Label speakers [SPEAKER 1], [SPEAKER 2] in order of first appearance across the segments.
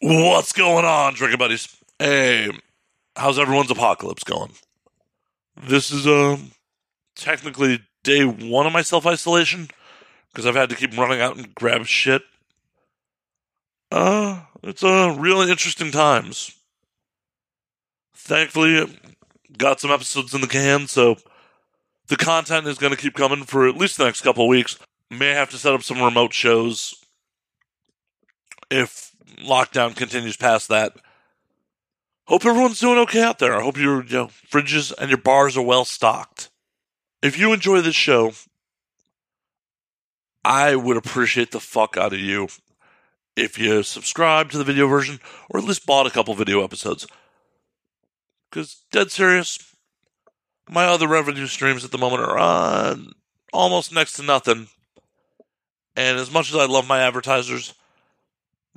[SPEAKER 1] What's going on, drinking buddies? Hey, how's everyone's apocalypse going? This is um technically day one of my self isolation because I've had to keep running out and grab shit. Uh, it's uh really interesting times. Thankfully, got some episodes in the can, so the content is going to keep coming for at least the next couple of weeks. May have to set up some remote shows if lockdown continues past that. Hope everyone's doing okay out there. I hope your you know, fridges and your bars are well stocked. If you enjoy this show, I would appreciate the fuck out of you if you subscribe to the video version or at least bought a couple video episodes. Because, dead serious, my other revenue streams at the moment are on almost next to nothing. And as much as I love my advertisers,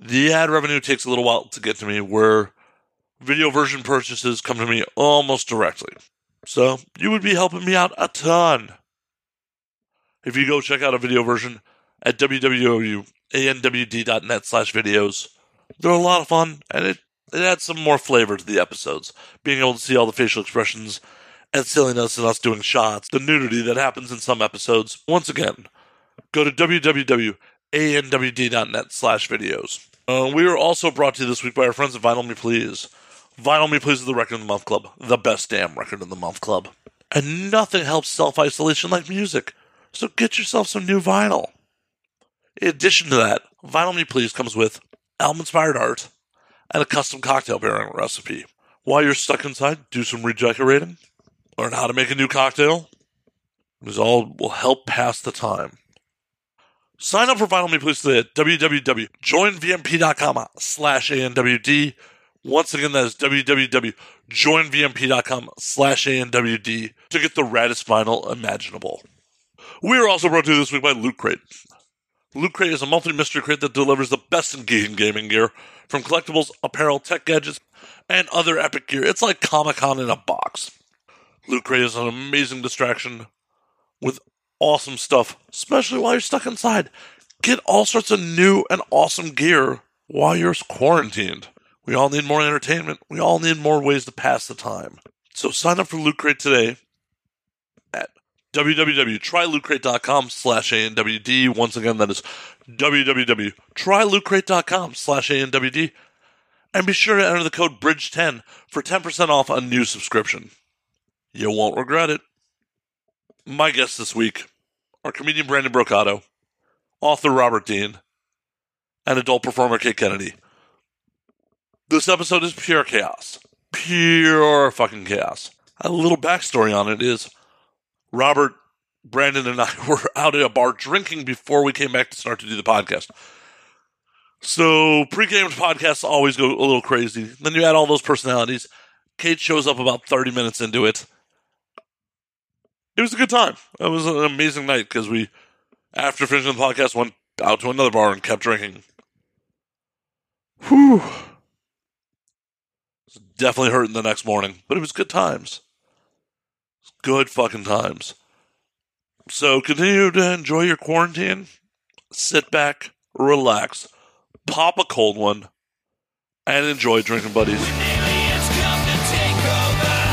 [SPEAKER 1] the ad revenue takes a little while to get to me, where video version purchases come to me almost directly. So you would be helping me out a ton if you go check out a video version at www.anwd.net slash videos. They're a lot of fun, and it, it adds some more flavor to the episodes. Being able to see all the facial expressions and silliness and us doing shots, the nudity that happens in some episodes. Once again, go to www.anwd.net slash videos. Uh, we are also brought to you this week by our friends at Vinyl Me Please. Vinyl Me Please is the record of the month club, the best damn record of the month club. And nothing helps self isolation like music, so get yourself some new vinyl. In addition to that, Vinyl Me Please comes with album inspired art and a custom cocktail pairing recipe. While you're stuck inside, do some redecorating, learn how to make a new cocktail. This all will help pass the time. Sign up for Vinyl Me Please today at www.joinvmp.com slash ANWD. Once again, that is www.joinvmp.com slash ANWD to get the raddest vinyl imaginable. We are also brought to you this week by Loot Crate. Loot Crate is a monthly mystery crate that delivers the best in geek and gaming gear from collectibles, apparel, tech gadgets, and other epic gear. It's like Comic Con in a box. Loot Crate is an amazing distraction with awesome stuff, especially while you're stuck inside. Get all sorts of new and awesome gear while you're quarantined. We all need more entertainment. We all need more ways to pass the time. So sign up for Loot Crate today at www.trylootcrate.com slash ANWD. Once again, that is www.trylootcrate.com slash ANWD. And be sure to enter the code BRIDGE10 for 10% off a new subscription. You won't regret it. My guests this week are comedian Brandon Brocato, author Robert Dean, and adult performer Kate Kennedy. This episode is pure chaos. Pure fucking chaos. A little backstory on it is Robert, Brandon, and I were out at a bar drinking before we came back to start to do the podcast. So pre-gamed podcasts always go a little crazy. Then you add all those personalities. Kate shows up about 30 minutes into it. It was a good time. It was an amazing night because we, after finishing the podcast, went out to another bar and kept drinking. Whew. It's definitely hurting the next morning, but it was good times. It's good fucking times. So continue to enjoy your quarantine. Sit back, relax, pop a cold one, and enjoy drinking buddies.
[SPEAKER 2] Aliens come to take over.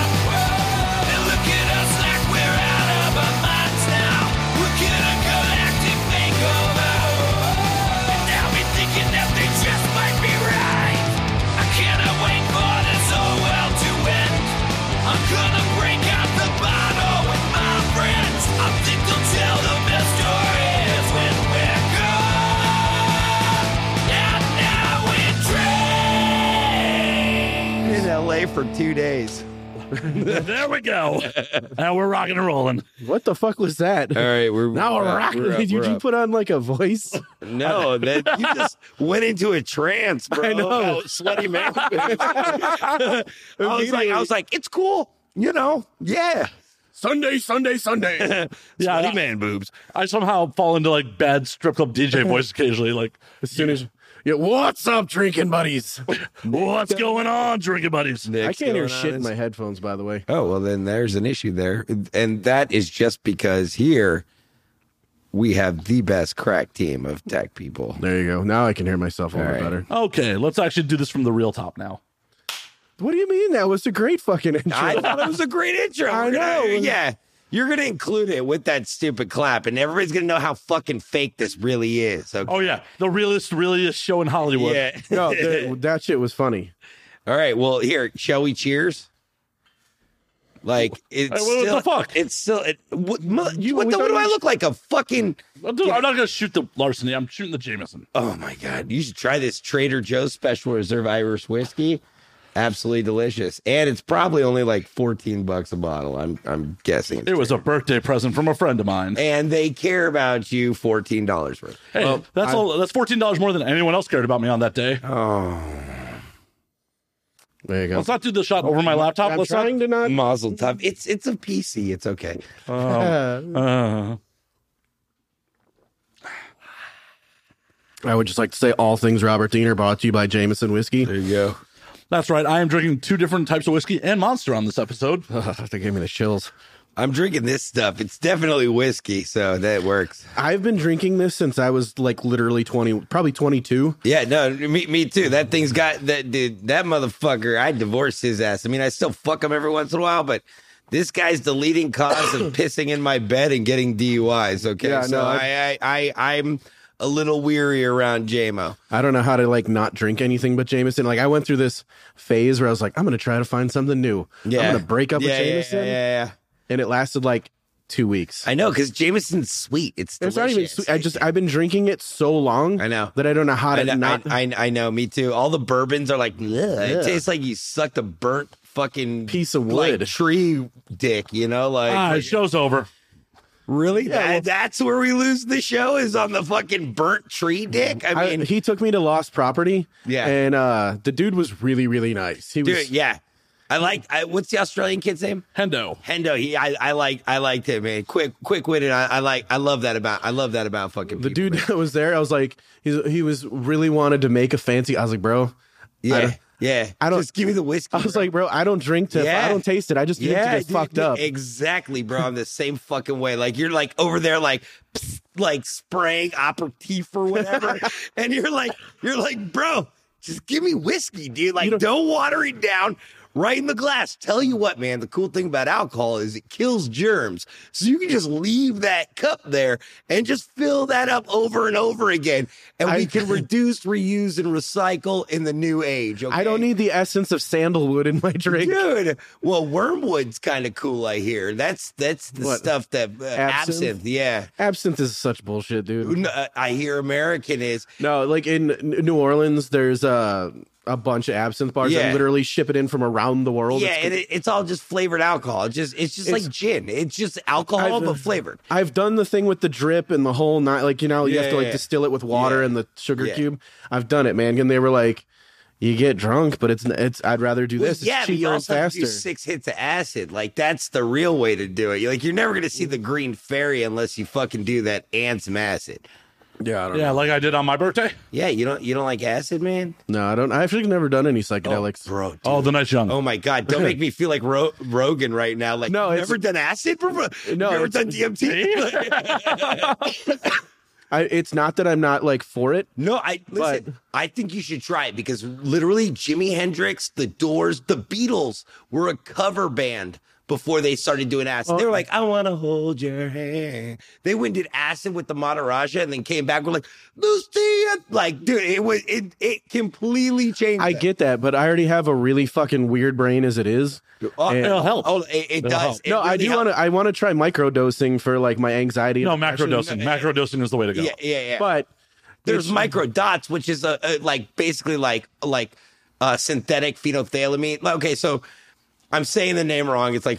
[SPEAKER 2] They look at us like we're out of our minds now. We're gonna go active makeover. And now we thinking that they just might be right. I cannot wait for this whole world to end. I'm gonna break out the bottle with my friends. I think they'll tell the best stories when we're gone. And now we drink.
[SPEAKER 3] in LA for two days.
[SPEAKER 4] there we go. Now we're rocking and rolling.
[SPEAKER 5] What the fuck was that?
[SPEAKER 6] All right, we're
[SPEAKER 5] now
[SPEAKER 6] we're
[SPEAKER 5] we're
[SPEAKER 6] up,
[SPEAKER 5] rocking.
[SPEAKER 6] we're up,
[SPEAKER 5] Did you,
[SPEAKER 6] we're
[SPEAKER 5] did you
[SPEAKER 6] up.
[SPEAKER 5] put on like a voice?
[SPEAKER 6] no that you just
[SPEAKER 3] Went into a trance, bro.
[SPEAKER 5] I know.
[SPEAKER 3] sweaty man. I was like, I was like, it's cool. You know, yeah.
[SPEAKER 4] Sunday, Sunday, Sunday. yeah,
[SPEAKER 3] Sweaty
[SPEAKER 4] I,
[SPEAKER 3] man boobs.
[SPEAKER 4] I somehow fall into like bad strip club DJ voice occasionally. Like
[SPEAKER 5] As soon as yeah, what's up, drinking buddies?
[SPEAKER 4] what's going on, drinking buddies?
[SPEAKER 5] I
[SPEAKER 6] Nick's
[SPEAKER 5] can't hear
[SPEAKER 6] going on
[SPEAKER 5] shit in
[SPEAKER 6] is-
[SPEAKER 5] my headphones, by the way.
[SPEAKER 6] Oh well, then there's an issue there, and that is just because here we have the best crack team of tech people.
[SPEAKER 5] There you go. Now I can hear myself a little
[SPEAKER 6] All right.
[SPEAKER 5] better.
[SPEAKER 1] Okay, let's actually do this from the real top now.
[SPEAKER 5] What do you mean? That was a great fucking intro.
[SPEAKER 6] I thought it was a great intro. I know.
[SPEAKER 5] know.
[SPEAKER 6] yeah. You're going to include it with that stupid clap, and everybody's going to know how fucking fake this really is. Okay.
[SPEAKER 1] Oh yeah, the realest, realest show in Hollywood.
[SPEAKER 6] yeah.
[SPEAKER 5] no, that, that shit was funny.
[SPEAKER 6] All right. Well, here, shall we cheers? Like it's
[SPEAKER 1] Hey, what- what
[SPEAKER 6] still,
[SPEAKER 1] the fuck?
[SPEAKER 6] It's still. It, what mo-
[SPEAKER 5] You-
[SPEAKER 6] what,
[SPEAKER 5] we
[SPEAKER 6] the, what
[SPEAKER 5] thought
[SPEAKER 6] do
[SPEAKER 5] it
[SPEAKER 6] I
[SPEAKER 5] was-
[SPEAKER 6] look like? A fucking.
[SPEAKER 1] Well, dude, I'm not gonna shoot the Larceny. I'm shooting the Jameson.
[SPEAKER 6] Oh my god! You should try this Trader Joe's Special Reserve Irish whiskey. Absolutely delicious, and it's probably only like fourteen bucks a bottle. I'm I'm guessing.
[SPEAKER 1] It was a birthday present from a friend of mine.
[SPEAKER 6] And they care about you fourteen dollars worth.
[SPEAKER 1] Hey, that's all. That's fourteen dollars more than anyone else cared about me on that day.
[SPEAKER 5] There you go.
[SPEAKER 1] Let's not do the shot over my laptop.
[SPEAKER 5] I'm
[SPEAKER 1] Let's
[SPEAKER 5] trying to not.
[SPEAKER 6] Mazel tov. It's it's a PC. It's okay.
[SPEAKER 1] not. Uh,
[SPEAKER 5] I would just like to say all things Robert Dean are brought to you by Jameson Whiskey.
[SPEAKER 6] There you go.
[SPEAKER 1] that's right. I am drinking two different types of whiskey and Monster on this episode.
[SPEAKER 5] they gave me the chills.
[SPEAKER 6] I'm drinking this stuff. It's definitely whiskey, so that works.
[SPEAKER 5] I've been drinking this since I was like literally 20, probably 22.
[SPEAKER 6] Yeah, no, me, me too. That thing's got that dude. That motherfucker. I divorced his ass. I mean, I still fuck him every once in a while, but this guy's the leading cause of pissing in my bed and getting DUIs. Okay,
[SPEAKER 5] Yeah,
[SPEAKER 6] so
[SPEAKER 5] no,
[SPEAKER 6] I, I, I, I'm a little weary around JMO.
[SPEAKER 5] I don't know how to like not drink anything but Jameson. Like I went through this phase where I was like, I'm gonna try to find something new. I'm gonna break up
[SPEAKER 6] Yeah,
[SPEAKER 5] with
[SPEAKER 6] yeah,
[SPEAKER 5] Jameson,
[SPEAKER 6] Yeah, yeah, yeah.
[SPEAKER 5] and it lasted like two weeks.
[SPEAKER 6] I know because Jameson's sweet. It's
[SPEAKER 5] it's not even
[SPEAKER 6] delicious.
[SPEAKER 5] sweet. I just I've been drinking it so long.
[SPEAKER 6] I know.
[SPEAKER 5] that I don't know how
[SPEAKER 6] I
[SPEAKER 5] to
[SPEAKER 6] know,
[SPEAKER 5] not.
[SPEAKER 6] I, I, I know, me too. All the bourbons are like, "Ugh." it tastes like you sucked a burnt fucking
[SPEAKER 5] Piece of
[SPEAKER 6] like,
[SPEAKER 5] wood.
[SPEAKER 6] tree dick. You know, like
[SPEAKER 1] Ah, show's over.
[SPEAKER 6] Really? That- that's where we lose the show is on the fucking burnt tree dick. I
[SPEAKER 5] Mm-hmm. I-
[SPEAKER 6] mean,
[SPEAKER 5] he took me to Lost Property.
[SPEAKER 6] Yeah.
[SPEAKER 5] and uh, the dude was really really nice. He
[SPEAKER 6] dude,
[SPEAKER 5] was.
[SPEAKER 6] yeah. I like. I, what's the Australian kid's name?
[SPEAKER 1] Hendo.
[SPEAKER 6] Hendo. He. I. I like. I liked him, man. Quick, quick witted. I, I like. I love that about. I love that about fucking
[SPEAKER 5] The
[SPEAKER 6] people,
[SPEAKER 5] dude
[SPEAKER 6] man.
[SPEAKER 5] that was there, I was like, he's, he was really wanted to make a fancy. I was like, bro, I
[SPEAKER 6] Yeah.
[SPEAKER 5] don't-
[SPEAKER 6] yeah.
[SPEAKER 5] I don't-
[SPEAKER 6] Just give me the whiskey.
[SPEAKER 5] I was
[SPEAKER 6] bro.
[SPEAKER 5] like, bro, I don't drink to,
[SPEAKER 6] Yeah.
[SPEAKER 5] I don't taste it. I just drink to get
[SPEAKER 6] dude,
[SPEAKER 5] fucked
[SPEAKER 6] dude,
[SPEAKER 5] up.
[SPEAKER 6] Exactly, bro. I'm the same fucking way. Like you're like over there, like psst, like spraying operative or whatever, and you're like you're like, bro, just give me whiskey, dude. Like don't, water it down. Right in the glass. Tell you what, man, the cool thing about alcohol is it kills germs. So you can just leave that cup there and just fill that up over and over again. And
[SPEAKER 5] I-
[SPEAKER 6] we can reduce, reuse, and recycle in the new age. Okay?
[SPEAKER 5] I don't need the essence of sandalwood in my drink.
[SPEAKER 6] Dude, well, wormwood's kind of cool. I hear that's that's the
[SPEAKER 5] What?
[SPEAKER 6] stuff that uh, absinthe?
[SPEAKER 5] Absinthe?
[SPEAKER 6] Yeah,
[SPEAKER 5] Absinthe is such bullshit, dude.
[SPEAKER 6] N- uh, I hear American is
[SPEAKER 5] No, like in N- New Orleans, there's a a bunch of absinthe bars
[SPEAKER 6] Yeah.
[SPEAKER 5] that literally ship it in from around the world.
[SPEAKER 6] yeah,
[SPEAKER 5] It's-
[SPEAKER 6] and it, it's all just flavored alcohol. It's just it's just like
[SPEAKER 5] It's-
[SPEAKER 6] gin. It's just alcohol
[SPEAKER 5] I've-
[SPEAKER 6] but flavored.
[SPEAKER 5] I've done the thing with the drip and the whole night. Like you know, you
[SPEAKER 6] Yeah,
[SPEAKER 5] have to
[SPEAKER 6] yeah.
[SPEAKER 5] like distill it with water
[SPEAKER 6] Yeah.
[SPEAKER 5] and the sugar
[SPEAKER 6] Yeah.
[SPEAKER 5] cube. I've done it, man. And they were like, "You get drunk, but it's it's. I'd rather do
[SPEAKER 6] Well,
[SPEAKER 5] this.
[SPEAKER 6] yeah,
[SPEAKER 5] it's
[SPEAKER 6] but you
[SPEAKER 5] cheaper and
[SPEAKER 6] also have to do
[SPEAKER 5] faster."
[SPEAKER 6] six hits of acid. Like that's the real way to do it. You're like you're never gonna see the green fairy unless you fucking do that and some acid.
[SPEAKER 5] yeah, I don't
[SPEAKER 1] Yeah, like I did on my birthday.
[SPEAKER 6] Yeah, you don't you don't like acid, man,
[SPEAKER 5] know. No, I don't. I've actually never done any psychedelics.
[SPEAKER 6] bro. dude.
[SPEAKER 1] Oh, the night's young.
[SPEAKER 6] Oh my God! Don't make me feel like Ro- Rogan right now. Like,
[SPEAKER 5] No,
[SPEAKER 6] no, you
[SPEAKER 5] it's-
[SPEAKER 6] never done acid before. You've
[SPEAKER 5] No,
[SPEAKER 6] never
[SPEAKER 5] it's-
[SPEAKER 6] done DMT.
[SPEAKER 5] I, it's not that I'm not like for it.
[SPEAKER 6] no, I listen. I think you should try it because literally, Jimi Hendrix, The Doors, The Beatles were a cover band before they started doing acid. they were like, "I want to hold your hand." They went and did acid with the Maharaja, and then came back. We're like, "Those the like, dude, it was it it completely changed."
[SPEAKER 5] I
[SPEAKER 6] them.
[SPEAKER 5] get that, but I already have a really fucking weird brain as it is.
[SPEAKER 6] Oh,
[SPEAKER 5] And-
[SPEAKER 1] It'll help.
[SPEAKER 6] oh, it, it does.
[SPEAKER 1] help.
[SPEAKER 6] It
[SPEAKER 5] no, I
[SPEAKER 6] really
[SPEAKER 5] do
[SPEAKER 6] helped.
[SPEAKER 5] want to. I want to try microdosing for like my anxiety.
[SPEAKER 1] no,
[SPEAKER 5] and
[SPEAKER 1] macro
[SPEAKER 5] depression,
[SPEAKER 1] dosing. Macro dosing is the way to go.
[SPEAKER 6] Yeah, yeah, yeah.
[SPEAKER 5] But
[SPEAKER 6] there's micro dots, which is a, a like basically like like uh, synthetic phenethylamine. Like, Okay, so I'm saying the name wrong. It's like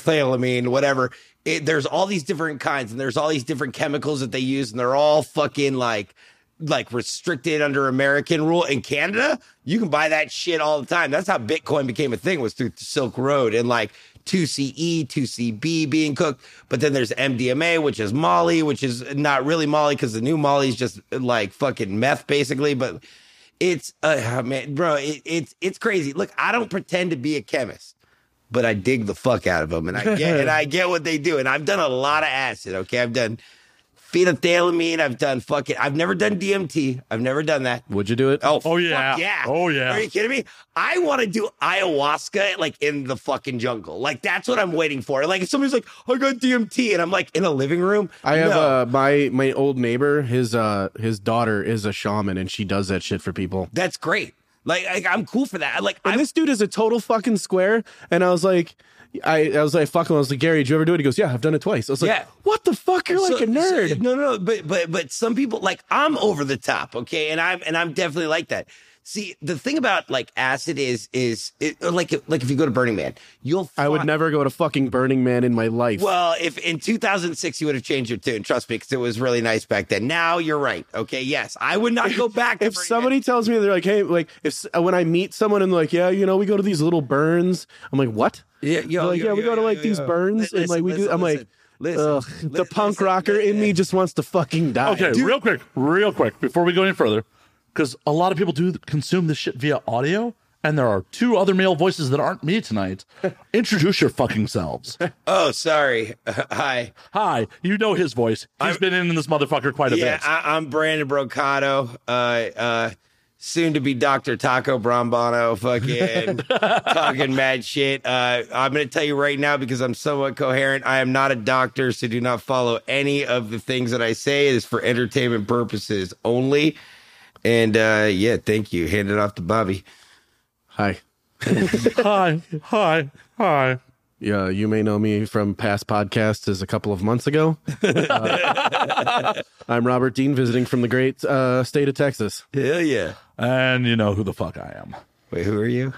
[SPEAKER 6] phenethylamine, whatever. It, there's all these different kinds, and there's all these different chemicals that they use, and they're all fucking like like restricted under American rule. In Canada, you can buy that shit all the time. That's how Bitcoin became a thing was through Silk Road and like E, 2CE, 2CB being cooked. But then there's MDMA, which is Molly, which is not really Molly because the new Molly is just like fucking meth basically. But it's, uh, oh, man, bro, it, it's, it's crazy. Look, I don't pretend to be a chemist. But I dig the fuck out of them, and I get and I get what they do, and I've done a lot of acid. Okay, I've done phenethylamine. I've done fucking. I've never done DMT. I've never done that.
[SPEAKER 5] Would you do it?
[SPEAKER 6] Oh,
[SPEAKER 1] Oh,
[SPEAKER 6] fuck
[SPEAKER 1] yeah.
[SPEAKER 6] yeah.
[SPEAKER 1] Oh, yeah.
[SPEAKER 6] Are you kidding me? I want to do ayahuasca like in the fucking jungle. Like that's what I'm waiting for. Like if somebody's like, I got DMT, and I'm like in a living room.
[SPEAKER 5] I have
[SPEAKER 6] No.
[SPEAKER 5] uh, my my old neighbor. His uh his daughter is a shaman, and she does that shit for people.
[SPEAKER 6] that's great. Like, I, I'm cool for that. Like
[SPEAKER 5] And
[SPEAKER 6] I
[SPEAKER 5] this dude is a total fucking square. And I was like, I, I was like, fuck him. I was like, Gary, did you ever do it? He goes, Yeah, I've done it twice. I was like,
[SPEAKER 6] Yeah.
[SPEAKER 5] What the fuck? You're like
[SPEAKER 6] So-
[SPEAKER 5] a nerd.
[SPEAKER 6] so- no, no, no, but but but some people like I'm over the top, okay, and I'm and I'm definitely like that. See, the thing about like acid is is it, like like if you go to Burning Man, you'll
[SPEAKER 5] I would
[SPEAKER 6] fi-
[SPEAKER 5] never go to fucking Burning Man in my life.
[SPEAKER 6] Well, if in 2006 you would have changed your tune, trust me, because it was really nice back then. Now you're right. Okay, yes, I would not go back. To
[SPEAKER 5] if
[SPEAKER 6] Burning
[SPEAKER 5] somebody
[SPEAKER 6] Man.
[SPEAKER 5] tells me they're like, Hey, like if s- uh, when I meet someone and like, yeah, you know, we go to these little burns. I'm like, What?
[SPEAKER 6] Yeah, yo,
[SPEAKER 5] They're like,
[SPEAKER 6] yo,
[SPEAKER 5] yeah, we
[SPEAKER 6] yo,
[SPEAKER 5] go to
[SPEAKER 6] yo,
[SPEAKER 5] like
[SPEAKER 6] yo,
[SPEAKER 5] these
[SPEAKER 6] yo.
[SPEAKER 5] burns
[SPEAKER 6] Listen,
[SPEAKER 5] and like we
[SPEAKER 6] listen,
[SPEAKER 5] do. I'm like,
[SPEAKER 6] listen,
[SPEAKER 5] Ugh,
[SPEAKER 6] listen,
[SPEAKER 5] the punk
[SPEAKER 6] listen,
[SPEAKER 5] rocker in me
[SPEAKER 6] listen.
[SPEAKER 5] just wants to fucking die.
[SPEAKER 1] Okay, real quick, real quick, before we go any further, because a lot of people do consume this shit via audio, and there are two other male voices that aren't me tonight. Introduce your fucking selves.
[SPEAKER 6] Oh, sorry. Hi.
[SPEAKER 1] Hi, you know his voice. He's been in this motherfucker quite a
[SPEAKER 6] Yeah,
[SPEAKER 1] bit.
[SPEAKER 6] I, I'm Brandon Brocato. Uh, uh, soon to be Dr. Taco Brombano, fucking talking mad shit. Uh, I'm going to tell you right now because I'm somewhat coherent. I am not a doctor, so do not follow any of the things that I say. It is for entertainment purposes only. And uh, yeah, thank you. Hand it off to Bobby.
[SPEAKER 5] Hi.
[SPEAKER 1] hi, hi, hi.
[SPEAKER 5] Yeah, you may know me from past podcasts as a couple of months ago. Uh, I'm Robert Dean, visiting from the great uh, state of Texas.
[SPEAKER 6] Hell yeah.
[SPEAKER 1] And you know who the fuck I am.
[SPEAKER 6] Wait, who are you?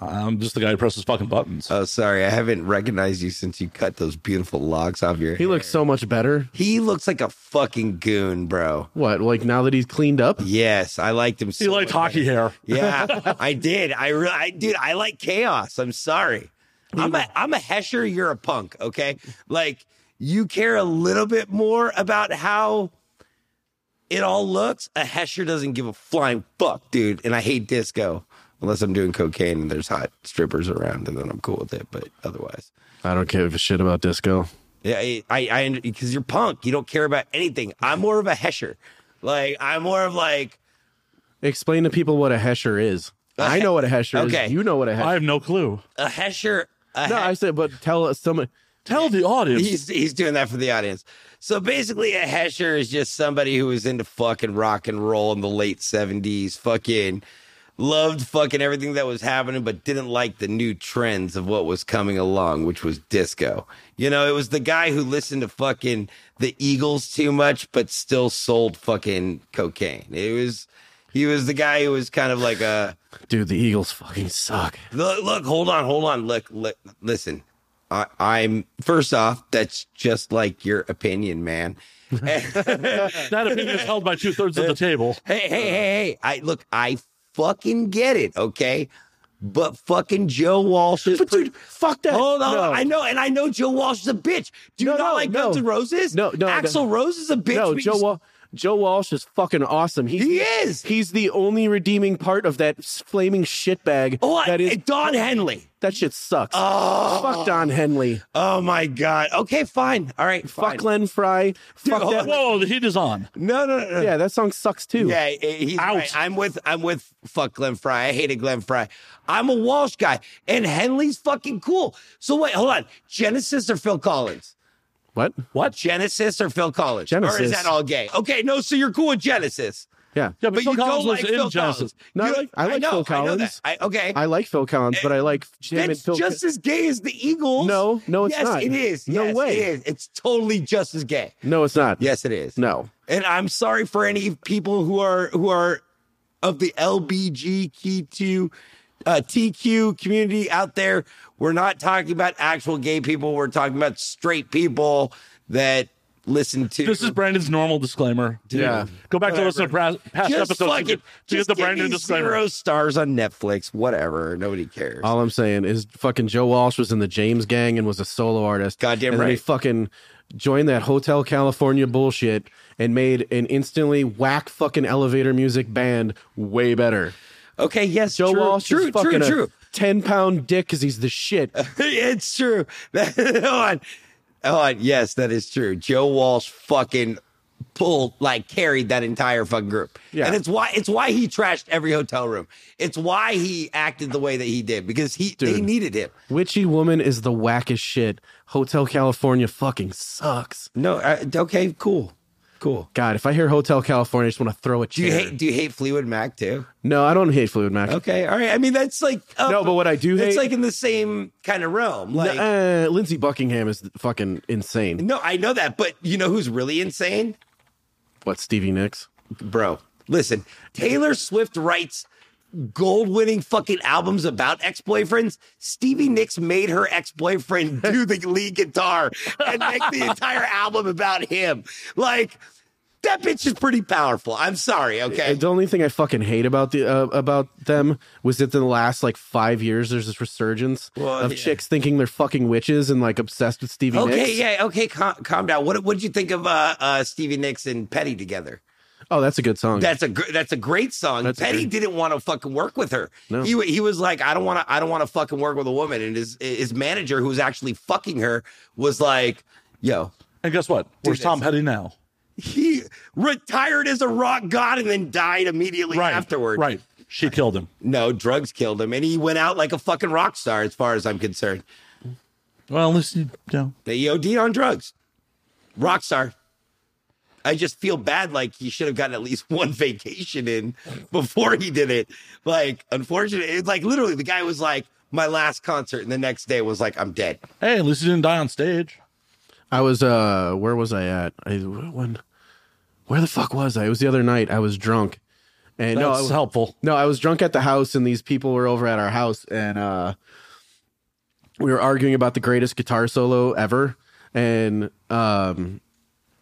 [SPEAKER 1] I'm just the guy who presses fucking buttons.
[SPEAKER 6] Oh, sorry. I haven't recognized you since you cut those beautiful locks off your
[SPEAKER 5] He
[SPEAKER 6] head.
[SPEAKER 5] looks so much better.
[SPEAKER 6] He looks like a fucking goon, bro.
[SPEAKER 5] What, like now that he's cleaned up?
[SPEAKER 6] Yes, I liked him.
[SPEAKER 1] he
[SPEAKER 6] so uh,
[SPEAKER 1] liked
[SPEAKER 6] much
[SPEAKER 1] hockey hair.
[SPEAKER 6] Yeah, I did. I really, I dude, I like chaos. I'm sorry. I'm a I'm a hesher, you're a punk, okay? Like you care a little bit more about how it all looks. A hesher doesn't give a flying fuck, dude. And I hate disco unless I'm doing cocaine and there's hot strippers around and then I'm cool with it, but otherwise.
[SPEAKER 5] I don't give a shit about disco.
[SPEAKER 6] Yeah, I I because you're punk. You don't care about anything. I'm more of a hesher. Like I'm more of like
[SPEAKER 5] Explain to people what a hesher is. I know what a hesher
[SPEAKER 6] Okay.
[SPEAKER 5] is. You know what a
[SPEAKER 1] I
[SPEAKER 5] hesher
[SPEAKER 1] have no clue.
[SPEAKER 6] a hesher. A
[SPEAKER 5] No, I said, but tell us someone.
[SPEAKER 1] Tell the audience.
[SPEAKER 6] he's he's doing that for the audience. So basically, a hesher is just somebody who was into fucking rock and roll in the late seventies. Fucking loved fucking everything that was happening, but didn't like the new trends of what was coming along, which was disco. You know, it was the guy who listened to fucking the Eagles too much, but still sold fucking cocaine. It was he was the guy who was kind of like a.
[SPEAKER 5] Dude, the Eagles fucking suck.
[SPEAKER 6] Look, look, hold on, hold on. Look, look listen. I, I'm first off, that's just like your opinion, man. hey, hey,
[SPEAKER 1] that opinion is held by two thirds of the table.
[SPEAKER 6] hey, hey,
[SPEAKER 5] Uh-huh.
[SPEAKER 6] hey. I look, I fucking get it, okay? But fucking Joe Walsh is
[SPEAKER 5] But dude, fuck that.
[SPEAKER 6] Hold on,
[SPEAKER 5] No.
[SPEAKER 6] I know, and I know Joe Walsh is a bitch. Do you
[SPEAKER 5] No,
[SPEAKER 6] not
[SPEAKER 5] no,
[SPEAKER 6] like
[SPEAKER 5] no.
[SPEAKER 6] Guns N' Roses?
[SPEAKER 5] No, no, no.
[SPEAKER 6] Axel Rose is a bitch.
[SPEAKER 5] No,
[SPEAKER 6] because-
[SPEAKER 5] Joe Walsh. Joe Walsh is fucking awesome. He's,
[SPEAKER 6] He is.
[SPEAKER 5] He's the only redeeming part of that s- flaming shitbag.
[SPEAKER 6] Oh, I-
[SPEAKER 5] that is
[SPEAKER 6] Don Henley.
[SPEAKER 5] that shit sucks.
[SPEAKER 6] Oh,
[SPEAKER 5] fuck Don Henley.
[SPEAKER 6] oh my God. Okay, fine. All right,
[SPEAKER 5] Fuck
[SPEAKER 6] fine.
[SPEAKER 5] Glenn Fry. fuck
[SPEAKER 6] hold
[SPEAKER 5] that.
[SPEAKER 1] Whoa, the heat is on.
[SPEAKER 6] No, no, no, no.
[SPEAKER 5] Yeah, that song sucks too.
[SPEAKER 6] Yeah, he- he's
[SPEAKER 1] Out.
[SPEAKER 6] right. I'm with I'm with fuck Glenn Fry. I hated Glenn Fry. I'm a Walsh guy, and Henley's fucking cool. So wait, hold on. Genesis or Phil Collins?
[SPEAKER 5] What?
[SPEAKER 1] What?
[SPEAKER 6] Genesis or Phil Collins? Or is
[SPEAKER 5] Genesis.
[SPEAKER 6] that all gay? Okay, no. So you're cool with Genesis,
[SPEAKER 5] Yeah.
[SPEAKER 1] Yeah, but,
[SPEAKER 6] but
[SPEAKER 1] Phil
[SPEAKER 6] you
[SPEAKER 1] Collins
[SPEAKER 6] don't
[SPEAKER 1] was
[SPEAKER 6] like
[SPEAKER 1] in
[SPEAKER 6] Phil
[SPEAKER 1] Genesis.
[SPEAKER 6] Collins.
[SPEAKER 5] No, I
[SPEAKER 6] You-
[SPEAKER 5] like- I like
[SPEAKER 6] know, I
[SPEAKER 5] Phil
[SPEAKER 6] know that.
[SPEAKER 5] Collins.
[SPEAKER 6] I- okay.
[SPEAKER 5] I like Phil Collins, but I like Jam and
[SPEAKER 6] That's
[SPEAKER 5] Phil.
[SPEAKER 6] just as gay as the Eagles.
[SPEAKER 5] No, no, it's
[SPEAKER 6] yes,
[SPEAKER 5] not.
[SPEAKER 6] it is.
[SPEAKER 5] No
[SPEAKER 6] Yes,
[SPEAKER 5] way.
[SPEAKER 6] It is. It's totally just as gay.
[SPEAKER 5] no, it's not.
[SPEAKER 6] Yes, it is.
[SPEAKER 5] No.
[SPEAKER 6] And I'm sorry for any people who are who are of the LBGQ uh, TQ community out there. We're not talking about actual gay people. We're talking about straight people that listen to.
[SPEAKER 1] This is Brandon's normal disclaimer.
[SPEAKER 5] Yeah.
[SPEAKER 1] Go back to listen to past, past
[SPEAKER 6] just
[SPEAKER 1] episodes to
[SPEAKER 6] fucking
[SPEAKER 1] get- to get
[SPEAKER 6] just
[SPEAKER 1] the
[SPEAKER 6] give
[SPEAKER 1] Brandon
[SPEAKER 6] me
[SPEAKER 1] disclaimer. Um,
[SPEAKER 6] zero stars on Netflix. Whatever. Nobody cares.
[SPEAKER 5] All I'm saying is fucking Joe Walsh was in the James Gang and was a solo artist.
[SPEAKER 6] Goddamn
[SPEAKER 5] and Then he
[SPEAKER 6] right.
[SPEAKER 5] fucking joined that Hotel California bullshit and made an instantly whack fucking elevator music band way better.
[SPEAKER 6] okay. Yes.
[SPEAKER 5] Joe
[SPEAKER 6] true,
[SPEAKER 5] Walsh
[SPEAKER 6] True.
[SPEAKER 5] is fucking
[SPEAKER 6] true.
[SPEAKER 5] a
[SPEAKER 6] True.
[SPEAKER 5] 10 pound dick because he's the shit.
[SPEAKER 6] it's true. Hold on. Oh, yes, that is true. Joe Walsh fucking pulled like carried that entire fucking group.
[SPEAKER 5] Yeah.
[SPEAKER 6] And it's why it's why he trashed every hotel room. It's why he acted the way that he did because he they
[SPEAKER 5] Dude.
[SPEAKER 6] needed him.
[SPEAKER 5] Witchy woman is the wackest shit. Hotel California fucking sucks.
[SPEAKER 6] No, I, okay, cool. Cool.
[SPEAKER 5] God, if I hear Hotel California, I just want to throw a
[SPEAKER 6] Do
[SPEAKER 5] chair.
[SPEAKER 6] you hate do you hate Fleetwood Mac too?
[SPEAKER 5] no, I don't hate Fluid Mac.
[SPEAKER 6] Okay. All right. I mean, that's like up-
[SPEAKER 5] No, but what I do
[SPEAKER 6] it's
[SPEAKER 5] hate-
[SPEAKER 6] like in the same kind of realm. Like
[SPEAKER 5] Uh, Lindsey Buckingham is fucking insane.
[SPEAKER 6] No, I know that, but you know who's really insane?
[SPEAKER 5] What Stevie Nicks?
[SPEAKER 6] Bro, listen, Taylor Swift writes gold winning fucking albums about ex boyfriends. Stevie Nicks made her ex boyfriend do the lead guitar and make the entire album about him. Like, that bitch is pretty powerful. I'm sorry, okay?
[SPEAKER 5] And the only thing I fucking hate about the uh, about them was that the last like five years there's this resurgence
[SPEAKER 6] Well,
[SPEAKER 5] of
[SPEAKER 6] yeah.
[SPEAKER 5] chicks thinking they're fucking witches and like obsessed with Stevie Nicks.
[SPEAKER 6] Okay, yeah, okay, calm, calm down. What what did you think of uh, uh, Stevie Nicks and Petty together?
[SPEAKER 5] Oh, that's a good song.
[SPEAKER 6] That's a gr- that's a great song.
[SPEAKER 5] That's a
[SPEAKER 6] Petty
[SPEAKER 5] great-
[SPEAKER 6] didn't want to fucking work with her.
[SPEAKER 5] No.
[SPEAKER 6] He he was like, I don't want to I don't want to fucking work with a woman. And his his manager, who was actually fucking her, was like, Yo,
[SPEAKER 1] And guess what? Where's
[SPEAKER 6] this.
[SPEAKER 1] Tom Petty now?
[SPEAKER 6] he retired as a rock god and then died immediately afterward.
[SPEAKER 1] Right. She killed him.
[SPEAKER 6] No, drugs killed him, and he went out like a fucking rock star, as far as I'm concerned.
[SPEAKER 1] Well, at least you know.
[SPEAKER 6] They OD'd on drugs. Rock star. I just feel bad. Like he should have gotten at least one vacation in before he did it. Like, unfortunately, it's like literally the guy was like, my last concert, and the next day was like, I'm dead.
[SPEAKER 1] Hey, at least you didn't die on stage.
[SPEAKER 5] I was uh where was I at? I when where the fuck was I? It was the other night. I was drunk. And no, I
[SPEAKER 1] That's
[SPEAKER 5] was,
[SPEAKER 1] helpful.
[SPEAKER 5] no, I was drunk at the house and these people were over at our house and uh we were arguing about the greatest guitar solo ever and um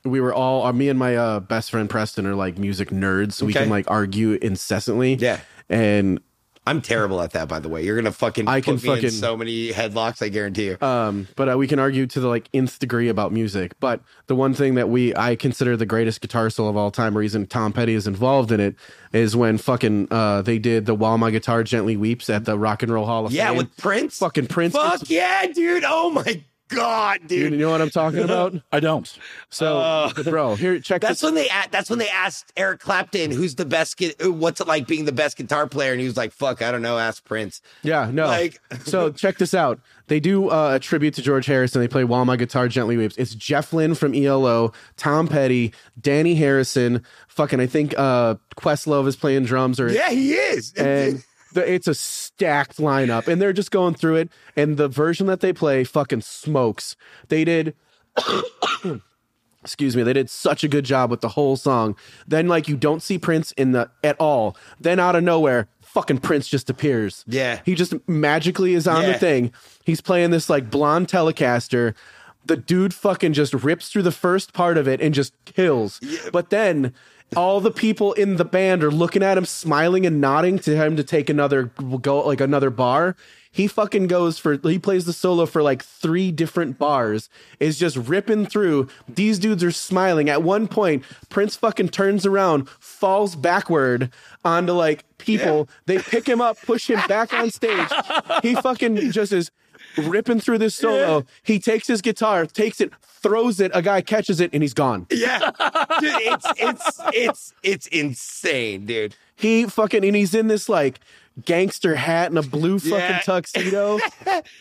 [SPEAKER 5] we were all uh, me and my uh best friend Preston are like music nerds so we
[SPEAKER 6] Okay.
[SPEAKER 5] can like argue incessantly.
[SPEAKER 6] Yeah.
[SPEAKER 5] And
[SPEAKER 6] I'm terrible at that, by the way. You're gonna fucking
[SPEAKER 5] I can
[SPEAKER 6] put me in
[SPEAKER 5] fucking-
[SPEAKER 6] so many headlocks, I guarantee you.
[SPEAKER 5] um but uh, we can argue to the like nth degree about music but the one thing that we i consider the greatest guitar solo of all time reason tom petty is involved in it is when fucking uh they did the while my guitar gently weeps at the rock and roll hall of
[SPEAKER 6] yeah,
[SPEAKER 5] Fame.
[SPEAKER 6] with Prince.
[SPEAKER 5] fucking prince
[SPEAKER 6] Fuck yeah, dude. Oh my god,
[SPEAKER 5] you
[SPEAKER 6] dude.
[SPEAKER 5] know what i'm talking about
[SPEAKER 1] I don't.
[SPEAKER 5] so bro here check
[SPEAKER 6] Uh, That's
[SPEAKER 5] this
[SPEAKER 6] when they a- that's when they asked Eric Clapton, who's the best gu- what's it like being the best guitar player? And he was like, fuck, I don't know, ask Prince.
[SPEAKER 5] yeah no
[SPEAKER 6] like-
[SPEAKER 5] so check this out they do uh, a tribute to george harrison they play while my guitar gently weeps it's jeff lynne from elo tom petty danny harrison fucking i think uh questlove is playing drums or
[SPEAKER 6] Yeah, he is.
[SPEAKER 5] and the, it's a stacked lineup and they're just going through it and the version that they play fucking smokes they did excuse me they did such a good job with the whole song then like you don't see prince in the at all then out of nowhere fucking prince just appears
[SPEAKER 6] Yeah.
[SPEAKER 5] he just magically is on
[SPEAKER 6] Yeah.
[SPEAKER 5] the thing he's playing this like blonde telecaster the dude fucking just rips through the first part of it and just kills but then all the people in the band are looking at him smiling and nodding to him to take another go like another bar he fucking goes for he plays the solo for like three different bars is just ripping through these dudes are smiling at one point prince fucking turns around falls backward onto like people they pick him up push him back on stage he fucking just is ripping through this solo he takes his guitar takes it throws it a guy catches it and he's gone
[SPEAKER 6] Yeah, dude, it's it's it's it's insane, dude.
[SPEAKER 5] he fucking and he's in this like gangster hat and a blue fucking
[SPEAKER 6] Yeah.
[SPEAKER 5] tuxedo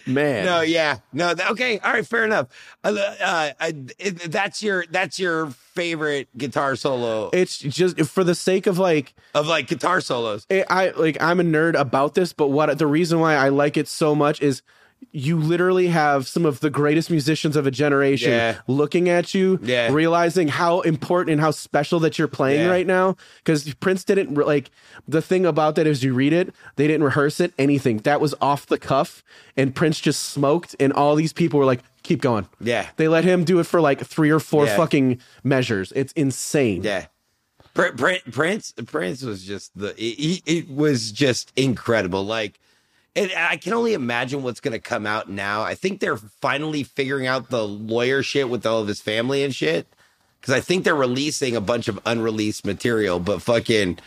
[SPEAKER 5] man
[SPEAKER 6] No, yeah, no. th- okay, all right, fair enough. Uh, uh, I, it, that's your that's your favorite guitar solo
[SPEAKER 5] it's just for the sake of like
[SPEAKER 6] of like guitar solos.
[SPEAKER 5] it, Eh, I like I'm a nerd about this, but what the reason why I like it so much is you literally have some of the greatest musicians of a generation
[SPEAKER 6] Yeah.
[SPEAKER 5] looking at you,
[SPEAKER 6] Yeah.
[SPEAKER 5] realizing how important and how special that you're playing
[SPEAKER 6] Yeah.
[SPEAKER 5] right now. Because Prince didn't re- like the thing about that is you read it, they didn't rehearse it, anything. That was off the cuff, and Prince just smoked, and all these people were like, "Keep going."
[SPEAKER 6] Yeah.
[SPEAKER 5] they let him do it for like three or four
[SPEAKER 6] Yeah.
[SPEAKER 5] fucking measures. It's insane.
[SPEAKER 6] Yeah, Pr- Pr- Prince Prince was just the he, he- it was just incredible. Like, and I can only imagine what's gonna come out now. I think they're finally figuring out the lawyer shit with all of his family and shit. Because I think they're releasing a bunch of unreleased material, but fucking.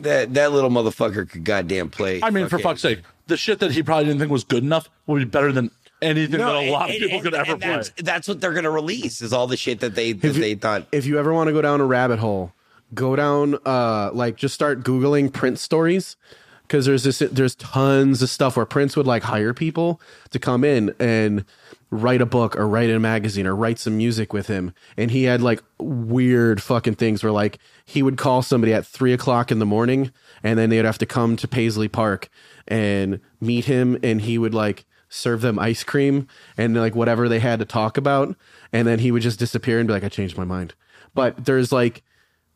[SPEAKER 6] That that little motherfucker could goddamn play.
[SPEAKER 1] I mean, for
[SPEAKER 6] fucking-
[SPEAKER 1] fuck's sake, the shit that he probably didn't think was good enough would be better than anything that a lot of
[SPEAKER 6] and-
[SPEAKER 1] people
[SPEAKER 6] and-
[SPEAKER 1] could ever
[SPEAKER 6] and
[SPEAKER 1] play.
[SPEAKER 6] that's, that's what they're going to release is all the shit that they that
[SPEAKER 5] If you-
[SPEAKER 6] they thought.
[SPEAKER 5] if you ever want to go down a rabbit hole, go down uh like just start googling Prince stories because there's this there's tons of stuff where Prince would like hire people to come in and write a book or write a magazine or write some music with him and he had like weird fucking things where like he would call somebody at three o'clock in the morning and then they'd have to come to paisley park and meet him and he would like serve them ice cream and like whatever they had to talk about and then he would just disappear and be like i changed my mind but there's like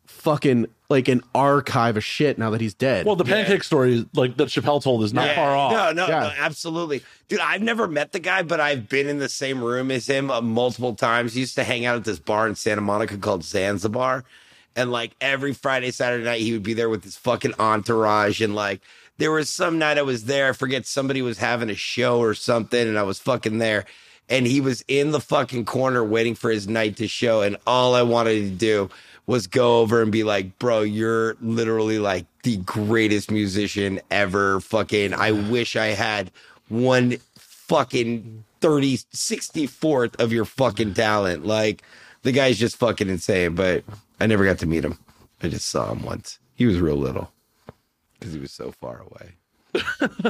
[SPEAKER 5] fucking like an archive of shit now that he's dead
[SPEAKER 1] Well, the pancake story, like that Chappelle told, is not
[SPEAKER 6] Yeah.
[SPEAKER 1] far off.
[SPEAKER 6] No, no,
[SPEAKER 5] Yeah.
[SPEAKER 6] no, absolutely, dude. I've never met the guy, but I've been in the same room as him uh, multiple times. He used to hang out at this bar in Santa Monica called Zanzibar, and like every Friday, Saturday night, he would be there with his fucking entourage. And like, there was some night I was there. I forget somebody was having a show or something, and I was fucking there. And he was in the fucking corner waiting for his night to show. And all I wanted to do was go over and be like, bro, you're literally like the greatest musician ever. Fucking, I wish I had one fucking 30, 64th of your fucking talent. Like, the guy's just fucking insane, but I never got to meet him. I just saw him once. He was real little because he was so far away.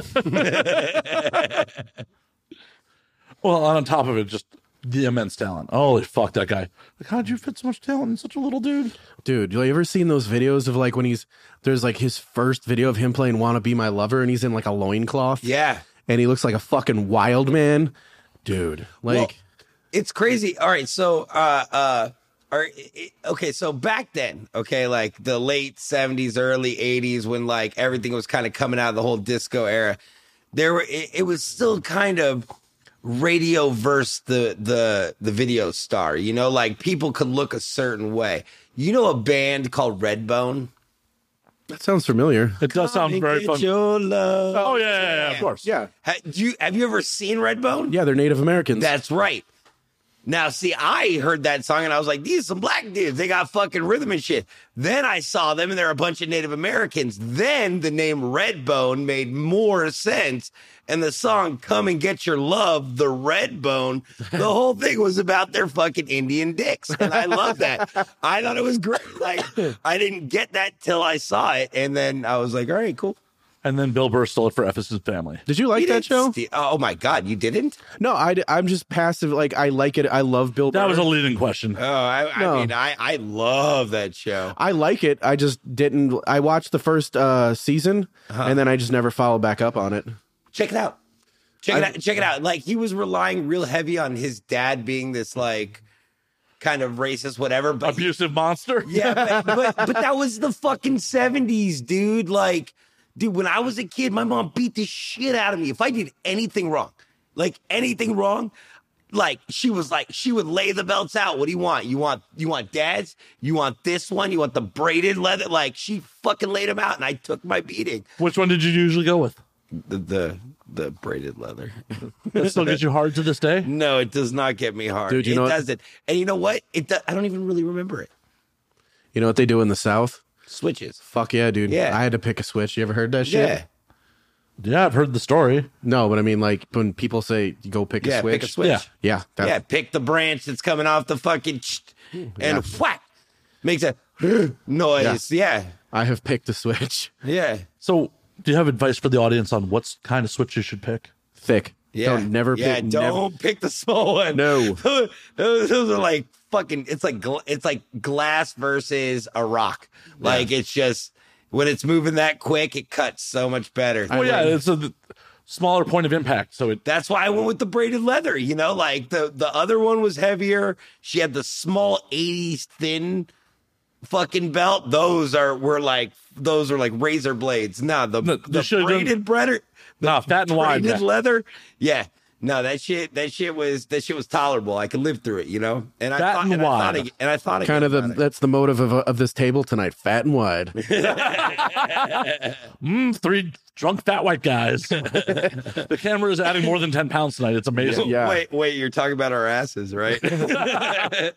[SPEAKER 1] Well, on top of it, just the immense talent. Holy fuck, that guy! Like, how did you fit so much talent in such a little dude?
[SPEAKER 5] Dude, you ever seen those videos of like when he's there's like his first video of him playing Wanna Be My Lover and he's in like a loincloth?
[SPEAKER 6] Yeah.
[SPEAKER 5] And he looks like a fucking wild man. Dude. Like
[SPEAKER 6] it's crazy. All right, so uh uh all right, i- i- okay, so back then, okay, like the late 70s, early 80s when like everything was kind of coming out of the whole disco era, there were it, it was still kind of radio versus the the the video star. You know, like people could look a certain way. You know a band called Redbone?
[SPEAKER 5] that sounds familiar.
[SPEAKER 1] It does sound very
[SPEAKER 6] Get
[SPEAKER 1] fun.
[SPEAKER 6] your love.
[SPEAKER 1] Oh yeah, yeah, yeah, of course.
[SPEAKER 5] Yeah.
[SPEAKER 6] Ha- do you have you ever seen Redbone?
[SPEAKER 5] Yeah, they're Native Americans.
[SPEAKER 6] That's right. Now, see, I heard that song and I was like, these are some black dudes. They got fucking rhythm and shit. Then I saw them and they're a bunch of Native Americans. Then the name Redbone made more sense. And the song Come and Get Your Love, the Redbone, the whole thing was about their fucking Indian dicks. And I love that. I thought it was great. Like, I didn't get that till I saw it. And then I was like, all right, cool.
[SPEAKER 1] And then Bill Burr stole it for Ephesus Family.
[SPEAKER 5] Did you
[SPEAKER 6] You
[SPEAKER 5] like that
[SPEAKER 6] didn't
[SPEAKER 5] show?
[SPEAKER 6] steal- oh my God, you didn't?
[SPEAKER 5] No, I, am just passive. Like, I like it. I love Bill
[SPEAKER 1] That
[SPEAKER 5] Burr.
[SPEAKER 1] was a leading question.
[SPEAKER 6] Oh, I,
[SPEAKER 5] No.
[SPEAKER 6] I mean, I, I love that show.
[SPEAKER 5] I like it. I just didn't. I watched the first uh, season
[SPEAKER 6] Uh-huh.
[SPEAKER 5] and then I just never followed back up on it.
[SPEAKER 6] check it out. Check it
[SPEAKER 5] I-
[SPEAKER 6] out. Check it out. Like he was relying real heavy on his dad being this like kind of racist, whatever. But he-
[SPEAKER 1] Abusive monster.
[SPEAKER 6] yeah, but, but but that was the fucking seventies, dude. Like, dude, when I was a kid, my mom beat the shit out of me if I did anything wrong, like anything wrong. Like she was like she would lay the belts out. What do you want? You want you want dads? You want this one? You want the braided leather? Like she fucking laid them out, and I took my beating.
[SPEAKER 1] Which one did you usually go with?
[SPEAKER 6] The the, the braided leather.
[SPEAKER 1] That still gets you hard to this day.
[SPEAKER 6] No, it does not get me hard.
[SPEAKER 5] Dude, you
[SPEAKER 6] it
[SPEAKER 5] know what-
[SPEAKER 6] doesn't. And you know what? It do- I don't even really remember it.
[SPEAKER 5] You know what they do in the South?
[SPEAKER 6] Switches.
[SPEAKER 5] Fuck yeah, dude.
[SPEAKER 6] Yeah.
[SPEAKER 5] I had to pick a switch. You ever heard that shit?
[SPEAKER 6] Yeah.
[SPEAKER 1] Yeah, I've heard the story.
[SPEAKER 5] No, but I mean, like, when people say go pick
[SPEAKER 6] Yeah,
[SPEAKER 5] a switch.
[SPEAKER 6] pick a switch.
[SPEAKER 1] Yeah.
[SPEAKER 5] Yeah. That,
[SPEAKER 6] yeah, pick the branch that's coming off the fucking ch- and whack makes a noise. Yeah.
[SPEAKER 5] I have picked a switch.
[SPEAKER 6] Yeah.
[SPEAKER 1] So, do you have advice for the audience on what kind of switch you should pick?
[SPEAKER 5] Thick.
[SPEAKER 6] Yeah.
[SPEAKER 5] Don't never
[SPEAKER 6] yeah,
[SPEAKER 5] pick.
[SPEAKER 6] Don't
[SPEAKER 5] never-
[SPEAKER 6] pick the small one.
[SPEAKER 5] No.
[SPEAKER 6] those, those are like fucking. It's like gl- it's like glass versus a rock. Like it's just when it's moving that quick, it cuts so much better.
[SPEAKER 1] Well, yeah, it's a smaller point of impact, so it
[SPEAKER 6] That's why I went with the braided leather. You know, like the the other one was heavier. She had the small '80s thin fucking belt. Those are were like those are like razor blades. Nah, the
[SPEAKER 1] No, they
[SPEAKER 6] the
[SPEAKER 1] should've done-
[SPEAKER 6] braided breader, the
[SPEAKER 1] Nah, fat and wide,
[SPEAKER 6] braided
[SPEAKER 1] man.
[SPEAKER 6] leather. Yeah, no, that shit that shit was that shit was tolerable. I could live through it. You know, and I
[SPEAKER 1] Fat
[SPEAKER 6] thought
[SPEAKER 1] and
[SPEAKER 6] and I thought
[SPEAKER 1] wide.
[SPEAKER 6] ag- and I thought
[SPEAKER 5] Kind of the,
[SPEAKER 6] again about it.
[SPEAKER 5] that's the motive of, of this table tonight. Fat and wide.
[SPEAKER 1] mm, three drunk fat white guys. the camera is adding more than ten pounds tonight. It's amazing.
[SPEAKER 5] Yeah.
[SPEAKER 6] Wait, wait, you're talking about our asses, right?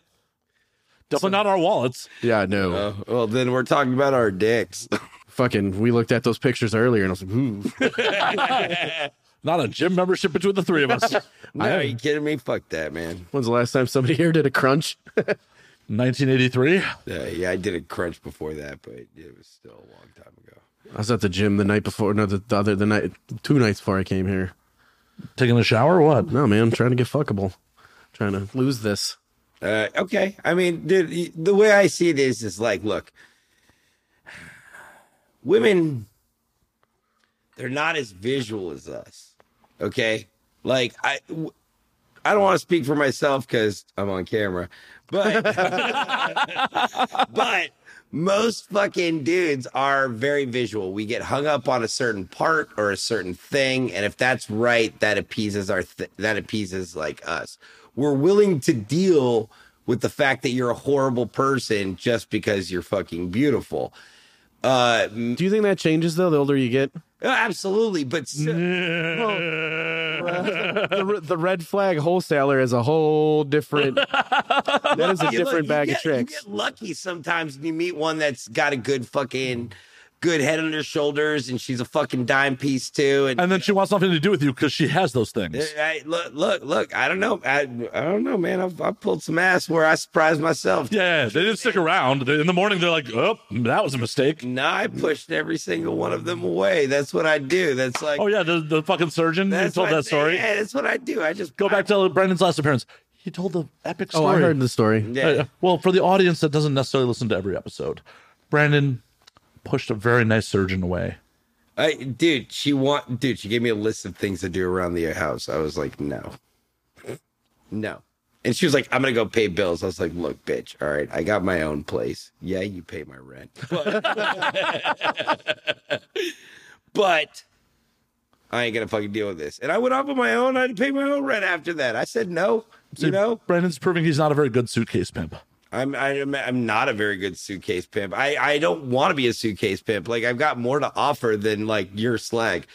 [SPEAKER 1] Definitely not our wallets.
[SPEAKER 5] Yeah, no.
[SPEAKER 6] Oh, well, then we're talking about our dicks.
[SPEAKER 5] Fucking, we looked at those pictures earlier and I was like, ooh.
[SPEAKER 1] Not a gym membership between the three of us.
[SPEAKER 6] No, are you kidding me? Fuck that, man.
[SPEAKER 5] When's the last time somebody here did a crunch?
[SPEAKER 1] 1983.
[SPEAKER 6] Yeah, yeah, I did a crunch before that, but it was still a long time ago.
[SPEAKER 5] I was at the gym the night before, no, the, the other the night, two nights before I came here.
[SPEAKER 1] Taking a shower or what?
[SPEAKER 5] No, man, I'm trying to get fuckable, trying to lose this.
[SPEAKER 6] Uh, okay. I mean, dude, the way I see it is, is like, look, women, they're not as visual as us. Okay. Like, I, w- I don't want to speak for myself because I'm on camera, but, but most fucking dudes are very visual. We get hung up on a certain part or a certain thing, and if that's right, that appeases our th- that appeases like us. We're willing to deal with the fact that you're a horrible person just because you're fucking beautiful. Uh, m-
[SPEAKER 5] Do you think that changes though? The older you get,
[SPEAKER 6] absolutely,
[SPEAKER 5] Mm,
[SPEAKER 6] but s-
[SPEAKER 5] the, re- the red flag wholesaler is a whole different. that is a
[SPEAKER 6] Yeah, look,
[SPEAKER 5] different
[SPEAKER 6] you
[SPEAKER 5] bag
[SPEAKER 6] get-
[SPEAKER 5] of tricks.
[SPEAKER 6] You get lucky sometimes and you meet one that's got a good fucking good head on her shoulders and she's a fucking dime piece too. And,
[SPEAKER 1] And then she wants nothing to do with you because she has those things.
[SPEAKER 6] I, look, look, look, I don't know. I, I don't know, man. I've, I pulled some ass where I surprised myself.
[SPEAKER 1] Yeah, they didn't stick around. They- In the morning, they're like, oh, that was a mistake.
[SPEAKER 6] No, I
[SPEAKER 1] Mm.
[SPEAKER 6] pushed every single one of them away. That's what I do. That's like,
[SPEAKER 1] Oh, yeah, the, the fucking surgeon who
[SPEAKER 6] that's
[SPEAKER 1] told
[SPEAKER 6] what-
[SPEAKER 1] that story.
[SPEAKER 6] Yeah, that's what I do. I just
[SPEAKER 1] Go back to Brendan's last appearance. He told the epic
[SPEAKER 5] Oh,
[SPEAKER 1] story.
[SPEAKER 5] I heard the story.
[SPEAKER 6] Yeah.
[SPEAKER 1] Uh, well, for the audience that doesn't necessarily listen to every episode, Brandon pushed a very nice surgeon away.
[SPEAKER 6] I, dude, she want, dude, she gave me a list of things to do around the house. I was like, no, no. And she was like, I'm gonna go pay bills. I was like, look, bitch, all right, I got my own place. Yeah, you pay my rent, But- but I ain't gonna fucking deal with this. And I went off on my own. I had to pay my own rent after that. I said no.
[SPEAKER 1] So
[SPEAKER 6] you know,
[SPEAKER 1] Brandon's proving he's not a very good suitcase pimp.
[SPEAKER 6] I'm I'm I'm not a very good suitcase pimp. I I don't want to be a suitcase pimp. Like I've got more to offer than like your slag.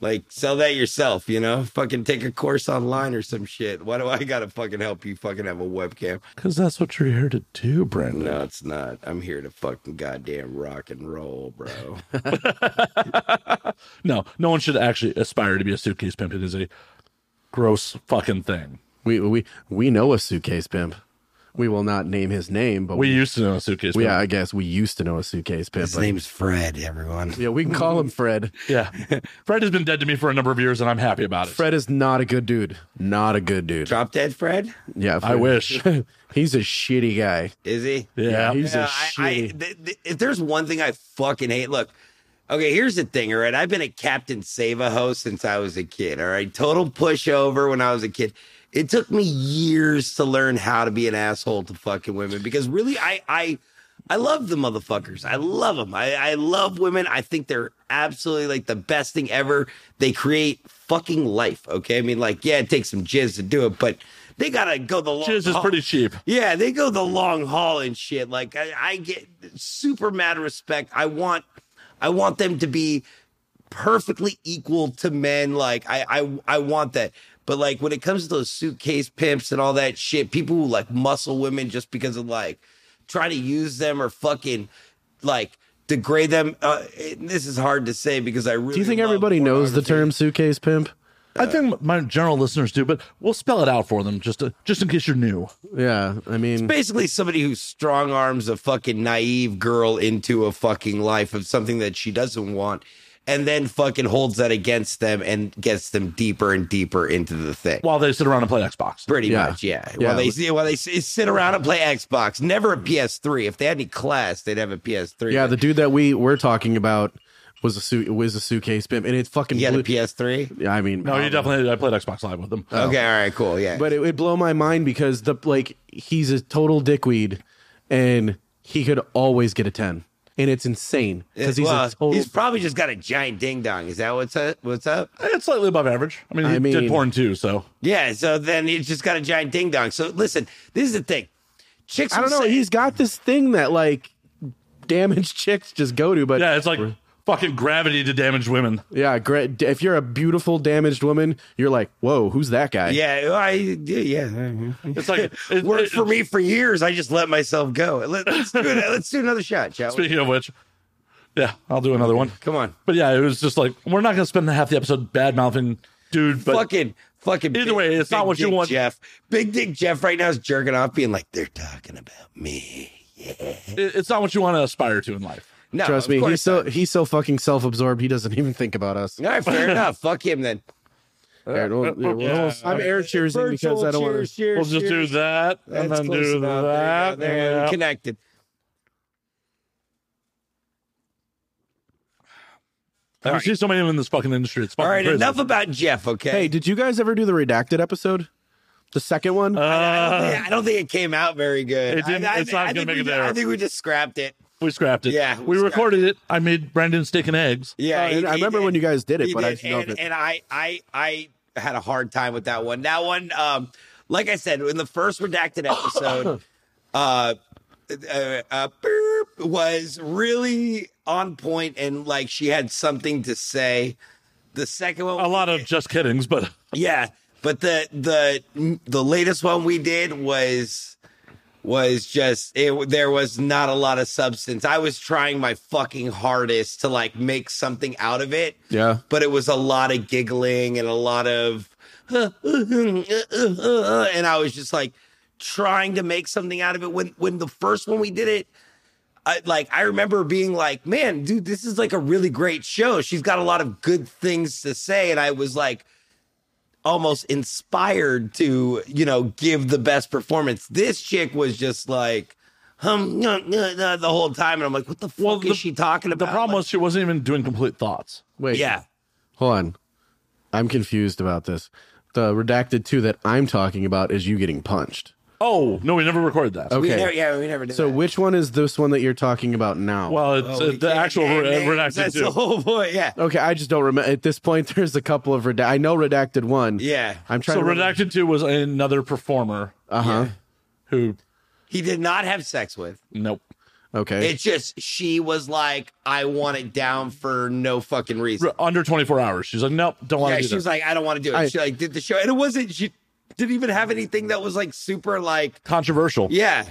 [SPEAKER 6] Like sell that yourself, you know? Fucking take a course online or some shit. Why do I gotta fucking help you fucking have a webcam?
[SPEAKER 1] Because that's what you're here to do, Brandon.
[SPEAKER 6] No, it's not. I'm here to fucking goddamn rock and roll, bro.
[SPEAKER 1] No, no one should actually aspire to be a suitcase pimp. It is a gross fucking thing.
[SPEAKER 5] We we we know a suitcase pimp. We will not name his name, but
[SPEAKER 1] We
[SPEAKER 5] we,
[SPEAKER 1] used to know a suitcase
[SPEAKER 5] we
[SPEAKER 1] pimp.
[SPEAKER 5] I guess we used to know a suitcase pimp.
[SPEAKER 6] His name's Fred, everyone.
[SPEAKER 5] yeah, we can call him Fred.
[SPEAKER 1] Yeah. Fred has been dead to me for a number of years, and I'm happy about it.
[SPEAKER 5] Fred is not a good dude. Not a good dude.
[SPEAKER 6] Drop dead Fred?
[SPEAKER 5] Yeah,
[SPEAKER 1] I
[SPEAKER 5] Fred-
[SPEAKER 1] wish.
[SPEAKER 5] He's a shitty guy.
[SPEAKER 6] Is he?
[SPEAKER 1] Yeah.
[SPEAKER 5] he's
[SPEAKER 6] Yeah, I,
[SPEAKER 5] a
[SPEAKER 6] I,
[SPEAKER 5] shitty.
[SPEAKER 6] th- th- if there's one thing I fucking hate, look. Okay, here's the thing, all right. I've been a Captain Save a host since I was a kid, all right. Total pushover when I was a kid. It took me years to learn how to be an asshole to fucking women because really, I I I love the motherfuckers. I love them. I, I love women. I think they're absolutely like the best thing ever. They create fucking life. Okay, I mean, like, yeah, it takes some jizz to do it, but they gotta go the long.
[SPEAKER 1] Jizz is
[SPEAKER 6] haul.
[SPEAKER 1] pretty cheap.
[SPEAKER 6] Yeah, they go the long haul and shit. Like I, I get super mad respect. I want I want them to be perfectly equal to men. Like I I I want that. But like when it comes to those suitcase pimps and all that shit, people who like muscle women just because of like trying to use them or fucking like degrade them. Uh, it- this is hard to say because I really
[SPEAKER 5] Do you think
[SPEAKER 6] love
[SPEAKER 5] everybody knows the
[SPEAKER 6] pornography.
[SPEAKER 5] term suitcase pimp?
[SPEAKER 1] I think my general listeners do, but we'll spell it out for them just to, just in case you're new.
[SPEAKER 5] Yeah, I mean,
[SPEAKER 6] basically somebody who strong arms a fucking naive girl into a fucking life of something that she doesn't want and then fucking holds that against them and gets them deeper and deeper into the thing.
[SPEAKER 1] While they sit around and play Xbox.
[SPEAKER 6] Pretty
[SPEAKER 5] Yeah.
[SPEAKER 6] much, yeah.
[SPEAKER 5] Yeah.
[SPEAKER 6] While they see, while they s- sit around and play Xbox, never a PS3. If they had any class, they'd have a PS3.
[SPEAKER 5] yeah, the dude that we were talking about was a suit was a suitcase pimp, and it fucking.
[SPEAKER 6] he had a
[SPEAKER 5] blew-
[SPEAKER 6] PS3.
[SPEAKER 5] Yeah, I mean,
[SPEAKER 1] No,
[SPEAKER 5] I
[SPEAKER 1] you
[SPEAKER 5] don't know.
[SPEAKER 1] definitely. I played Xbox Live with them.
[SPEAKER 6] Okay, all right, cool. Yeah,
[SPEAKER 5] Oh. But it would blow my mind because the like he's a total dickweed, and he could always get a ten, and it's insane because he's
[SPEAKER 6] Uh, Well,
[SPEAKER 5] a total.
[SPEAKER 6] he's probably just got a giant ding dong. Is that what's up? What's up?
[SPEAKER 1] It's slightly above average. I mean, he
[SPEAKER 5] I
[SPEAKER 1] did
[SPEAKER 5] mean-
[SPEAKER 1] porn too, so
[SPEAKER 6] Yeah, so then he's just got a giant ding dong. So listen, this is the thing. Chicks,
[SPEAKER 5] I don't
[SPEAKER 6] who
[SPEAKER 5] know.
[SPEAKER 6] say-
[SPEAKER 5] He's got this thing that like damaged chicks just go to, but
[SPEAKER 1] yeah, it's like fucking gravity to damage women.
[SPEAKER 5] yeah, gra- if you're a beautiful damaged woman, you're like, whoa, who's that guy?
[SPEAKER 6] Yeah, I yeah.
[SPEAKER 1] It's like it,
[SPEAKER 6] Worked
[SPEAKER 1] it-
[SPEAKER 6] for me for years. I just let myself go. Let, us do it. Let's do another shot, shall we?
[SPEAKER 1] Speaking of which, yeah, I'll do another one.
[SPEAKER 6] Come on.
[SPEAKER 1] But yeah, it was just like we're not going to spend half the episode bad mouthing Dude, but-
[SPEAKER 6] fucking, fucking.
[SPEAKER 1] Either way, it's not what you
[SPEAKER 6] Dick
[SPEAKER 1] want.
[SPEAKER 6] Jeff, Big Dick Jeff, right now is jerking off, being like, "They're talking about me."
[SPEAKER 1] It- it's not what you want to aspire to in life.
[SPEAKER 6] No,
[SPEAKER 5] Trust
[SPEAKER 6] of
[SPEAKER 5] me,
[SPEAKER 6] course
[SPEAKER 5] he's so
[SPEAKER 6] not.
[SPEAKER 5] he's so fucking self absorbed. He doesn't even think about us.
[SPEAKER 6] All right, fair enough. Fuck him then.
[SPEAKER 5] All right, we'll- we'll-
[SPEAKER 1] Yeah.
[SPEAKER 5] I'm air cheersing because I don't want to.
[SPEAKER 6] cheers,
[SPEAKER 1] We'll just do that and then do that. Yeah.
[SPEAKER 6] Connected.
[SPEAKER 1] I've seen so many of them in this fucking industry. It's fucking
[SPEAKER 6] All right,
[SPEAKER 1] crazy.
[SPEAKER 6] enough about Jeff. Okay.
[SPEAKER 5] Hey, did you guys ever do the redacted episode? The second one?
[SPEAKER 1] Uh,
[SPEAKER 6] Yeah, I don't think it came out very good.
[SPEAKER 1] It didn't-
[SPEAKER 6] I, I,
[SPEAKER 1] it's not
[SPEAKER 6] I
[SPEAKER 1] gonna
[SPEAKER 6] think
[SPEAKER 1] make
[SPEAKER 6] we
[SPEAKER 1] it
[SPEAKER 6] ju-
[SPEAKER 1] there.
[SPEAKER 6] I think we just scrapped it.
[SPEAKER 1] we scrapped it.
[SPEAKER 6] Yeah, we
[SPEAKER 1] we,
[SPEAKER 6] scrapped
[SPEAKER 1] recorded it. I made Brandon steak and eggs.
[SPEAKER 6] Yeah,
[SPEAKER 5] I,
[SPEAKER 6] he-
[SPEAKER 5] I
[SPEAKER 6] he
[SPEAKER 5] remember
[SPEAKER 6] did.
[SPEAKER 5] when you guys did it,
[SPEAKER 6] He
[SPEAKER 5] but I
[SPEAKER 6] did,
[SPEAKER 5] just don't.
[SPEAKER 6] and, and I, I, I had a hard time with that one. That one, um, like I said, in the first redacted episode, uh, uh, uh, burp, was really on point, and like she had something to say. The second one,
[SPEAKER 1] A lot of just kiddings, but
[SPEAKER 6] yeah, but the the the latest one we did was was just it. There was not a lot of substance. I was trying my fucking hardest to like make something out of it.
[SPEAKER 5] Yeah.
[SPEAKER 6] but it was a lot of giggling and a lot of, and I was just like trying to make something out of it. When when the first one we did it, I, like I remember being like, man, dude, this is like a really great show. She's got a lot of good things to say, and I was like almost inspired to you know give the best performance. This chick was just like. Um, no, no, no, the whole time, and I'm like, "What the fuck
[SPEAKER 1] Well, the-
[SPEAKER 6] is she talking
[SPEAKER 1] the
[SPEAKER 6] about?"
[SPEAKER 1] problem
[SPEAKER 6] Like,
[SPEAKER 1] was she wasn't even doing complete thoughts.
[SPEAKER 5] Wait,
[SPEAKER 6] yeah,
[SPEAKER 5] hold on. I'm confused about this. The redacted two that I'm talking about is you getting punched.
[SPEAKER 1] Oh no, we never recorded that.
[SPEAKER 6] We
[SPEAKER 5] Okay.
[SPEAKER 6] never, yeah, we never did.
[SPEAKER 5] So
[SPEAKER 6] that.
[SPEAKER 5] which one is this one that you're talking about now?
[SPEAKER 1] Well, it's
[SPEAKER 6] Oh,
[SPEAKER 1] uh,
[SPEAKER 6] we
[SPEAKER 1] the
[SPEAKER 6] can't
[SPEAKER 1] actual
[SPEAKER 6] name
[SPEAKER 1] re-
[SPEAKER 6] names.
[SPEAKER 1] redacted
[SPEAKER 6] That's the
[SPEAKER 1] too.
[SPEAKER 6] whole point. Yeah,
[SPEAKER 5] okay, I just don't remember. At this point, there's a couple of redacted. I know redacted one.
[SPEAKER 6] yeah.
[SPEAKER 5] I'm trying.
[SPEAKER 1] So
[SPEAKER 5] to
[SPEAKER 1] redacted two was another performer
[SPEAKER 5] Uh huh.
[SPEAKER 1] who
[SPEAKER 6] He did not have sex with.
[SPEAKER 1] nope.
[SPEAKER 5] Okay.
[SPEAKER 6] It's just she was like, "I want it down for no fucking reason."
[SPEAKER 1] Re- under 24 hours. She's like, nope, don't want to
[SPEAKER 6] Yeah,
[SPEAKER 1] do
[SPEAKER 6] she
[SPEAKER 1] that.
[SPEAKER 6] was like, "I don't want to do it."
[SPEAKER 5] I-
[SPEAKER 6] she like did the show, and it wasn't. She didn't even have anything that was like super like
[SPEAKER 1] Controversial.
[SPEAKER 6] Yeah.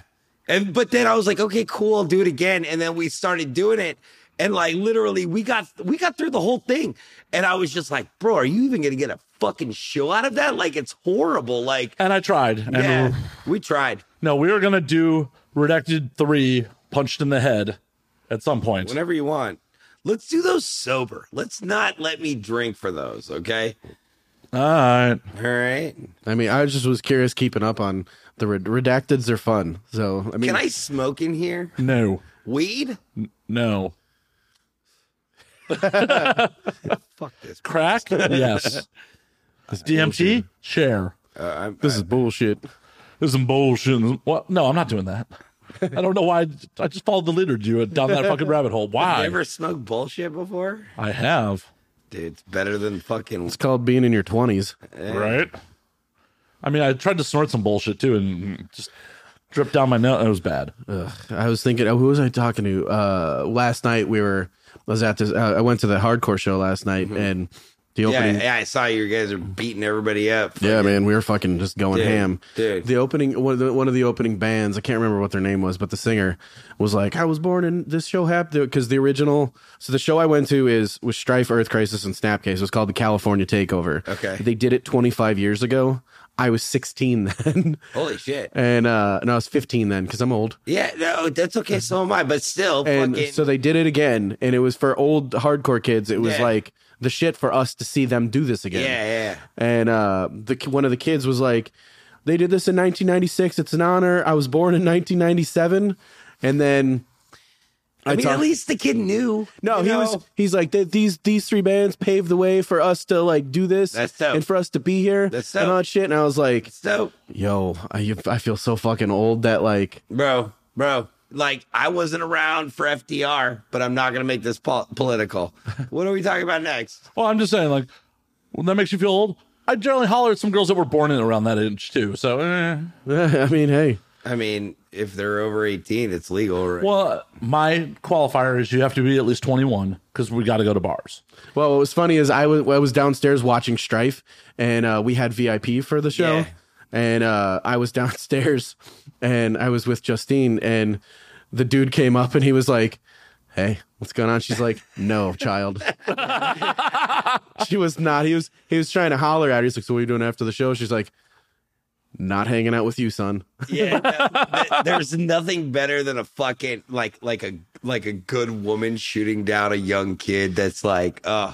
[SPEAKER 6] And but then I was like, okay, cool, I'll do it again. And then we started doing it. And like literally we got we got through the whole thing. And I was just like, bro, are you even gonna get a fucking show out of that? Like it's horrible. Like
[SPEAKER 1] And I tried. And
[SPEAKER 6] yeah,
[SPEAKER 1] we were-
[SPEAKER 6] we tried.
[SPEAKER 1] no, we were gonna do redacted three, punched in the head, at some point.
[SPEAKER 6] Whenever you want. Let's do those sober. Let's not let me drink for those, okay?
[SPEAKER 1] All right.
[SPEAKER 6] All right.
[SPEAKER 5] I mean, I just was curious keeping up on the red- redacteds are fun. So I mean,
[SPEAKER 6] Can I smoke in here?
[SPEAKER 1] No.
[SPEAKER 6] Weed?
[SPEAKER 1] No.
[SPEAKER 6] Fuck this.
[SPEAKER 1] Crack? yes. DMT? Share.
[SPEAKER 5] this is bullshit.
[SPEAKER 1] This is some bullshit. What? No, I'm not doing that. I don't know why. I, I just followed the leader to you down that fucking rabbit hole. Why?
[SPEAKER 6] Ever smoked bullshit before?
[SPEAKER 1] I have.
[SPEAKER 6] Dude, it's better than fucking
[SPEAKER 5] It's called being in your twenties.
[SPEAKER 1] Right? I mean, I tried to snort some bullshit too and just dripped down my nose. It was bad.
[SPEAKER 5] I was thinking, oh, who was I talking to? Uh, last night we were. I was at this. Uh, I went to the hardcore show last night, and the
[SPEAKER 6] Mm-hmm. Yeah,
[SPEAKER 5] opening. Yeah,
[SPEAKER 6] yeah, I saw you guys are beating everybody up.
[SPEAKER 5] man, we were fucking just going
[SPEAKER 6] Dude,
[SPEAKER 5] ham.
[SPEAKER 6] dude.
[SPEAKER 5] The opening, one of the, one of the opening bands. I can't remember what their name was, but the singer was like, "I was born in this show happened because the original." So the show I went to is was Strife, Earth Crisis, and Snapcase. It was called the California Takeover.
[SPEAKER 6] Okay.
[SPEAKER 5] they did it 25 years ago. I was 16 then,
[SPEAKER 6] Holy shit.
[SPEAKER 5] and uh, and I was 15 then because I'm old.
[SPEAKER 6] Yeah, no, that's okay. So am I, but still,
[SPEAKER 5] and
[SPEAKER 6] fucking,
[SPEAKER 5] so they did it again and it was for old hardcore kids it was
[SPEAKER 6] Yeah.
[SPEAKER 5] like the shit for us to see them do this
[SPEAKER 6] yeah,
[SPEAKER 5] again
[SPEAKER 6] yeah.
[SPEAKER 5] and uh the one of the kids was like they did this in 1996 it's an honor i was born in 1997 and then
[SPEAKER 6] I, mean,
[SPEAKER 5] talked-
[SPEAKER 6] at least the kid knew.
[SPEAKER 5] no,
[SPEAKER 6] you
[SPEAKER 5] he
[SPEAKER 6] know?
[SPEAKER 5] was. He's like "Th- these. These three bands paved the way for us to like do this,
[SPEAKER 6] That's dope.
[SPEAKER 5] and for us to be here,
[SPEAKER 6] That's
[SPEAKER 5] and all
[SPEAKER 6] dope.
[SPEAKER 5] that shit. And I was like,
[SPEAKER 6] so,
[SPEAKER 5] "Yo, I, I feel so fucking old that like
[SPEAKER 6] bro, bro. Like I wasn't around for FDR, but I'm not gonna make this pol- political. what are we talking about next?
[SPEAKER 1] Well, I'm just saying, like, when that makes you feel old. I generally holler at some girls that were born in around that age too. So, eh.
[SPEAKER 5] I mean, hey,
[SPEAKER 6] I mean, if they're over 18, it's legal, right?
[SPEAKER 1] well, my qualifier is you have to be at least 21 because we got to go to bars.
[SPEAKER 5] Well, what was funny is I was I was downstairs watching Strife, and uh, we had VIP for the show,
[SPEAKER 6] Yeah.
[SPEAKER 5] and uh, I was downstairs, and I was with Justine, and the dude came up and he was like, "Hey, what's going on? She's like, no, child. she was not. He was he was trying to holler at her. He's like, so what are you doing after the show? She's like, not hanging out with you, son.
[SPEAKER 6] Yeah, th- th- there's nothing better than a fucking like like a like a good woman shooting down a young kid. That's like, uh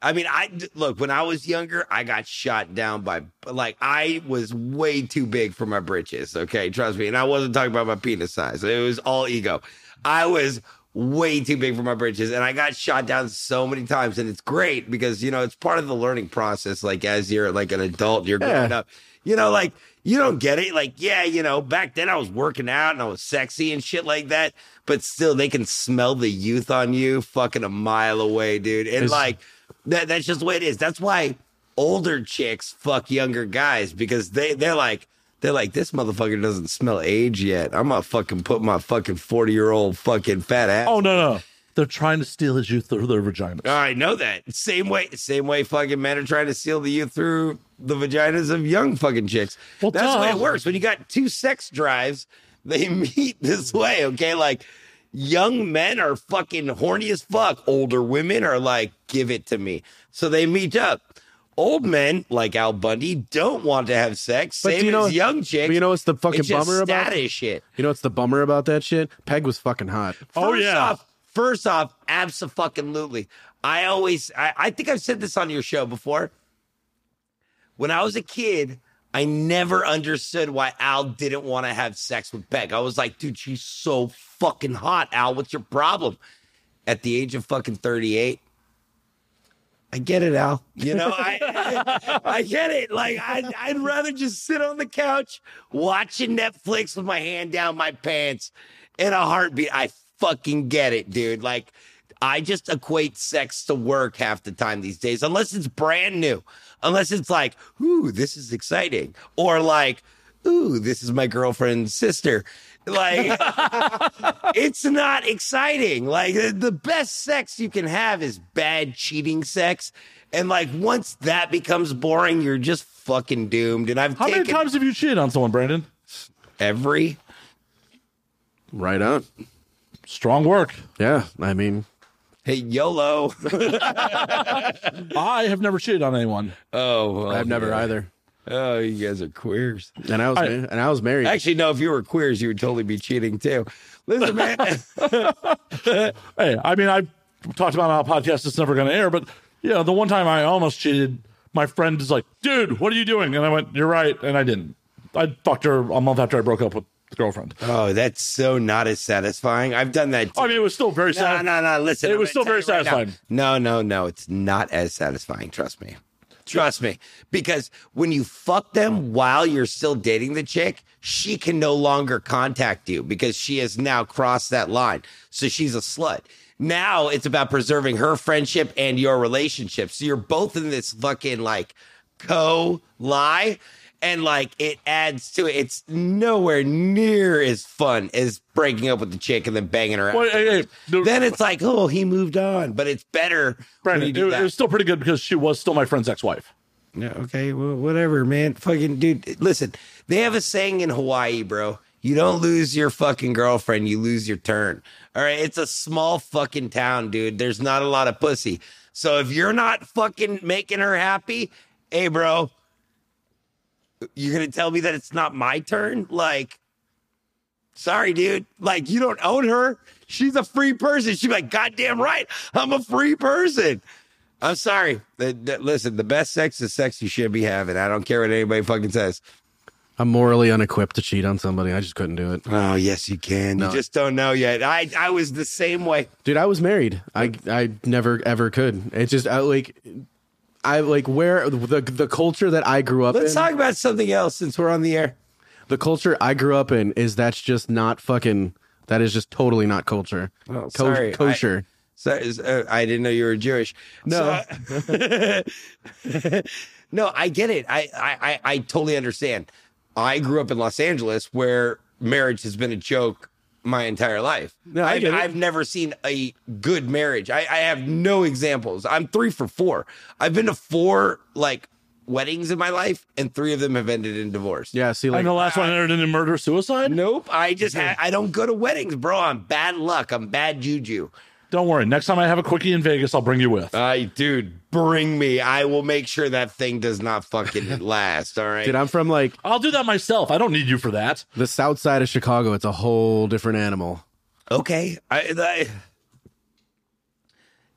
[SPEAKER 6] I mean, I look when I was younger, I got shot down by like I was way too big for my britches. Okay, trust me, and I wasn't talking about my penis size. It was all ego. I was way too big for my britches and I got shot down so many times and it's great because you know it's part of the learning process like as you're like an adult you're growing
[SPEAKER 5] Yeah.
[SPEAKER 6] up you know like you don't get it like yeah you know back then I was working out and I was sexy and shit like that but still they can smell the youth on you fucking a mile away dude and
[SPEAKER 1] It's-
[SPEAKER 6] like that that's just the way it is that's why older chicks fuck younger guys because they they're like they're like, this motherfucker doesn't smell age yet. I'm gonna fucking put my fucking 40 year old fucking fat ass.
[SPEAKER 1] Oh no, no. They're trying to steal his youth through their vaginas.
[SPEAKER 6] I know that. Same way, same way fucking men are trying to steal the youth through the vaginas of young fucking chicks.
[SPEAKER 1] Well,
[SPEAKER 6] That's the way
[SPEAKER 1] duh.
[SPEAKER 6] it works. When you got two sex drives, they meet this way, okay? Like young men are fucking horny as fuck. Older women are like, give it to me. So they meet up. Old men like Al Bundy don't want to have sex.
[SPEAKER 5] But
[SPEAKER 6] same
[SPEAKER 5] do you know-
[SPEAKER 6] as young chicks.
[SPEAKER 5] but you know what's the fucking
[SPEAKER 6] It's just
[SPEAKER 5] bummer about-
[SPEAKER 6] status shit?
[SPEAKER 5] You know what's the bummer about that shit? Peg was fucking hot.
[SPEAKER 1] Oh,
[SPEAKER 6] First
[SPEAKER 1] yeah.
[SPEAKER 6] Off, first off, absolutely. I always, I, I think I've said this on your show before. When I was a kid, I never understood why Al didn't want to have sex with Peg. I was like, dude, she's so fucking hot. Al, what's your problem? At the age of fucking 38, I get it, Al. You know, I I get it. Like I'd, I'd rather just sit on the couch watching Netflix with my hand down my pants in a heartbeat. I fucking get it, dude. Like I just equate sex to work half the time these days, unless it's brand new, unless it's like, ooh, this is exciting, or like, ooh, this is my girlfriend's sister. Like it's not exciting. Like the- the best sex you can have is bad cheating sex. And like once that becomes boring, you're just fucking doomed. And I've
[SPEAKER 1] How
[SPEAKER 6] taken
[SPEAKER 1] many times have you cheated on someone, Brandon?
[SPEAKER 6] every
[SPEAKER 5] Right on.
[SPEAKER 1] Strong work.
[SPEAKER 5] Yeah. I mean,
[SPEAKER 6] hey YOLO.
[SPEAKER 1] I have never cheated on anyone.
[SPEAKER 6] Oh, well,
[SPEAKER 5] I've never
[SPEAKER 6] yeah.
[SPEAKER 5] either.
[SPEAKER 6] Oh, you guys are queers.
[SPEAKER 5] And I was
[SPEAKER 1] I-
[SPEAKER 5] and I was married.
[SPEAKER 6] Actually, no, if you were queers, you would totally be cheating too. Listen, man.
[SPEAKER 1] Hey, I mean, I've talked about it on a podcast that's never going to air, but you know, the one time I almost cheated, my friend is like, dude, what are you doing? And I went, you're right. And I didn't. I fucked her a month after I broke up with the girlfriend.
[SPEAKER 6] oh, that's so not as satisfying. I've done that too.
[SPEAKER 1] I mean, it was still very
[SPEAKER 6] no,
[SPEAKER 1] sad.
[SPEAKER 6] no, no. Listen,
[SPEAKER 1] It
[SPEAKER 6] I'm
[SPEAKER 1] was still
[SPEAKER 6] gonna
[SPEAKER 1] very
[SPEAKER 6] tell you right now.
[SPEAKER 1] satisfying.
[SPEAKER 6] no, no, no. It's not as satisfying. Trust me. Trust me. Because when you fuck them while you're still dating the chick, she can no longer contact you because she has now crossed that line. So she's a slut. Now it's about preserving her friendship and your relationship. So you're both in this fucking like co lie. And like it adds to it. It's nowhere near as fun as breaking up with the chick and then banging her out.
[SPEAKER 1] Well, hey, hey, the-
[SPEAKER 6] then it's like, oh, he moved on, but it's better. when
[SPEAKER 1] Brandon,
[SPEAKER 6] you
[SPEAKER 1] it,
[SPEAKER 6] do
[SPEAKER 1] it
[SPEAKER 6] that.
[SPEAKER 1] was still pretty good because she was still my friend's ex wife.
[SPEAKER 6] Yeah, okay, well, whatever, man. Fucking dude, listen, they have a saying in Hawaii, bro. You don't lose your fucking girlfriend, you lose your turn. All right, it's a small fucking town, dude. There's not a lot of pussy. So if you're not fucking making her happy, hey, bro, you're going to tell me that it's not my turn? Like, sorry, dude. Like, you don't own her. She's a free person. She's like, goddamn right. I'm a free person. I'm sorry. The- the- listen, the best sex is sex you should be having. I don't care what anybody fucking says.
[SPEAKER 5] I'm morally unequipped to cheat on somebody. I just couldn't do it.
[SPEAKER 6] Oh, yes, you can.
[SPEAKER 5] No.
[SPEAKER 6] You just don't know yet. I, I was the same way.
[SPEAKER 5] Dude, I was married. I I never ever could. It's just I like I like where the the culture that I grew up
[SPEAKER 6] Let's
[SPEAKER 5] in.
[SPEAKER 6] talk about something else since we're on the air.
[SPEAKER 5] the culture I grew up in is that's just not fucking that is just totally not culture.
[SPEAKER 6] Oh,
[SPEAKER 5] Ko-
[SPEAKER 6] sorry. I-
[SPEAKER 5] kosher.
[SPEAKER 6] So, is- uh, I didn't know you were Jewish. No, no, I get it. I, I, I, I totally understand. I grew up in Los Angeles where marriage has been a joke my entire life.
[SPEAKER 5] No, I
[SPEAKER 6] I've,
[SPEAKER 5] get it.
[SPEAKER 6] I've never seen a good marriage. I, I have no examples. I'm three for four. I've been to four like weddings in my life, and three of them have ended in divorce.
[SPEAKER 5] yeah, see
[SPEAKER 1] And
[SPEAKER 5] like
[SPEAKER 1] the last one entered into murder suicide?
[SPEAKER 6] Nope. I just ha- I don't go to weddings, bro. I'm bad luck. I'm bad juju.
[SPEAKER 1] Don't worry. Next time I have a quickie in Vegas, I'll bring you with.
[SPEAKER 6] I, dude, bring me. I will make sure that thing does not fucking last. All right.
[SPEAKER 5] Dude, I'm from like
[SPEAKER 1] I'll do that myself. I don't need you for that.
[SPEAKER 5] the south side of Chicago. It's a whole different animal.
[SPEAKER 6] okay. I, I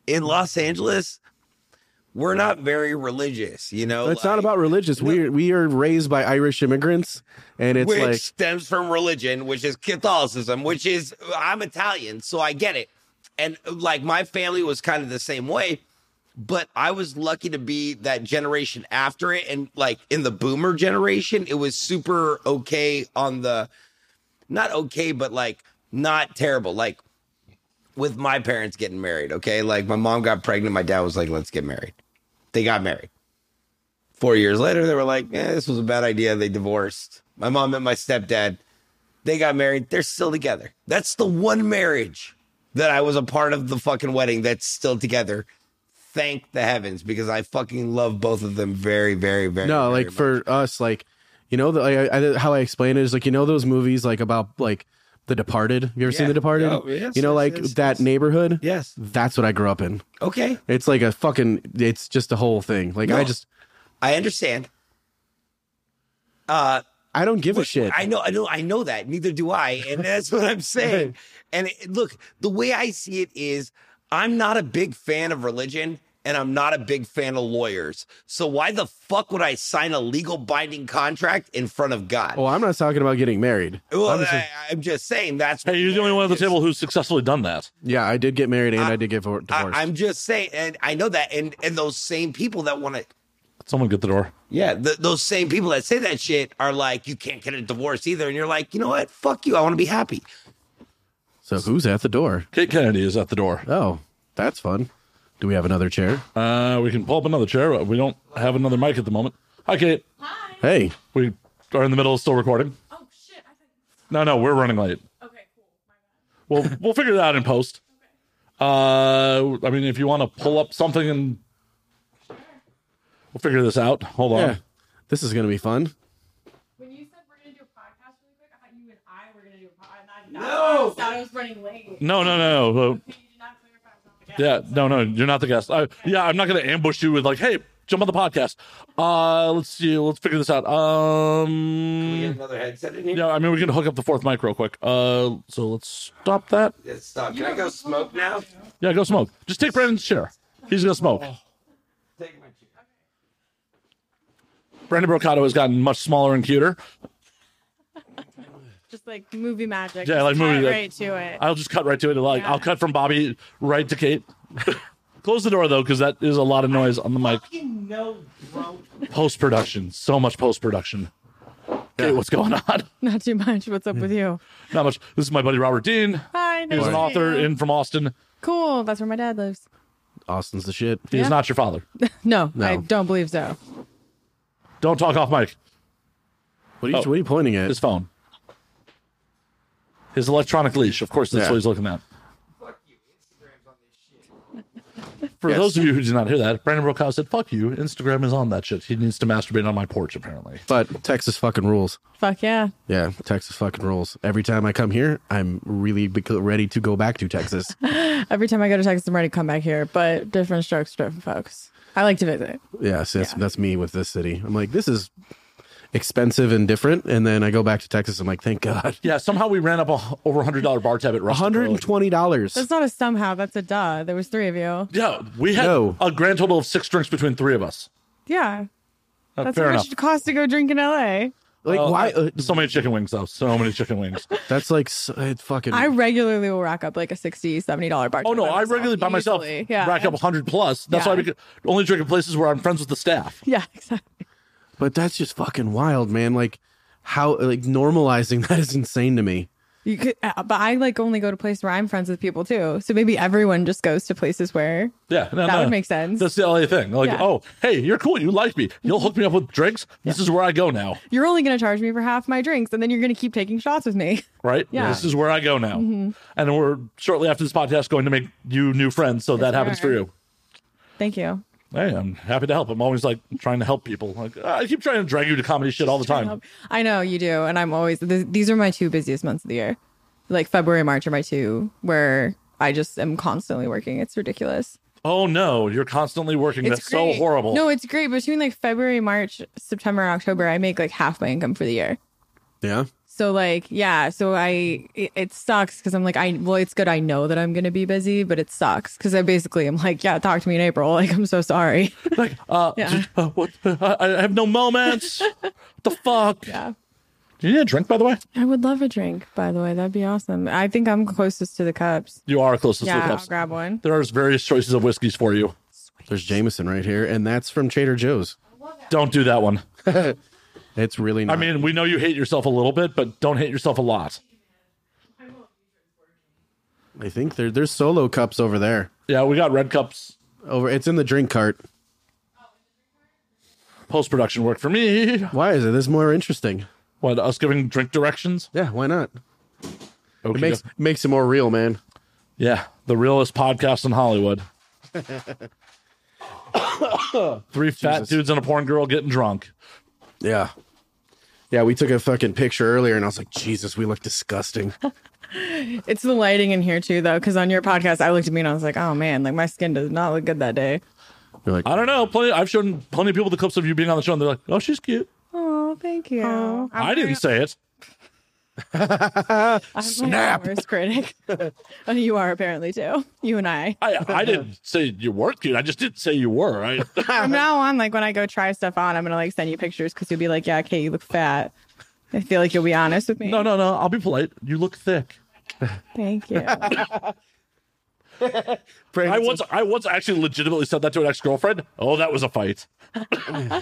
[SPEAKER 6] in Los Angeles, we're not very religious, you know.
[SPEAKER 5] It's
[SPEAKER 6] like,
[SPEAKER 5] not about religious. We we are raised by Irish immigrants, and it's
[SPEAKER 6] which
[SPEAKER 5] like
[SPEAKER 6] stems from religion, which is Catholicism, which is I'm Italian, so I get it. And like my family was kind of the same way, but I was lucky to be that generation after it. And like in the boomer generation, it was super okay on the not okay, but like not terrible. Like with my parents getting married, okay? Like my mom got pregnant, my dad was like, let's get married. They got married. Four years later, they were like, eh, this was a bad idea. They divorced. My mom met my stepdad. They got married. They're still together. That's the one marriage that I was a part of the fucking wedding that's still together. Thank the heavens because I fucking love both of them very, very, very.
[SPEAKER 5] no,
[SPEAKER 6] very
[SPEAKER 5] like
[SPEAKER 6] much.
[SPEAKER 5] for us, like you know, the, like, I, I, how I explain it is like you know those movies like about like The Departed. Have you ever
[SPEAKER 6] Yeah.
[SPEAKER 5] seen The Departed?
[SPEAKER 6] Oh, yes,
[SPEAKER 5] you know,
[SPEAKER 6] yes,
[SPEAKER 5] like
[SPEAKER 6] yes,
[SPEAKER 5] that
[SPEAKER 6] yes.
[SPEAKER 5] neighborhood.
[SPEAKER 6] Yes.
[SPEAKER 5] that's what I grew up in.
[SPEAKER 6] Okay.
[SPEAKER 5] It's like a fucking. It's just a whole thing. Like I
[SPEAKER 6] No.
[SPEAKER 5] just
[SPEAKER 6] I understand.
[SPEAKER 5] I don't give a shit.
[SPEAKER 6] I know, I know, I know that. Neither do I, and that's what I'm saying. And it, look, the way I see it is, I'm not a big fan of religion, and I'm not a big fan of lawyers. So why the fuck would I sign a legal binding contract in front of God?
[SPEAKER 5] well, Oh, I'm not talking about getting married.
[SPEAKER 6] well, I, I'm just saying that's.
[SPEAKER 1] Hey, you're the only one at the
[SPEAKER 6] Yes.
[SPEAKER 1] table who's successfulully done that.
[SPEAKER 5] Yeah, I did get married and I, did get divorced.
[SPEAKER 6] I, I'm just saying, and I know that, and and those same people that want to
[SPEAKER 1] Someone get the door.
[SPEAKER 6] Yeah, th- those same people that say that shit are like, you can't get a divorce either. And you're like, you know what? Fuck you. I want to be happy.
[SPEAKER 5] so who's at the door?
[SPEAKER 1] Kate Kennedy is at the door.
[SPEAKER 5] Oh, that's fun. Do we have another chair?
[SPEAKER 1] Uh, we can pull up another chair, but we don't have another mic at the moment. Hi, Kate.
[SPEAKER 7] Hi.
[SPEAKER 5] Hey,
[SPEAKER 1] We are in the middle of still recording.
[SPEAKER 7] Oh shit. I thought.
[SPEAKER 1] No, no, we're running late.
[SPEAKER 7] Okay. Cool. My bad.
[SPEAKER 1] We'll we'll figure that out in post. Uh, I mean, if you want to pull up something and we'll figure this out. Hold on.
[SPEAKER 5] yeah, this is gonna be fun.
[SPEAKER 7] When you said we're gonna do a podcast really quick, I thought you and I were gonna do a podcast. No. I thought I was running late.
[SPEAKER 1] No, no, no, no.
[SPEAKER 7] You did not clarify. I was not the guest.
[SPEAKER 1] Yeah, no, no, you're not the guest. I, yeah, I'm not going to ambush you with like, hey, jump on the podcast. Uh, let's see, let's figure this out. Um,
[SPEAKER 6] another headset in here?
[SPEAKER 1] yeah, I mean, we can hook up the fourth mic real quick. Uh, so let's stop that.
[SPEAKER 6] Let's stop. Can I go smoke now?
[SPEAKER 1] Yeah, go smoke. Just take Brandon's chair. He's gonna smoke.
[SPEAKER 6] Take my chair.
[SPEAKER 1] Brandon Brocato has gotten much smaller and cuter.
[SPEAKER 7] Just like movie magic.
[SPEAKER 1] Yeah,
[SPEAKER 7] Just
[SPEAKER 1] like
[SPEAKER 7] tie
[SPEAKER 1] movie
[SPEAKER 7] it
[SPEAKER 1] magic.
[SPEAKER 7] Right to it.
[SPEAKER 1] I'll just cut right to it. Like,
[SPEAKER 7] Yeah.
[SPEAKER 1] I'll cut from Bobby right to Kate. Close the door though, because that is a lot of noise on the mic. Post production, so much post production. Kate, what's going on?
[SPEAKER 7] Not too much. What's up with you?
[SPEAKER 1] Not much. This is my buddy Robert Dean.
[SPEAKER 7] Hi.
[SPEAKER 1] He's an author in from Austin.
[SPEAKER 7] Cool. That's where my dad lives.
[SPEAKER 5] Austin's the shit.
[SPEAKER 1] He is
[SPEAKER 7] Yeah.
[SPEAKER 1] not your father.
[SPEAKER 7] No,
[SPEAKER 5] No.
[SPEAKER 7] I don't believe so.
[SPEAKER 1] Don't talk off mic.
[SPEAKER 5] What are you,
[SPEAKER 1] Oh.
[SPEAKER 5] what are you pointing at?
[SPEAKER 1] His phone. His electronic leash. Of course, that's
[SPEAKER 5] Yeah.
[SPEAKER 1] what he's looking at. For those of you who did not hear that, Brandon Brokaw said, fuck you. Instagram is on that shit. He needs to masturbate on my porch, apparently.
[SPEAKER 5] But Texas fucking rules.
[SPEAKER 7] Fuck yeah.
[SPEAKER 5] Yeah, Texas fucking rules. Every time I come here, I'm really bec- ready to go back to Texas.
[SPEAKER 7] Every time I go to Texas, I'm ready to come back here, but different strokes for different folks. I like to visit.
[SPEAKER 5] yeah, so that's, that's me with this city. I'm like, this is expensive and different. And then I go back to Texas. I'm like, thank God.
[SPEAKER 1] Yeah, somehow we ran up a h- over $100 bar tab at Rustic Road.
[SPEAKER 5] $120.
[SPEAKER 7] That's not a somehow. That's a duh. There was three of you.
[SPEAKER 1] Yeah, we had
[SPEAKER 5] No.
[SPEAKER 1] a grand total of six drinks between three of us.
[SPEAKER 7] Yeah.
[SPEAKER 1] Uh,
[SPEAKER 7] That's
[SPEAKER 1] fair
[SPEAKER 7] how
[SPEAKER 1] enough. Hmm.
[SPEAKER 7] much it costs to go drink in LA.
[SPEAKER 5] Like, why? Uh,
[SPEAKER 1] So many chicken wings, though. So many chicken wings.
[SPEAKER 5] that's like, s- it fucking.
[SPEAKER 7] I regularly will rack up like a 60 $70 dollar bar.
[SPEAKER 1] Oh
[SPEAKER 7] tab
[SPEAKER 1] no,
[SPEAKER 7] by
[SPEAKER 1] I
[SPEAKER 7] myself,
[SPEAKER 1] regularly by myself
[SPEAKER 7] easily. Yeah.
[SPEAKER 1] rack up 100 plus. That's
[SPEAKER 7] Yeah.
[SPEAKER 1] why I beca- only drink at places where I'm friends with the staff.
[SPEAKER 7] Yeah, exactly.
[SPEAKER 5] but that's just fucking wild, man. Like, how, like, normalizing that is insane to me.
[SPEAKER 7] You could, uh, but I like only go to places where I'm friends with people too. So maybe everyone just goes to places where.
[SPEAKER 1] Yeah, no,
[SPEAKER 7] That would
[SPEAKER 1] no.
[SPEAKER 7] make sense.
[SPEAKER 1] That's the LA thing. Like,
[SPEAKER 7] Yeah.
[SPEAKER 1] oh, hey, you're cool. You like me. You'll hook me up with drinks. This is where I go now,
[SPEAKER 7] You're only going to charge me for half my drinks, and then you're going to keep taking shots with me.
[SPEAKER 1] right?
[SPEAKER 7] Yeah.
[SPEAKER 1] This is where I go now. And then we're shortly after this podcast going to make you new friends. So that
[SPEAKER 7] we
[SPEAKER 1] happens
[SPEAKER 7] are.
[SPEAKER 1] for you.
[SPEAKER 7] Thank you.
[SPEAKER 1] Hey, I'm happy to help. I'm always like trying to help people. Like I keep trying to drag you to comedy shit all the time.
[SPEAKER 7] I know you do, and I'm always. Th- these are my two busiest months of the year. Like February, March are my two where
[SPEAKER 8] I just am constantly working. It's ridiculous.
[SPEAKER 1] Oh no, you're constantly working.
[SPEAKER 8] It's
[SPEAKER 1] That's
[SPEAKER 8] great.
[SPEAKER 1] so horrible.
[SPEAKER 8] No, it's great. Between like February, March, September, October, I make like half my income for the year.
[SPEAKER 5] Yeah.
[SPEAKER 8] So like, yeah. So I, it, it sucks because I'm like, I well, it's good. I know that I'm gonna be busy, but it sucks because I basically am like, yeah, talk to me in April. Like, I'm so sorry.
[SPEAKER 1] like, uh,
[SPEAKER 8] Yeah.
[SPEAKER 1] d- uh, what? I, I have no moments. what the fuck?
[SPEAKER 8] Yeah.
[SPEAKER 1] Do you need a drink, by the way?
[SPEAKER 8] I would love a drink, by the way. That'd be awesome. I think I'm closest to the cups.
[SPEAKER 1] You are closest to
[SPEAKER 8] yeah,
[SPEAKER 1] the
[SPEAKER 8] I'll
[SPEAKER 1] cups.
[SPEAKER 8] grab one.
[SPEAKER 1] There's various choices of whiskeys for you.
[SPEAKER 5] There's Jameson right here, and that's from Trader Joe's.
[SPEAKER 1] Don't do that one.
[SPEAKER 5] It's really
[SPEAKER 1] I
[SPEAKER 5] not.
[SPEAKER 1] mean, we know you hate yourself a little bit, but don't hate yourself a lot.
[SPEAKER 5] I think there, there's solo cups over there.
[SPEAKER 1] Yeah, we got red cups.
[SPEAKER 5] Over, it's in the drink cart.
[SPEAKER 1] Post production work for me.
[SPEAKER 5] Why is it? This is more interesting.
[SPEAKER 1] What us giving drink directions?
[SPEAKER 5] Yeah, why not?
[SPEAKER 1] Okay.
[SPEAKER 5] It makes makes it more real, man.
[SPEAKER 1] yeah, the realest podcast in Hollywood. Three fat
[SPEAKER 5] Jesus.
[SPEAKER 1] dudes and a porn girl getting drunk.
[SPEAKER 5] Yeah. Yeah, we took a fucking picture earlier, and I was like, Jesus, we look disgusting.
[SPEAKER 8] It's the lighting in here too, though, because on your podcast, I looked at me and I was like, oh man, like my skin does not look good that day.
[SPEAKER 5] You're like,
[SPEAKER 1] I don't know. Plenty. I've shown plenty of people the clips of you being on the show, and they're like, "Oh, she's cute."
[SPEAKER 8] Oh, thank you.
[SPEAKER 1] I'm I did not say it.
[SPEAKER 8] I'm Snap. worst critic. and you are apparently too. You and I.
[SPEAKER 1] I I didn't say you weren't cute. I just didn't say you were. I,
[SPEAKER 8] From now on, like when I go try stuff on, I'm gonna like send you pictures because you'll be like, yeah, Kate, you look fat. I feel like you'll be honest with me.
[SPEAKER 1] no, no, no. I'll be polite. You look thick.
[SPEAKER 8] Thank you.
[SPEAKER 1] I once I once actually legitimately said that to an ex girlfriend. Oh, that was a fight.
[SPEAKER 8] oh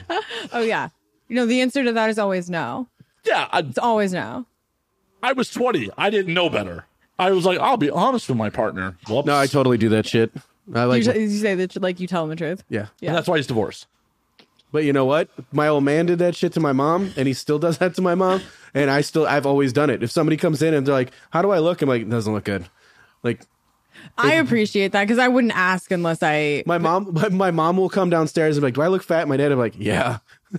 [SPEAKER 8] yeah. You know the answer to that is always no.
[SPEAKER 1] Yeah, I,
[SPEAKER 8] It's always no.
[SPEAKER 1] I was twenty. I didn't know better. I was like, I'll be honest with my partner. Whoops.
[SPEAKER 5] No, I totally do that shit. I like,
[SPEAKER 8] you, you say that like you tell them the truth.
[SPEAKER 5] yeah.
[SPEAKER 1] And that's why he's divorced.
[SPEAKER 5] But you know what? My old man did that shit to my mom, and he still does that to my mom. And I still, I've always done it. If somebody comes in and they're like, "How do I look?" I'm like, "Doesn't look good." Like
[SPEAKER 8] I appreciate that because I wouldn't ask unless I.
[SPEAKER 5] my mom, my, my mom will come downstairs and be like, "Do I look fat?" My dad, I'm like, "Yeah."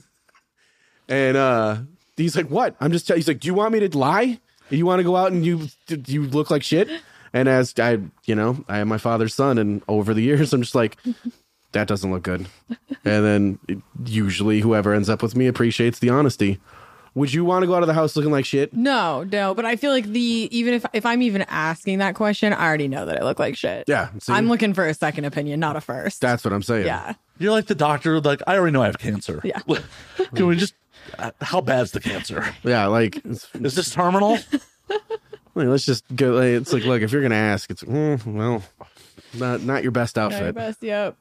[SPEAKER 5] and uh he's like, "What?" I'm just. Tell-. He's like, "Do you want me to lie? You want to go out and you you look like shit?" And as I, you know, I am my father's son, and over the years, I'm just like, "That doesn't look good." And then it- usually, whoever ends up with me appreciates the honesty. Would you want to go out of the house looking like shit?
[SPEAKER 8] No, no, but I feel like the even if if I'm even asking that question, I already know that I look like shit.
[SPEAKER 5] Yeah, see?
[SPEAKER 8] I'm looking for a second opinion, not a first.
[SPEAKER 5] That's what I'm saying.
[SPEAKER 8] yeah.
[SPEAKER 1] You're like the doctor. Like I already know I have cancer.
[SPEAKER 8] Yeah.
[SPEAKER 1] Can we just? uh, How bad's the cancer?
[SPEAKER 5] yeah. Like, it's-
[SPEAKER 1] Is this terminal?
[SPEAKER 5] like, let's just go. like, it's like, look, if you're gonna ask, it's mm, well, not not your best
[SPEAKER 8] Not
[SPEAKER 5] outfit.
[SPEAKER 8] your best, yep.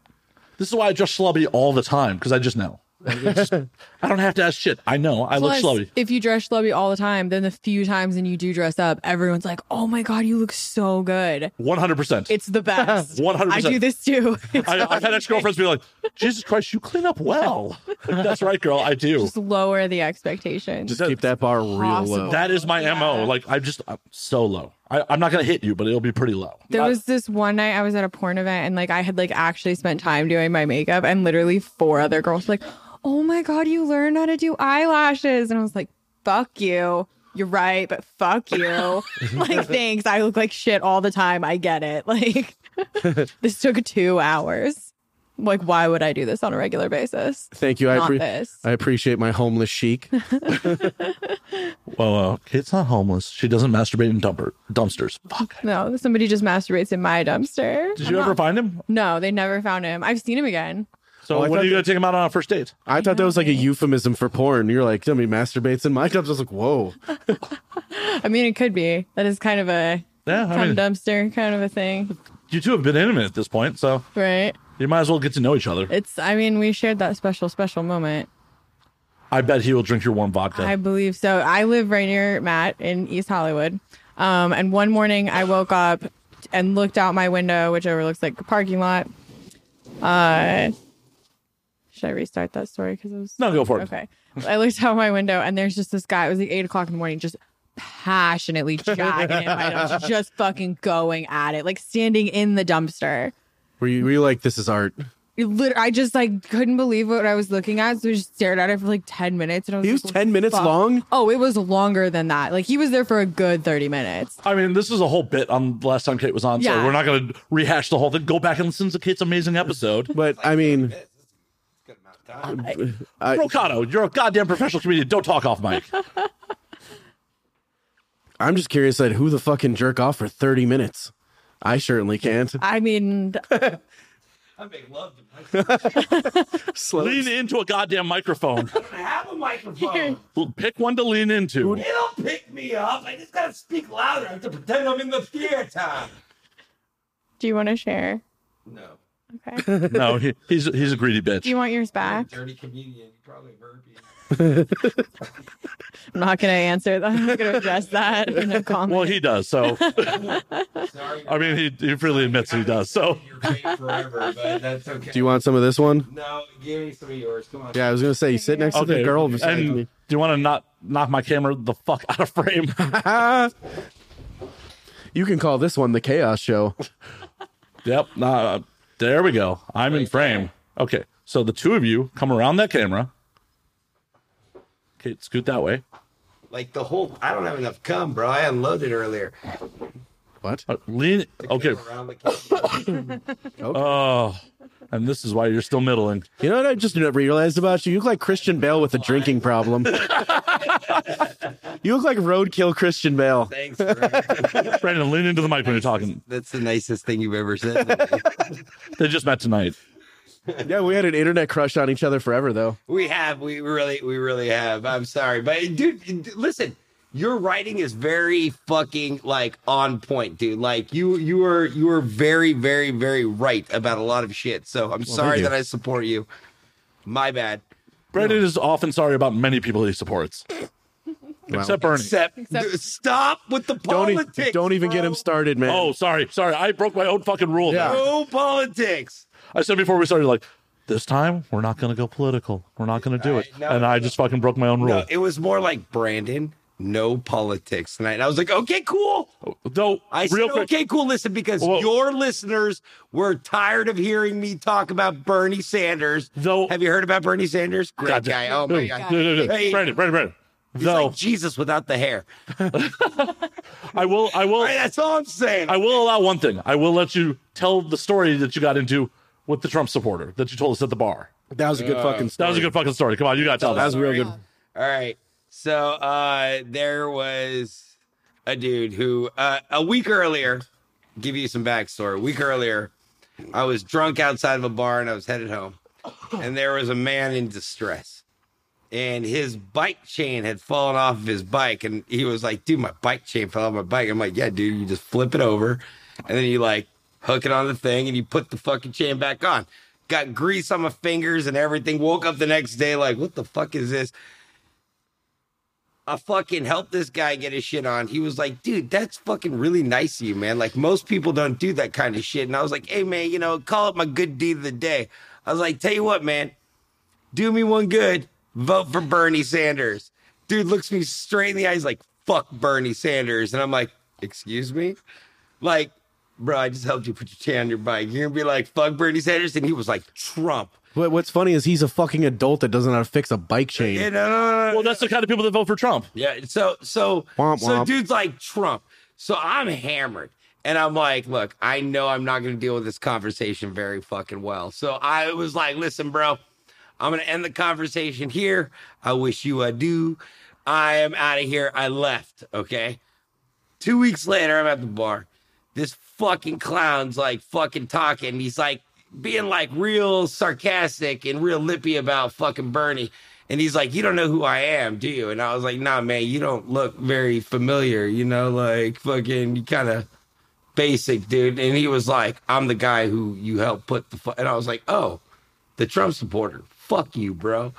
[SPEAKER 1] This is why I dress schlubby all the time because I just know. I, just- I don't have to ask shit. I know I
[SPEAKER 8] Plus,
[SPEAKER 1] look schlubby.
[SPEAKER 8] If you dress schlubby all the time, then the few times and you do dress up, everyone's like, "Oh my god, you look so good."
[SPEAKER 1] One hundred percent.
[SPEAKER 8] It's the best.
[SPEAKER 1] 100%.
[SPEAKER 8] I do this too.
[SPEAKER 1] I've had ex girlfriends be like, "Jesus Christ, you clean up well." That's right, girl. I do.
[SPEAKER 8] Just lower the expectation.
[SPEAKER 5] Just keep that bar real
[SPEAKER 8] Possible.
[SPEAKER 5] low.
[SPEAKER 1] That is my mo.
[SPEAKER 8] Yeah.
[SPEAKER 1] Like I'm just I'm so low. I, I'm not gonna hit you, but it'll be pretty low.
[SPEAKER 8] There was this one night I was at a porn event and like I had like actually spent time doing my makeup and literally four other girls were like, "Oh my god, you learned how to do eyelashes." And I was like, "Fuck you. You're right, but fuck you." like, thanks. I look like shit all the time. I get it. Like this took 2 hours. Like why would I do this on a regular basis?
[SPEAKER 5] Thank you. I,
[SPEAKER 8] Not
[SPEAKER 5] appre-
[SPEAKER 8] this.
[SPEAKER 5] I appreciate my homeless chic.
[SPEAKER 1] Well, uh, Kate's not homeless. She doesn't masturbate in dumper, dumpsters. Fuck.
[SPEAKER 8] No, somebody just masturbates in my dumpster.
[SPEAKER 1] Did you ever find him?
[SPEAKER 8] No, they never found him. I've seen him again.
[SPEAKER 1] So
[SPEAKER 5] Oh, I
[SPEAKER 1] when are
[SPEAKER 5] thought
[SPEAKER 1] you gonna
[SPEAKER 5] that-
[SPEAKER 1] take him out on a first date?
[SPEAKER 5] I thought that was like a euphemism for porn. You're like, somebody masturbates in my cups. I was like, whoa.
[SPEAKER 8] I mean, it could be. That is kind of a
[SPEAKER 1] Yeah, I
[SPEAKER 8] cum
[SPEAKER 1] mean,
[SPEAKER 8] dumpster kind of a thing,
[SPEAKER 1] you two have been intimate at this point, so
[SPEAKER 8] right?
[SPEAKER 1] you might as well get to know each other.
[SPEAKER 8] It's. I mean, we shared that special, special moment.
[SPEAKER 1] I bet he will drink your warm vodka.
[SPEAKER 8] I believe so. I live right near Matt in East Hollywood, um, and one morning I woke up and looked out my window, which overlooks like a parking lot. Uh, should I restart that story? Because it was
[SPEAKER 1] no, go for it.
[SPEAKER 8] Okay. I looked out my window and there's just this guy. It was like eight o'clock in the morning, just passionately jogging it, my dumpster, just fucking going at it, like standing in the dumpster.
[SPEAKER 5] Were you, were you like, this is art?
[SPEAKER 8] lit- I just like couldn't believe what I was looking at. So I just stared at it for like 10 minutes. And I was
[SPEAKER 5] He was
[SPEAKER 8] like, what
[SPEAKER 5] 10 minutes
[SPEAKER 8] fuck?
[SPEAKER 5] long?
[SPEAKER 8] Oh, it was longer than that. Like he was there for a good 30 minutes.
[SPEAKER 1] I mean, this is a whole bit on the last time Kate was on, so
[SPEAKER 8] Yeah.
[SPEAKER 1] we're not going to rehash the whole thing. Go back and listen to Kate's amazing episode.
[SPEAKER 5] But I mean, I-
[SPEAKER 1] Brocato, you're a goddamn professional comedian. Don't talk off mic.
[SPEAKER 5] I'm just curious at who the fucking jerk off for 30 minutes. I certainly can't.
[SPEAKER 8] I mean,
[SPEAKER 6] I make love to
[SPEAKER 1] lean into a goddamn microphone.
[SPEAKER 6] have a microphone.
[SPEAKER 1] Pick one to lean into.
[SPEAKER 6] It'll pick me up. I just gotta speak louder. I have to pretend I'm in the theater.
[SPEAKER 8] do you want to share?
[SPEAKER 6] No.
[SPEAKER 8] Okay.
[SPEAKER 1] No, he, he's he's a greedy
[SPEAKER 8] Do
[SPEAKER 1] bitch.
[SPEAKER 8] you want yours back?
[SPEAKER 6] Dirty comedian. You probably heard me.
[SPEAKER 8] I'm not going to answer that. I'm not going to address that in a comment.
[SPEAKER 1] Well, he does. So
[SPEAKER 6] Sorry.
[SPEAKER 1] I mean, he he freely admits he does. So
[SPEAKER 6] You're great forever, but that's okay.
[SPEAKER 5] Do you want some of this one?
[SPEAKER 6] No, give me some of yours. Come on.
[SPEAKER 5] Yeah, I was gonna say you sit next to
[SPEAKER 1] okay.
[SPEAKER 5] the girl beside
[SPEAKER 1] and do
[SPEAKER 5] me.
[SPEAKER 1] you want to not knock my camera the fuck out of frame?
[SPEAKER 5] You can call this one the chaos show.
[SPEAKER 1] Yep. Nah, there we go. I'm in frame. Okay. So the two of you come around that camera. Okay, scoot that way.
[SPEAKER 6] Like the whole. I don't have enough cum, bro. I unloaded earlier.
[SPEAKER 5] What?
[SPEAKER 1] Uh, lean. Okay.
[SPEAKER 6] Around the kitchen.
[SPEAKER 1] Oh, and this is why you're still middling.
[SPEAKER 5] You know what I just realized about you? You look like Christian Bale with a drinking problem. you look like roadkill Christian Bale.
[SPEAKER 6] Thanks. Bro.
[SPEAKER 1] Brandon, lean into the mic when you're talking.
[SPEAKER 6] That's the nicest thing you've ever said. to me.
[SPEAKER 1] They just met tonight.
[SPEAKER 5] Yeah, we had an internet crush on each other forever though.
[SPEAKER 6] We have. We really, we really have. I'm sorry, but dude, d- listen. Your writing is very fucking like on point, dude. Like you, you are, you are very, very, very right about a lot of shit. So I'm sorry
[SPEAKER 5] you.
[SPEAKER 6] that I support you. My bad.
[SPEAKER 1] Brandon is often sorry about many people he supports, except Bernie.
[SPEAKER 6] Except, dude, stop with the
[SPEAKER 5] Don't, e-
[SPEAKER 6] politics.
[SPEAKER 5] don't even get
[SPEAKER 6] bro.
[SPEAKER 5] him started, man.
[SPEAKER 1] oh, sorry, sorry. I broke my own fucking rule.
[SPEAKER 5] Yeah.
[SPEAKER 1] there.
[SPEAKER 6] No politics.
[SPEAKER 1] I said before we started, like this time we're not going to go political. We're not going to do it.
[SPEAKER 6] I- no,
[SPEAKER 1] and I
[SPEAKER 6] no.
[SPEAKER 1] just fucking broke my own rule.
[SPEAKER 6] No, it was more like Brandon. No politics tonight. And I was like, okay, cool.
[SPEAKER 1] Though,
[SPEAKER 6] I
[SPEAKER 1] real
[SPEAKER 6] said,
[SPEAKER 1] quick,
[SPEAKER 6] okay, cool. Listen, because
[SPEAKER 1] Well-
[SPEAKER 6] your listeners were tired of hearing me talk about Bernie Sanders.
[SPEAKER 1] Though-
[SPEAKER 6] have you heard about Bernie Sanders? Great guy. Oh my
[SPEAKER 1] Dude,
[SPEAKER 6] god,
[SPEAKER 1] dude, dude, dude.
[SPEAKER 6] Hey.
[SPEAKER 1] Brandon, Brandon, Brandon.
[SPEAKER 6] he's
[SPEAKER 1] Though
[SPEAKER 6] like Jesus without the hair.
[SPEAKER 1] I will, I will,
[SPEAKER 6] All right, that's all I'm saying.
[SPEAKER 1] I will allow one thing. I will let you tell the story that you got into with the Trump supporter that you told us at the bar.
[SPEAKER 5] That was a good fucking
[SPEAKER 1] Uh, That
[SPEAKER 5] story.
[SPEAKER 1] was a good fucking story. Come on, you got to tell
[SPEAKER 5] That
[SPEAKER 1] that.
[SPEAKER 5] was real good.
[SPEAKER 6] All right. So uh there was a dude who uh a week earlier, give you some backstory. A week earlier, I was drunk outside of a bar and I was headed home. And there was a man in distress. And his bike chain had fallen off of his bike. And he was like, dude, my bike chain fell off my bike. I'm like, yeah, dude, you just flip it over. And then you like hook it on the thing and you put the fucking chain back on. Got grease on my fingers and everything. Woke up the next day like, what the fuck is this? I fucking helped this guy get his shit on. He was like, dude, that's fucking really nice of you, man. Like, most people don't do that kind of shit. And I was like, hey, man, you know, call it my good deed of the day. I was like, tell you what, man, do me one good, vote for Bernie Sanders. Dude looks me straight in the eyes like, fuck Bernie Sanders. And I'm like, excuse me? Like, bro, I just helped you put your chain on your bike. You're gonna be like, fuck Bernie Sanders? And he was like, Trump.
[SPEAKER 5] But what's funny is he's a fucking adult that doesn't know how to fix a bike chain.
[SPEAKER 6] Yeah, no, no, no, no.
[SPEAKER 1] Well, that's the kind of people that vote for Trump.
[SPEAKER 6] Yeah. So so
[SPEAKER 5] Womp
[SPEAKER 6] so
[SPEAKER 5] womp.
[SPEAKER 6] dude's like Trump. So I'm hammered. And I'm like, look, I know I'm not gonna deal with this conversation very fucking well. So I was like, listen, bro, I'm gonna end the conversation here. I wish you adieu. I am out of here. I left. Okay. Two weeks later, I'm at the bar. This fucking clown's like fucking talking. He's like being like real sarcastic and real lippy about fucking Bernie. And he's like, You don't know who I am, do you? And I was like, Nah, man, you don't look very familiar, you know, like fucking, you kind of basic, dude. And he was like, I'm the guy who you helped put the, fu-. and I was like, Oh, the Trump supporter. Fuck you, bro.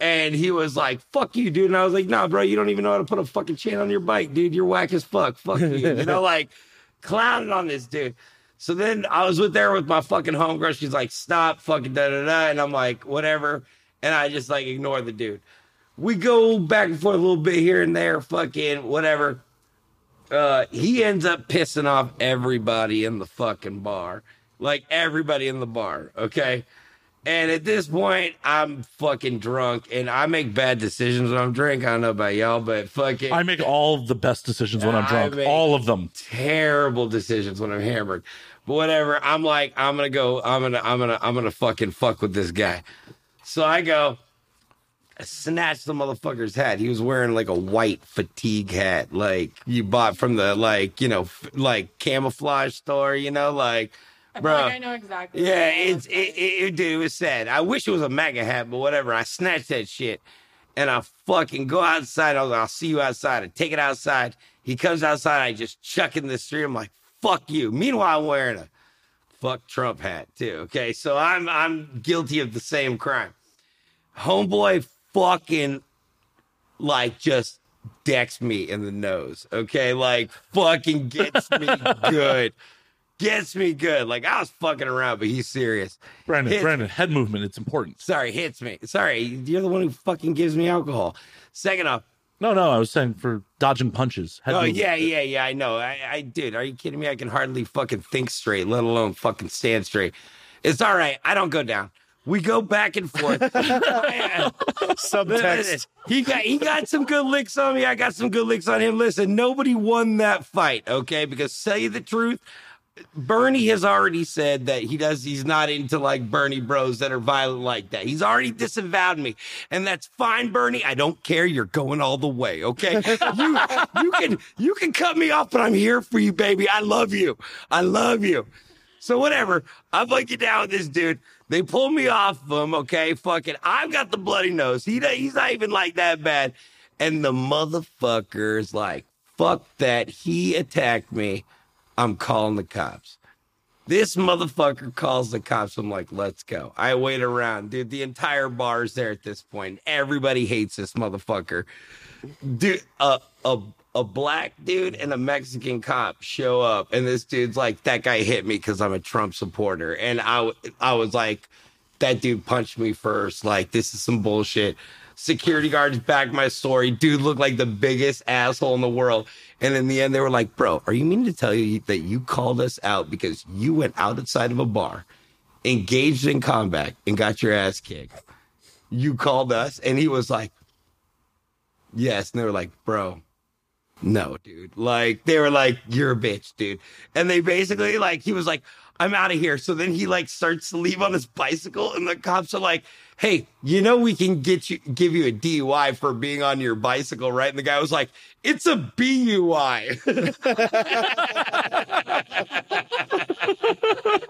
[SPEAKER 6] And he was like, fuck you, dude. And I was like, nah, bro, you don't even know how to put a fucking chain on your bike, dude. You're whack as fuck. Fuck you. You know, like clowning on this dude. So then I was with there with my fucking homegirl. She's like, stop, fucking da da da. And I'm like, whatever. And I just like ignore the dude. We go back and forth a little bit here and there, fucking whatever uh, he ends up pissing off everybody in the fucking bar, like everybody in the bar. Okay, And at this point, I'm fucking drunk and I make bad decisions when I'm drunk. I don't know about y'all, but fucking
[SPEAKER 1] I make all of the best decisions when I'm
[SPEAKER 6] I
[SPEAKER 1] drunk.
[SPEAKER 6] make-
[SPEAKER 1] All of them.
[SPEAKER 6] terrible decisions when I'm hammered. But whatever, I'm like, I'm gonna go, I'm gonna, I'm gonna, I'm gonna fucking fuck with this guy. So I go, I snatch the motherfucker's hat. He was wearing like a white fatigue hat, like you bought from the like, you know, f- like camouflage store, you know, like,
[SPEAKER 7] I feel
[SPEAKER 6] bro.
[SPEAKER 7] like I know exactly. what
[SPEAKER 6] Yeah,
[SPEAKER 7] that
[SPEAKER 6] it's
[SPEAKER 7] looks
[SPEAKER 6] it,
[SPEAKER 7] like.
[SPEAKER 6] it, it, dude, it was sad. I wish it was a MAGA hat, but whatever. I snatched that shit and I fucking go outside. I was like, I'll see you outside. I take it outside. He comes outside. I just chuck it in the street. I'm like, fuck you. Meanwhile, I'm wearing a fuck Trump hat too. Okay, so I'm I'm guilty of the same crime. Homeboy fucking like just decks me in the nose. Okay, like fucking gets me good. Gets me good. Like I was fucking around, but he's serious.
[SPEAKER 1] Brandon,
[SPEAKER 6] Hits-
[SPEAKER 1] Brandon, head movement. It's important.
[SPEAKER 6] Sorry, hits me. Sorry, you're the one who fucking gives me alcohol. Second off,
[SPEAKER 1] No, no, I was saying for dodging punches. Head
[SPEAKER 6] oh
[SPEAKER 1] movement.
[SPEAKER 6] yeah, yeah, yeah. I know. I, I did. Are you kidding me? I can hardly fucking think straight, let alone fucking stand straight. It's all right. I don't go down. We go back and forth.
[SPEAKER 5] Subtext.
[SPEAKER 6] He got he got some good licks on me. I got some good licks on him. Listen, nobody won that fight, okay? Because tell you the truth, Bernie has already said that he does he's not into like Bernie bros that are violent like that. He's already disavowed me. And that's fine, Bernie. I don't care. You're going all the way, okay? you you can you can cut me off, but I'm here for you, baby. I love you. I love you. So whatever. I fucking down with this dude. They pull me off of him, okay? Fucking, I've got the bloody nose. He don't- he's not even like that bad. And the motherfucker is like, fuck that. He attacked me. I'm calling the cops. This motherfucker calls the cops. I'm like, let's go. I wait around, dude. The entire bar is there at this point. Everybody hates this motherfucker dude, a a a black dude and a Mexican cop show up, and this dude's like, "That guy hit me because I'm a Trump supporter," and I w- I was like, "That dude punched me first. Like, this is some bullshit." Security guards back my story. Dude looked like the biggest asshole in the world. And in the end, they were like, "Bro, are you meaning to tell you that you called us out because you went out outside of a bar, engaged in combat, and got your ass kicked? You called us?" And he was like, Yes. And they were like, bro, no, dude. Like, they were like, you're a bitch, dude. And they basically, like, he was like, I'm out of here. So then he, like, starts to leave on his bicycle. And the cops are like, hey, you know, we can get you, give you a DUI for being on your bicycle, right? And the guy was like, it's a BUI.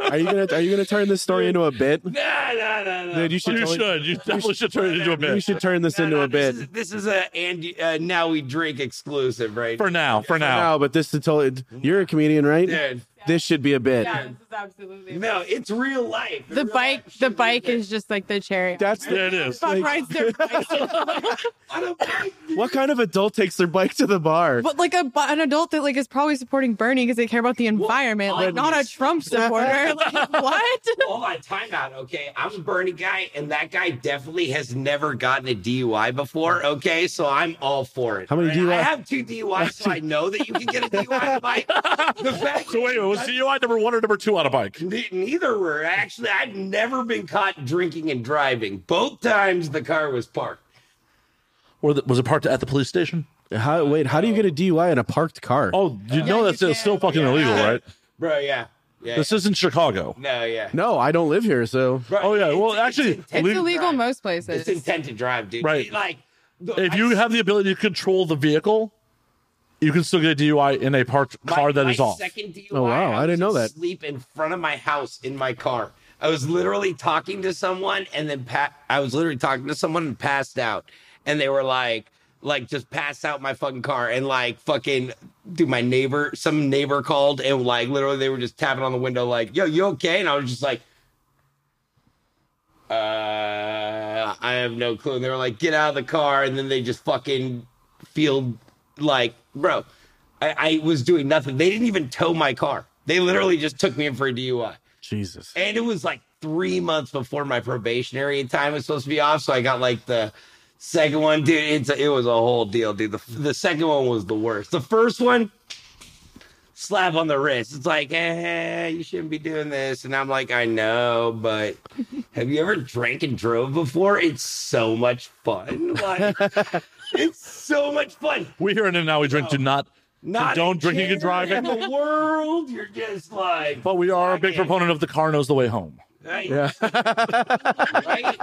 [SPEAKER 5] Are you gonna Are you gonna turn this story into a bit?
[SPEAKER 6] nah, nah, nah, nah.
[SPEAKER 5] Dude, you should.
[SPEAKER 1] You
[SPEAKER 5] totally-
[SPEAKER 1] should. You definitely should turn it into a bit.
[SPEAKER 5] You should turn this
[SPEAKER 6] Nah,
[SPEAKER 5] into
[SPEAKER 6] nah,
[SPEAKER 5] a bit.
[SPEAKER 6] This is, this is a and uh, now we drink exclusive, right?
[SPEAKER 1] For now, for now.
[SPEAKER 5] No, but this is totally. You're a comedian, right?
[SPEAKER 6] Dude.
[SPEAKER 5] This should be a bit.
[SPEAKER 7] yeah, this is absolutely.
[SPEAKER 6] No, it's real life.
[SPEAKER 8] The
[SPEAKER 6] Real
[SPEAKER 8] bike,
[SPEAKER 6] life
[SPEAKER 8] the
[SPEAKER 6] shit.
[SPEAKER 8] bike is just like the cherry.
[SPEAKER 5] That's the,
[SPEAKER 1] Yeah, it is.
[SPEAKER 8] Fuck rides their bikes.
[SPEAKER 6] On a bike,
[SPEAKER 5] what kind of adult takes their bike to the bar?
[SPEAKER 8] But like a bu- an adult that like is probably supporting Bernie because they care about the environment, like not a Trump supporter. like what?
[SPEAKER 6] Hold on, time out. Okay, I'm a Bernie guy, and that guy definitely has never gotten a DUI before. Okay, so I'm all for it.
[SPEAKER 5] How many
[SPEAKER 6] right?
[SPEAKER 5] DUI?
[SPEAKER 6] I have two DUIs, so I know that you can get a DUI bike. The fact
[SPEAKER 1] So wait, it was DUI number one or number two on a bike?
[SPEAKER 6] Ne- neither were actually. I've never been caught drinking and driving. Both times the car was parked.
[SPEAKER 1] Or the, was it parked at the police station?
[SPEAKER 5] How, wait, how do you get a DUI in a parked car?
[SPEAKER 1] Oh, you know that's it's still fucking illegal, right?
[SPEAKER 6] Bro, yeah, yeah.
[SPEAKER 1] This isn't Chicago.
[SPEAKER 6] no, yeah.
[SPEAKER 5] No, I don't live here, so
[SPEAKER 6] Bro,
[SPEAKER 1] Oh yeah.
[SPEAKER 6] it's-
[SPEAKER 1] Well,
[SPEAKER 6] it's
[SPEAKER 1] actually,
[SPEAKER 6] intent
[SPEAKER 1] le-
[SPEAKER 8] It's
[SPEAKER 6] to
[SPEAKER 8] illegal
[SPEAKER 6] drive.
[SPEAKER 8] most
[SPEAKER 6] It's
[SPEAKER 8] places.
[SPEAKER 6] intent to drive, dude.
[SPEAKER 1] Right.
[SPEAKER 6] Like, the-
[SPEAKER 1] if
[SPEAKER 6] I-
[SPEAKER 1] you have the ability to control the vehicle, you can still get a DUI in a parked
[SPEAKER 6] My-
[SPEAKER 1] car that
[SPEAKER 6] my
[SPEAKER 1] is off.
[SPEAKER 6] Second DUI,
[SPEAKER 5] Oh, wow. I
[SPEAKER 6] was
[SPEAKER 5] didn't know that.
[SPEAKER 6] Sleep in front of my house in my car. I was literally talking to someone, and then pa- I was literally talking to someone and passed out, and they were like, like just passed out in my fucking car, and like fucking, dude, my neighbor, some neighbor called, and like literally they were just tapping on the window, like, yo, you okay? And I was just like. Uh, I have no clue. And they were like, get out of the car. And then they just fucking feel like, bro, I, I was doing nothing. They didn't even tow my car. They literally just took me in for a DUI.
[SPEAKER 5] Jesus.
[SPEAKER 6] And it was like three months before my probationary time was supposed to be off. So I got like the second one, dude. It's a, it was a whole deal, dude. The, the second one was the worst. The first one, slap on the wrist. It's like, eh, you shouldn't be doing this. And I'm like, I know, but have you ever drank and drove before? It's so much fun. Like, it's so much fun.
[SPEAKER 1] We here and now we drink do not
[SPEAKER 6] Not
[SPEAKER 1] Don't
[SPEAKER 6] a
[SPEAKER 1] drinking and
[SPEAKER 6] care
[SPEAKER 1] driving.
[SPEAKER 6] in the world. You're just like,
[SPEAKER 1] but we are a big proponent of the car knows the way home.
[SPEAKER 6] right,
[SPEAKER 5] Yeah.
[SPEAKER 6] right?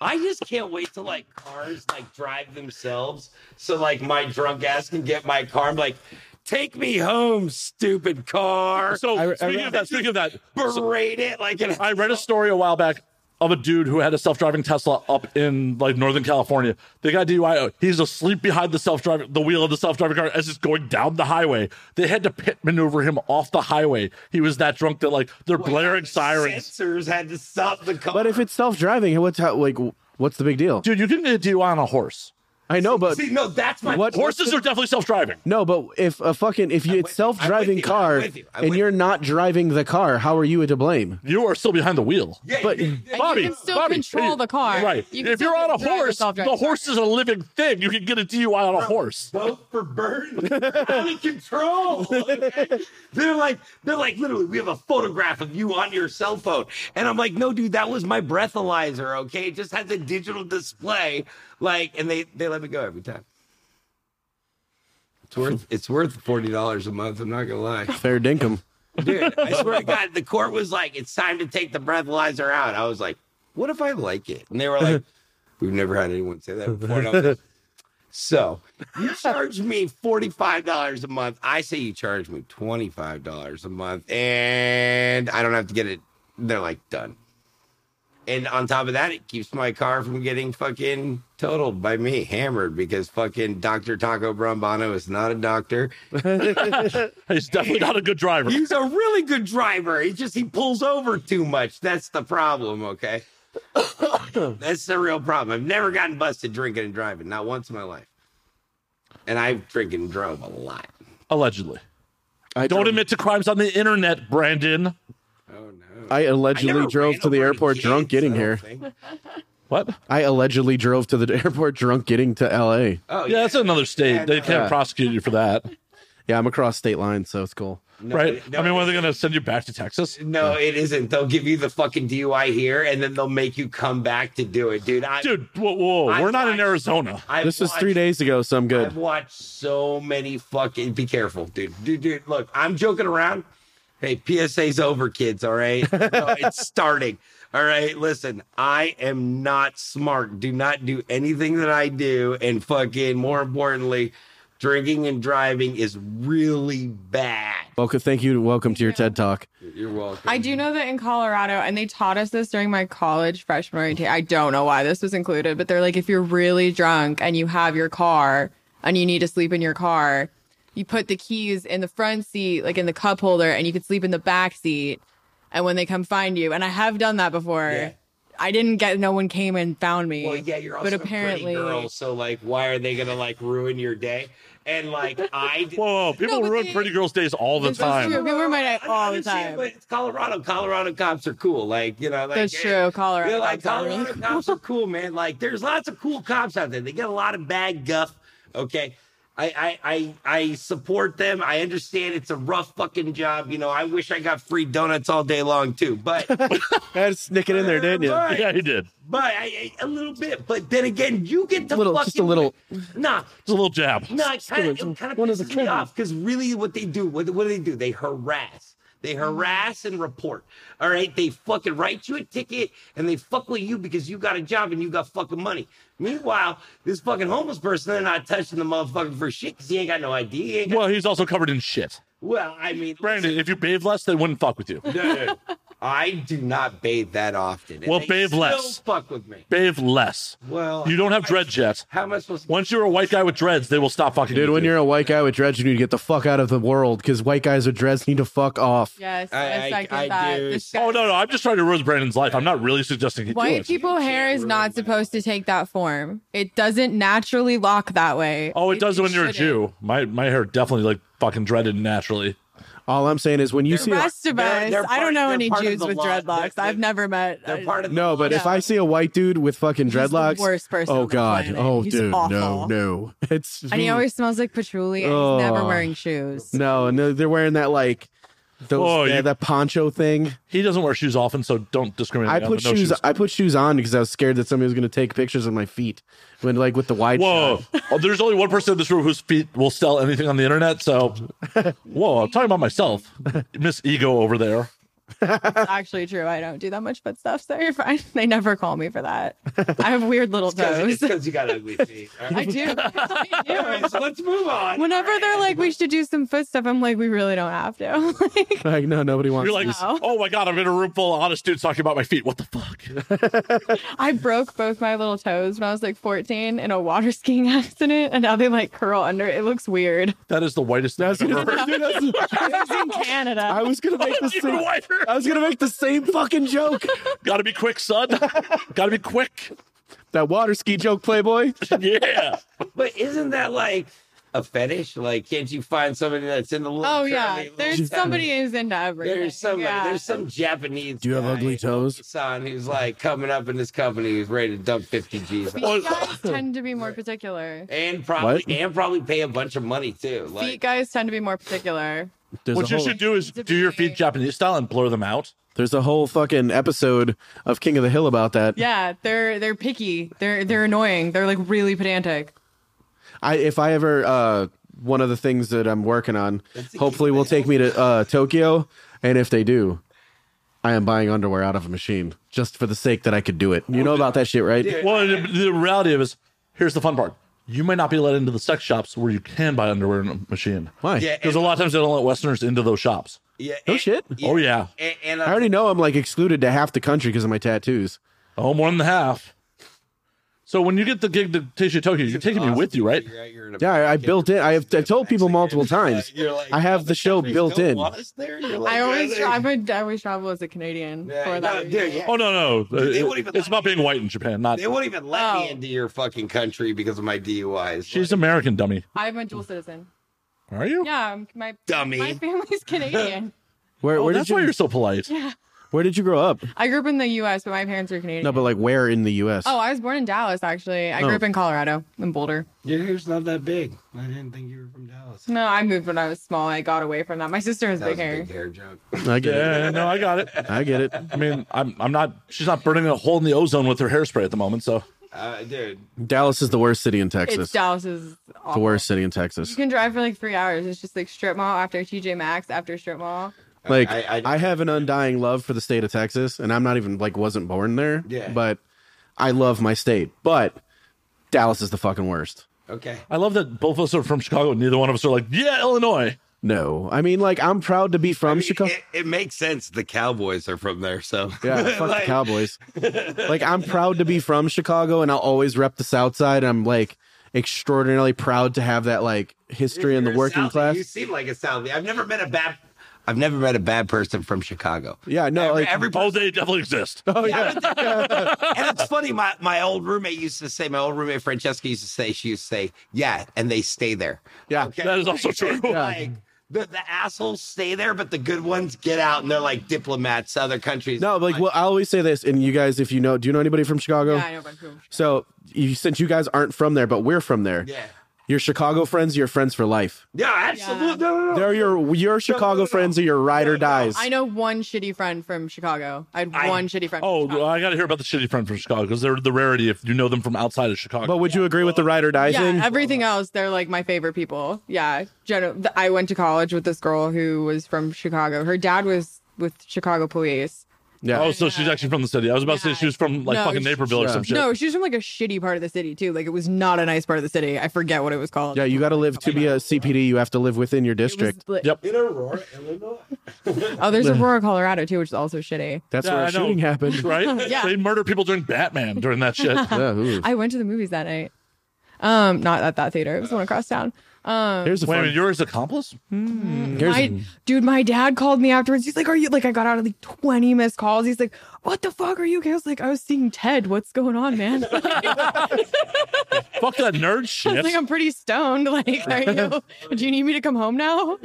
[SPEAKER 6] I just can't wait to like cars like drive themselves, so like my drunk ass can get my car. I'm like, take me home, stupid car.
[SPEAKER 1] So
[SPEAKER 5] I- I
[SPEAKER 1] speaking
[SPEAKER 5] read-
[SPEAKER 1] of that, speaking of that,
[SPEAKER 6] berate it like an
[SPEAKER 1] I read a story a while back of a dude who had a self-driving Tesla up in like Northern California. They got DUI. He's asleep behind the self-driving, the wheel of the self-driving car as it's going down the highway. They had to pit maneuver him off the highway. He was that drunk that like they're blaring sirens.
[SPEAKER 6] Sensors had to stop the car.
[SPEAKER 5] But if it's self driving, what's how, like what's the big deal?
[SPEAKER 1] Dude, you can get a DUI on a horse.
[SPEAKER 5] I know, but
[SPEAKER 6] see, no, that's my
[SPEAKER 5] What-
[SPEAKER 1] Horses are definitely self-driving.
[SPEAKER 5] no, but if a fucking if you
[SPEAKER 6] I'm
[SPEAKER 5] it's
[SPEAKER 6] with you. I'm with
[SPEAKER 5] self driving
[SPEAKER 6] you. I'm
[SPEAKER 5] car
[SPEAKER 6] with you. I'm
[SPEAKER 5] and
[SPEAKER 6] with
[SPEAKER 5] you're not driving the car, how are you to blame?
[SPEAKER 1] You are still behind the wheel.
[SPEAKER 6] Yeah,
[SPEAKER 5] but-
[SPEAKER 6] you- you-
[SPEAKER 1] Bobby,
[SPEAKER 8] you can still
[SPEAKER 1] Bobby,
[SPEAKER 8] control
[SPEAKER 1] hey,
[SPEAKER 8] the car.
[SPEAKER 1] Right.
[SPEAKER 8] You can
[SPEAKER 1] if
[SPEAKER 8] still
[SPEAKER 1] you're on a
[SPEAKER 8] drive a
[SPEAKER 1] horse, the
[SPEAKER 8] self-driving
[SPEAKER 1] horse is a living thing. You can get a DUI on a horse.
[SPEAKER 6] vote for Bernie. Out of control. okay? They're like, they're like, literally, we have a photograph of you on your cell phone, and I'm like, no, dude, that was my breathalyzer. Okay, it just has a digital display, like, and they they let me go every time. It's worth it's worth forty dollars a month. I'm not gonna lie.
[SPEAKER 5] Fair dinkum.
[SPEAKER 6] Dude, I swear to God, the court was like, it's time to take the breathalyzer out. I was like, what if I like it? And they were like, we've never had anyone say that before. And I was like, so you charge me $45 a month. I say you charge me $25 a month and I don't have to get it. They're like, done. And on top of that, it keeps my car from getting fucking totaled by me, hammered because fucking Dr. Taco Brambano is not a doctor.
[SPEAKER 1] He's definitely not a good driver.
[SPEAKER 6] He's a really good driver. He just he pulls over too much. That's the problem, okay? That's the real problem. I've never gotten busted drinking and driving, not once in my life. And I drink and drove a lot.
[SPEAKER 1] Allegedly.
[SPEAKER 5] I
[SPEAKER 1] Don't
[SPEAKER 5] drove-
[SPEAKER 1] admit to crimes on the internet, Brandon.
[SPEAKER 6] Oh no.
[SPEAKER 5] I allegedly
[SPEAKER 6] never
[SPEAKER 5] drove
[SPEAKER 6] ran
[SPEAKER 5] to
[SPEAKER 6] over
[SPEAKER 5] the
[SPEAKER 6] any
[SPEAKER 5] airport
[SPEAKER 6] kids,
[SPEAKER 5] drunk getting
[SPEAKER 6] I don't
[SPEAKER 5] here.
[SPEAKER 6] think.
[SPEAKER 1] What?
[SPEAKER 5] I allegedly drove to the airport drunk getting to LA.
[SPEAKER 6] Oh
[SPEAKER 1] Yeah,
[SPEAKER 6] yeah. uh,
[SPEAKER 1] that's another state.
[SPEAKER 6] Yeah,
[SPEAKER 1] they
[SPEAKER 6] no,
[SPEAKER 1] can't
[SPEAKER 5] yeah.
[SPEAKER 1] prosecute you for that,
[SPEAKER 5] Yeah, I'm across state lines, so it's cool.
[SPEAKER 6] No,
[SPEAKER 1] right?
[SPEAKER 6] no,
[SPEAKER 1] I mean, when are they going to send you back to Texas?
[SPEAKER 6] no, it isn't. They'll give you the fucking DUI here and then they'll make you come back to do it, dude. I
[SPEAKER 1] Dude, whoa, whoa,
[SPEAKER 6] I
[SPEAKER 1] we're not in
[SPEAKER 6] watched-
[SPEAKER 1] Arizona.
[SPEAKER 6] I
[SPEAKER 5] This was
[SPEAKER 6] watched-
[SPEAKER 5] three days ago, so I'm
[SPEAKER 6] I've
[SPEAKER 5] good.
[SPEAKER 6] watched so many fucking. Be careful, dude. Dude, dude. Look, I'm joking around. Hey, PSA's over, kids. All right, no, it's starting. All right, listen. I am not smart. Do not do anything that I do, and fucking more importantly, drinking and driving is really bad.
[SPEAKER 5] Welcome, thank you. Welcome to your TED Talk.
[SPEAKER 6] You're welcome.
[SPEAKER 8] I do know that in Colorado, and they taught us this during my college freshman orientation. I don't know why this was included, but they're like, if you're really drunk and you have your car and you need to sleep in your car, you put the keys in the front seat, like in the cup holder, and you could sleep in the back seat. And when they come find you, and I have done that before.
[SPEAKER 6] Yeah.
[SPEAKER 8] I didn't get. No one came and found me.
[SPEAKER 6] Well, yeah, you're also
[SPEAKER 8] but apparently,
[SPEAKER 6] a pretty girl, so like, why are they gonna like ruin your day? And like, I.
[SPEAKER 1] Whoa, whoa, people
[SPEAKER 8] No, but
[SPEAKER 1] ruin
[SPEAKER 8] they-
[SPEAKER 1] pretty girls' days all the
[SPEAKER 8] This is true.
[SPEAKER 1] time.
[SPEAKER 8] People ruin my day
[SPEAKER 6] I
[SPEAKER 8] all the
[SPEAKER 6] understand,
[SPEAKER 8] time.
[SPEAKER 6] But it's Colorado. Colorado cops are cool. Like you know, like,
[SPEAKER 8] That's
[SPEAKER 6] eh,
[SPEAKER 8] true. Colorado.
[SPEAKER 6] They're like
[SPEAKER 8] cops are really
[SPEAKER 6] Colorado cops are cool, man. Like there's lots of cool cops out there. They get a lot of bad guff. Okay. I, I I I support them. I understand it's a rough fucking job. You know, I wish I got free donuts all day long too. But
[SPEAKER 5] I had to snick it in there, didn't you?
[SPEAKER 6] But,
[SPEAKER 1] Yeah, he did. It's
[SPEAKER 6] but I, I- a little bit. But then again, you get to
[SPEAKER 5] Little-
[SPEAKER 6] fucking
[SPEAKER 5] just a little-
[SPEAKER 6] Nah,
[SPEAKER 1] a little jab.
[SPEAKER 6] no, it kind of it kind of
[SPEAKER 5] One is a
[SPEAKER 6] pisses me
[SPEAKER 5] criminal.
[SPEAKER 6] off because really, what they do, what, what do they do? They harass.
[SPEAKER 1] Mm-hmm.
[SPEAKER 6] They harass and report. All right, they fucking write you a ticket and they fuck with you because you got a job and you got fucking money. Meanwhile, this fucking homeless person, they're not touching the motherfucker for shit because he ain't got no ID. He ain't got,
[SPEAKER 1] Well, he's also covered in shit.
[SPEAKER 6] well, I mean,
[SPEAKER 1] Brandon, if you bathe less, they wouldn't fuck with you.
[SPEAKER 6] listen, I do not bathe that often. and
[SPEAKER 1] Well,
[SPEAKER 6] they
[SPEAKER 1] bathe
[SPEAKER 6] still
[SPEAKER 1] less.
[SPEAKER 6] Fuck with me.
[SPEAKER 1] Bathe less.
[SPEAKER 6] Well,
[SPEAKER 1] You don't have dreads yet.
[SPEAKER 6] How am I supposed to?
[SPEAKER 1] Once you're a white guy with dreads, they will stop fucking
[SPEAKER 5] Dude,
[SPEAKER 1] with
[SPEAKER 5] when
[SPEAKER 1] you.
[SPEAKER 5] you're a white guy with dreads, you need to get the fuck out of the world because white guys with dreads need to fuck off.
[SPEAKER 8] Yes,
[SPEAKER 6] I-
[SPEAKER 8] I,
[SPEAKER 6] I-
[SPEAKER 8] second
[SPEAKER 6] I
[SPEAKER 8] that.
[SPEAKER 6] do.
[SPEAKER 8] This
[SPEAKER 1] Oh
[SPEAKER 8] guy-
[SPEAKER 1] no, no, I'm just trying to ruin Brandon's life. I'm not really suggesting he do
[SPEAKER 8] White
[SPEAKER 1] it.
[SPEAKER 8] people hair is not supposed to take that form. It doesn't naturally lock that way.
[SPEAKER 1] Oh, it does when you're a Jew.
[SPEAKER 8] shouldn't.
[SPEAKER 1] My my hair definitely like fucking dreaded naturally.
[SPEAKER 5] All I'm saying is when you
[SPEAKER 8] The
[SPEAKER 5] see a-
[SPEAKER 8] rest of
[SPEAKER 6] They're-
[SPEAKER 8] us,
[SPEAKER 6] they're
[SPEAKER 8] I don't
[SPEAKER 6] part-
[SPEAKER 8] know
[SPEAKER 6] they're
[SPEAKER 8] any
[SPEAKER 6] part of
[SPEAKER 8] Jews
[SPEAKER 6] the
[SPEAKER 8] with
[SPEAKER 6] law.
[SPEAKER 8] dreadlocks.
[SPEAKER 6] They're-
[SPEAKER 8] I've never met.
[SPEAKER 6] They're part of the
[SPEAKER 5] no, but if
[SPEAKER 8] No.
[SPEAKER 5] I see a white dude with fucking
[SPEAKER 8] the
[SPEAKER 5] dreadlocks,
[SPEAKER 8] worst person
[SPEAKER 5] oh
[SPEAKER 8] on the
[SPEAKER 5] god,
[SPEAKER 8] planet.
[SPEAKER 5] oh
[SPEAKER 8] He's
[SPEAKER 5] dude, no,
[SPEAKER 8] awful.
[SPEAKER 5] no, it's
[SPEAKER 8] and he always smells like patchouli and
[SPEAKER 5] Oh.
[SPEAKER 8] he's never wearing shoes.
[SPEAKER 5] no, no, they're wearing that like those
[SPEAKER 1] Oh,
[SPEAKER 5] yeah,
[SPEAKER 1] you-
[SPEAKER 5] that poncho thing.
[SPEAKER 1] He doesn't wear shoes often, so don't discriminate.
[SPEAKER 5] I
[SPEAKER 1] on
[SPEAKER 5] put
[SPEAKER 1] the no
[SPEAKER 5] shoes, I put shoes on because I was scared that somebody was going to take pictures of my feet when like with the wide
[SPEAKER 1] Whoa!
[SPEAKER 5] shot.
[SPEAKER 1] Oh, there's only one person in this room whose feet will sell anything on the internet. So, whoa! I'm talking about myself, Miss Ego over there.
[SPEAKER 8] It's actually true. I don't do that much but stuff, so you're fine. They never call me for that. I have weird little toes.
[SPEAKER 6] because you got ugly feet. All right.
[SPEAKER 8] I do. I do.
[SPEAKER 6] All right, so let's move on.
[SPEAKER 8] Whenever they're like, we should do some foot stuff, I'm like, we really don't have to. like,
[SPEAKER 5] Like no, nobody wants.
[SPEAKER 1] You're like,
[SPEAKER 8] No.
[SPEAKER 1] oh my god, I'm in a room full of honest dudes talking about my feet. What the fuck?
[SPEAKER 8] I broke both my little toes when I was like 14 in a water skiing accident, and now they like curl under. It looks weird.
[SPEAKER 1] That is the whitest. That's
[SPEAKER 5] Dude, that's-
[SPEAKER 8] It was in Canada.
[SPEAKER 5] I was gonna make the
[SPEAKER 1] even
[SPEAKER 5] same.
[SPEAKER 1] whiter.
[SPEAKER 5] I was gonna make the same fucking joke.
[SPEAKER 1] Got to be quick, son. Got to be quick.
[SPEAKER 5] that water ski joke, Playboy.
[SPEAKER 1] Yeah.
[SPEAKER 6] But isn't that like a fetish? Like, can't you find somebody that's in the little?
[SPEAKER 8] oh yeah,
[SPEAKER 6] curly little
[SPEAKER 8] there's
[SPEAKER 6] town?
[SPEAKER 8] somebody who's into everything.
[SPEAKER 6] There's some.
[SPEAKER 8] Yeah.
[SPEAKER 6] There's some Japanese.
[SPEAKER 5] Do you have
[SPEAKER 6] guy,
[SPEAKER 5] ugly toes?
[SPEAKER 6] Son, who's like coming up in this company, who's ready to dump fifty G's, on
[SPEAKER 8] Feet guys tend to be more particular.
[SPEAKER 6] and probably
[SPEAKER 5] What?
[SPEAKER 6] and probably pay a bunch of money too.
[SPEAKER 8] Feet
[SPEAKER 6] Like,
[SPEAKER 8] guys tend to be more particular.
[SPEAKER 5] There's
[SPEAKER 1] what
[SPEAKER 5] a
[SPEAKER 1] you
[SPEAKER 5] whole,
[SPEAKER 1] should do is do your feet Japanese style and blur them out.
[SPEAKER 5] there's a whole fucking episode of King of the Hill about that.
[SPEAKER 8] Yeah, they're they're picky. They're they're annoying. They're like really pedantic.
[SPEAKER 5] I if I ever uh one of the things that I'm working on, hopefully will take me to uh Tokyo and if they do, I am buying underwear out of a machine just for the sake that I could do it. You know about that shit, right?
[SPEAKER 1] Well, the, the reality of it is, here's the fun part. You might not be let into the sex shops where you can buy underwear in a machine.
[SPEAKER 5] Why?
[SPEAKER 6] yeah,
[SPEAKER 1] Because a lot of times they don't let Westerners into those shops.
[SPEAKER 6] yeah,
[SPEAKER 5] No
[SPEAKER 6] and-
[SPEAKER 5] shit.
[SPEAKER 1] Oh, yeah.
[SPEAKER 6] And, and
[SPEAKER 5] I already know I'm like excluded to half the country because of my tattoos.
[SPEAKER 1] Oh, more than half. So when you get the gig to Tissue Tokyo, you're taking me with you, right?
[SPEAKER 5] Yeah, I, I built it. I have I've told people multiple times.
[SPEAKER 6] You're like,
[SPEAKER 5] I have
[SPEAKER 6] "Oh,
[SPEAKER 5] the show
[SPEAKER 6] country
[SPEAKER 5] built
[SPEAKER 6] still
[SPEAKER 5] in.
[SPEAKER 6] want us there?" You're like,
[SPEAKER 8] I always
[SPEAKER 6] "Yeah,
[SPEAKER 8] I'm a, I always travel as a Canadian
[SPEAKER 6] they-
[SPEAKER 8] for
[SPEAKER 6] yeah,
[SPEAKER 8] that.
[SPEAKER 6] no,
[SPEAKER 8] reason.
[SPEAKER 6] dude, yeah.
[SPEAKER 1] Oh, no, no.
[SPEAKER 6] they
[SPEAKER 1] It-
[SPEAKER 6] won't even
[SPEAKER 1] it's
[SPEAKER 6] let
[SPEAKER 1] about being white in Japan. Not
[SPEAKER 6] They won't even let me
[SPEAKER 8] Oh.
[SPEAKER 6] into your fucking country because of my DUIs.
[SPEAKER 1] She's
[SPEAKER 6] like,
[SPEAKER 1] American, dummy.
[SPEAKER 8] I'm a dual citizen.
[SPEAKER 1] Are you?
[SPEAKER 8] Yeah, I'm, my
[SPEAKER 6] Dummy.
[SPEAKER 8] My family's Canadian.
[SPEAKER 5] Where
[SPEAKER 1] Oh,
[SPEAKER 5] where
[SPEAKER 1] that's
[SPEAKER 5] did
[SPEAKER 1] why
[SPEAKER 5] you
[SPEAKER 1] you're so polite.
[SPEAKER 5] where did you grow up?
[SPEAKER 8] I grew up in the U.S., but my parents were Canadian.
[SPEAKER 5] No, but like where in the US?
[SPEAKER 8] oh, I was born in Dallas. Actually, I grew
[SPEAKER 5] Oh.
[SPEAKER 8] up in Colorado, in Boulder.
[SPEAKER 6] your hair's not that big. I didn't think you were from Dallas.
[SPEAKER 8] No, I moved when I was small. I got away from that. My sister has
[SPEAKER 6] That was
[SPEAKER 8] big
[SPEAKER 6] a
[SPEAKER 8] hair.
[SPEAKER 6] big hair joke.
[SPEAKER 5] I get it.
[SPEAKER 1] Yeah, no, I got it.
[SPEAKER 5] I get it.
[SPEAKER 1] I mean, I'm, I'm not, she's not burning a hole in the ozone with her hairspray at the moment. So
[SPEAKER 6] Uh, dude,
[SPEAKER 5] Dallas is the worst city in
[SPEAKER 8] It's
[SPEAKER 5] Texas.
[SPEAKER 8] Dallas is
[SPEAKER 5] The
[SPEAKER 8] awful.
[SPEAKER 5] worst city in
[SPEAKER 8] You
[SPEAKER 5] Texas.
[SPEAKER 8] can drive for like three hours. It's just like strip mall after TJ Maxx after strip mall.
[SPEAKER 5] Like
[SPEAKER 6] I-
[SPEAKER 5] I,
[SPEAKER 6] I-
[SPEAKER 5] have an undying love for the state of Texas, and I'm not even like wasn't born there.
[SPEAKER 6] Yeah.
[SPEAKER 5] But I love my state. But Dallas is the fucking worst.
[SPEAKER 6] okay.
[SPEAKER 1] I love that both of us are from Chicago. and Neither one of us are like, yeah, Illinois.
[SPEAKER 5] No, I mean like I'm proud to be from
[SPEAKER 6] I mean,
[SPEAKER 5] Chicago.
[SPEAKER 6] It, it makes sense. The Cowboys are from there, so
[SPEAKER 5] yeah, fuck the Cowboys. like I'm proud to be from Chicago, and I'll always rep the South Side. And I'm like extraordinarily proud to have that like history in the
[SPEAKER 6] You're a
[SPEAKER 5] working
[SPEAKER 6] Southie.
[SPEAKER 5] class.
[SPEAKER 6] You seem like a Southie. I've never met a bad. I've never met a bad person from Chicago.
[SPEAKER 5] Yeah, no,
[SPEAKER 6] Every-
[SPEAKER 5] like
[SPEAKER 6] every
[SPEAKER 1] Oh, they definitely exist.
[SPEAKER 6] and it's funny. My my old roommate used to say. My old roommate Francesca used to say. She used to say, "Yeah," and they stay there.
[SPEAKER 5] yeah.
[SPEAKER 1] That is also true.
[SPEAKER 6] Like the, the assholes stay there, but the good ones get out, and they're like diplomats to other countries.
[SPEAKER 5] No, like well, I always say this, and you guys, if you know, do you know anybody from Chicago?
[SPEAKER 8] Yeah, I know. But who?
[SPEAKER 5] So you, since you guys aren't from there, but we're from there.
[SPEAKER 6] Yeah.
[SPEAKER 5] Your Chicago friends, your friends for life.
[SPEAKER 6] Yeah, absolutely.
[SPEAKER 8] Yeah.
[SPEAKER 6] No, no, no.
[SPEAKER 5] They're your your Chicago
[SPEAKER 6] no.
[SPEAKER 5] friends are your ride or dies.
[SPEAKER 8] I know one shitty friend from Chicago. I had
[SPEAKER 6] I-
[SPEAKER 8] one shitty friend.
[SPEAKER 1] Oh,
[SPEAKER 8] from Chicago.
[SPEAKER 1] I got to hear about the shitty friend from Chicago because they're the rarity if you know them from outside of Chicago.
[SPEAKER 5] But would you agree with the ride or die thing?
[SPEAKER 8] yeah, everything else, they're like my favorite people. Yeah, Gen- th- I went to college with this girl who was from Chicago. Her dad was with Chicago police.
[SPEAKER 5] yeah.
[SPEAKER 1] oh, so she's actually from the city. I was about to say she was from like
[SPEAKER 8] No,
[SPEAKER 1] fucking
[SPEAKER 8] she-
[SPEAKER 1] Naperville or
[SPEAKER 5] yeah.
[SPEAKER 1] some shit.
[SPEAKER 8] No, she was from like a shitty part of the city too. Like it was not a nice part of the city. I forget what it was called.
[SPEAKER 5] yeah, you got to live to be a CPD. You have to live within your
[SPEAKER 8] It was
[SPEAKER 5] district.
[SPEAKER 8] lit-
[SPEAKER 1] Yep.
[SPEAKER 6] In Aurora, Illinois.
[SPEAKER 8] Oh, there's Aurora, Colorado too, which is also shitty.
[SPEAKER 5] That's
[SPEAKER 1] Yeah,
[SPEAKER 5] where
[SPEAKER 1] I
[SPEAKER 5] a
[SPEAKER 1] know.
[SPEAKER 5] shooting happened.
[SPEAKER 1] Right?
[SPEAKER 8] Yeah.
[SPEAKER 1] They murder people during Batman during that shit.
[SPEAKER 5] Yeah, ooh.
[SPEAKER 8] I went to the movies that night. Um, not at that theater. It was the one across town. Um,
[SPEAKER 5] Here's the
[SPEAKER 1] Wait a
[SPEAKER 5] fun.
[SPEAKER 1] minute, you're his accomplice?
[SPEAKER 5] here's-
[SPEAKER 8] my, dude, my dad called me afterwards. He's like, "Are you like?" I got out of like twenty missed calls. He's like, "What the fuck are you?" okay?" I was like, "I was seeing Ted. What's going on, man?"
[SPEAKER 1] Fuck that nerd
[SPEAKER 8] I was
[SPEAKER 1] shit.
[SPEAKER 8] like, I'm pretty stoned. Like, are you, do you need me to come home now?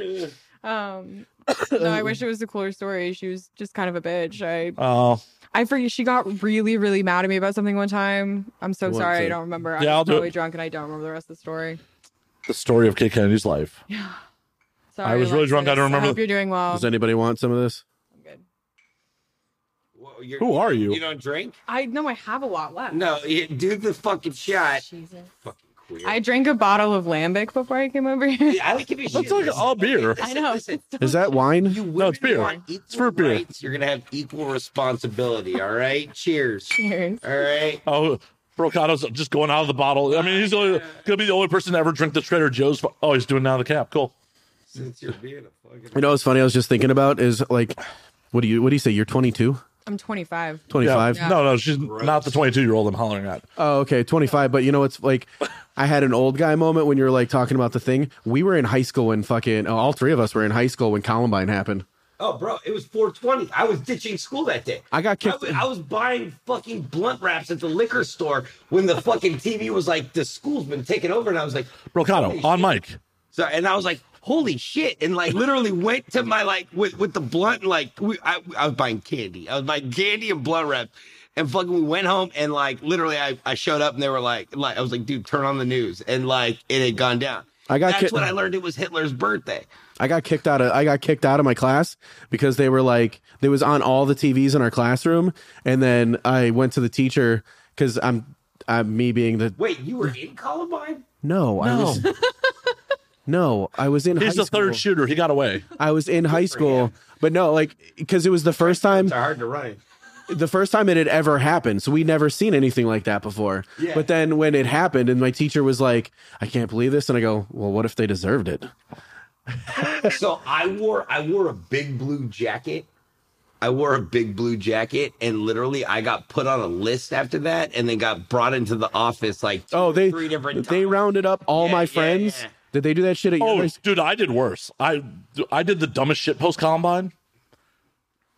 [SPEAKER 8] Um, No, I wish it was a cooler story. She was just kind of a bitch. I
[SPEAKER 1] Oh,
[SPEAKER 8] I forget. She got really, really mad at me about something one time. I'm so
[SPEAKER 5] What's
[SPEAKER 8] sorry.
[SPEAKER 5] it?
[SPEAKER 8] I don't remember. I
[SPEAKER 1] Yeah, I'll
[SPEAKER 8] was
[SPEAKER 1] do
[SPEAKER 8] probably
[SPEAKER 1] it.
[SPEAKER 8] drunk and I don't remember the rest of the story.
[SPEAKER 1] the story of Kate Kennedy's life.
[SPEAKER 8] Sorry,
[SPEAKER 1] I was really drunk. I don't
[SPEAKER 8] Alexis.
[SPEAKER 1] remember
[SPEAKER 8] I hope
[SPEAKER 1] the-
[SPEAKER 8] you're doing well.
[SPEAKER 5] Does anybody want some of this?
[SPEAKER 8] I'm good.
[SPEAKER 6] Whoa, you're-
[SPEAKER 1] Who are you?
[SPEAKER 6] You don't drink?
[SPEAKER 8] I know I have a lot left.
[SPEAKER 6] No, you do the fucking shot.
[SPEAKER 8] Jesus.
[SPEAKER 6] Fucking queer.
[SPEAKER 8] I drank a bottle of lambic before I came over here.
[SPEAKER 6] I don't give a shit.
[SPEAKER 1] That's like all beer.
[SPEAKER 8] I know.
[SPEAKER 6] Listen,
[SPEAKER 5] Is that wine?
[SPEAKER 6] you women
[SPEAKER 1] No, it's beer.
[SPEAKER 6] want equal
[SPEAKER 1] It's for beer.
[SPEAKER 6] rights. You're gonna have equal responsibility. All right. Cheers.
[SPEAKER 8] Cheers.
[SPEAKER 6] All right.
[SPEAKER 1] Oh, Brocado's just going out of the bottle. I mean, he's the only, gonna be the only person to ever drink the Trader Joe's. fu- Oh, he's doing it out of the cap. Cool.
[SPEAKER 6] Since you're being a fucking
[SPEAKER 5] You know what's funny? I was just thinking about is like, what do you what do you say? You're 22,
[SPEAKER 8] I'm 25.
[SPEAKER 5] 25.
[SPEAKER 1] Yeah. No, no, she's not the 22 year old. I'm hollering at.
[SPEAKER 5] Oh, okay, 25. But you know what's like? I had an old guy moment when you were like talking about the thing. We were in high school when fucking oh, all three of us were in high school when Columbine happened.
[SPEAKER 6] Oh, bro, it was 420. I was ditching school that day.
[SPEAKER 5] I got kicked-
[SPEAKER 6] I was, I was buying fucking blunt wraps at the liquor store when the fucking TV was like, the school's been taken over. And I was like,
[SPEAKER 1] Brocado on mic.
[SPEAKER 6] so, and I was like, holy shit. And like, literally went to my, like, with, with the blunt, and, like, we, I, I was buying candy. I was buying candy and blunt wraps. And fucking, we went home and like, literally, I, I showed up and they were like, like, I was like, dude, turn on the news. And like, it had gone down.
[SPEAKER 5] I got
[SPEAKER 6] That's
[SPEAKER 5] ki-
[SPEAKER 6] when I learned it was Hitler's birthday.
[SPEAKER 5] I got kicked out of I got kicked out of my class because they were like they was on all the TVs in our classroom, and then I went to the teacher because I'm I'm me being the
[SPEAKER 6] Wait, you were in Columbine?
[SPEAKER 5] no, I was no I was in
[SPEAKER 1] He's
[SPEAKER 5] high
[SPEAKER 1] the third
[SPEAKER 5] school.
[SPEAKER 1] shooter. He got away.
[SPEAKER 5] I was in high school, but no, like because it was the first time
[SPEAKER 6] It's hard to run.
[SPEAKER 5] the first time it had ever happened. So we'd never seen anything like that before.
[SPEAKER 6] Yeah.
[SPEAKER 5] But then when it happened, and my teacher was like, I can't believe this. And I go, Well, what if they deserved it?
[SPEAKER 6] so I wore I wore a big blue jacket. I wore a big blue jacket, and literally I got put on a list after that, and then got brought into the office like two
[SPEAKER 5] Oh,
[SPEAKER 6] or
[SPEAKER 5] they
[SPEAKER 6] three different
[SPEAKER 5] they
[SPEAKER 6] times.
[SPEAKER 5] rounded up all
[SPEAKER 6] Yeah,
[SPEAKER 5] my
[SPEAKER 6] yeah,
[SPEAKER 5] friends.
[SPEAKER 6] yeah.
[SPEAKER 5] Did they do that shit at your
[SPEAKER 1] Oh,
[SPEAKER 5] place?
[SPEAKER 1] dude, I did worse. I I did the dumbest shit post Columbine.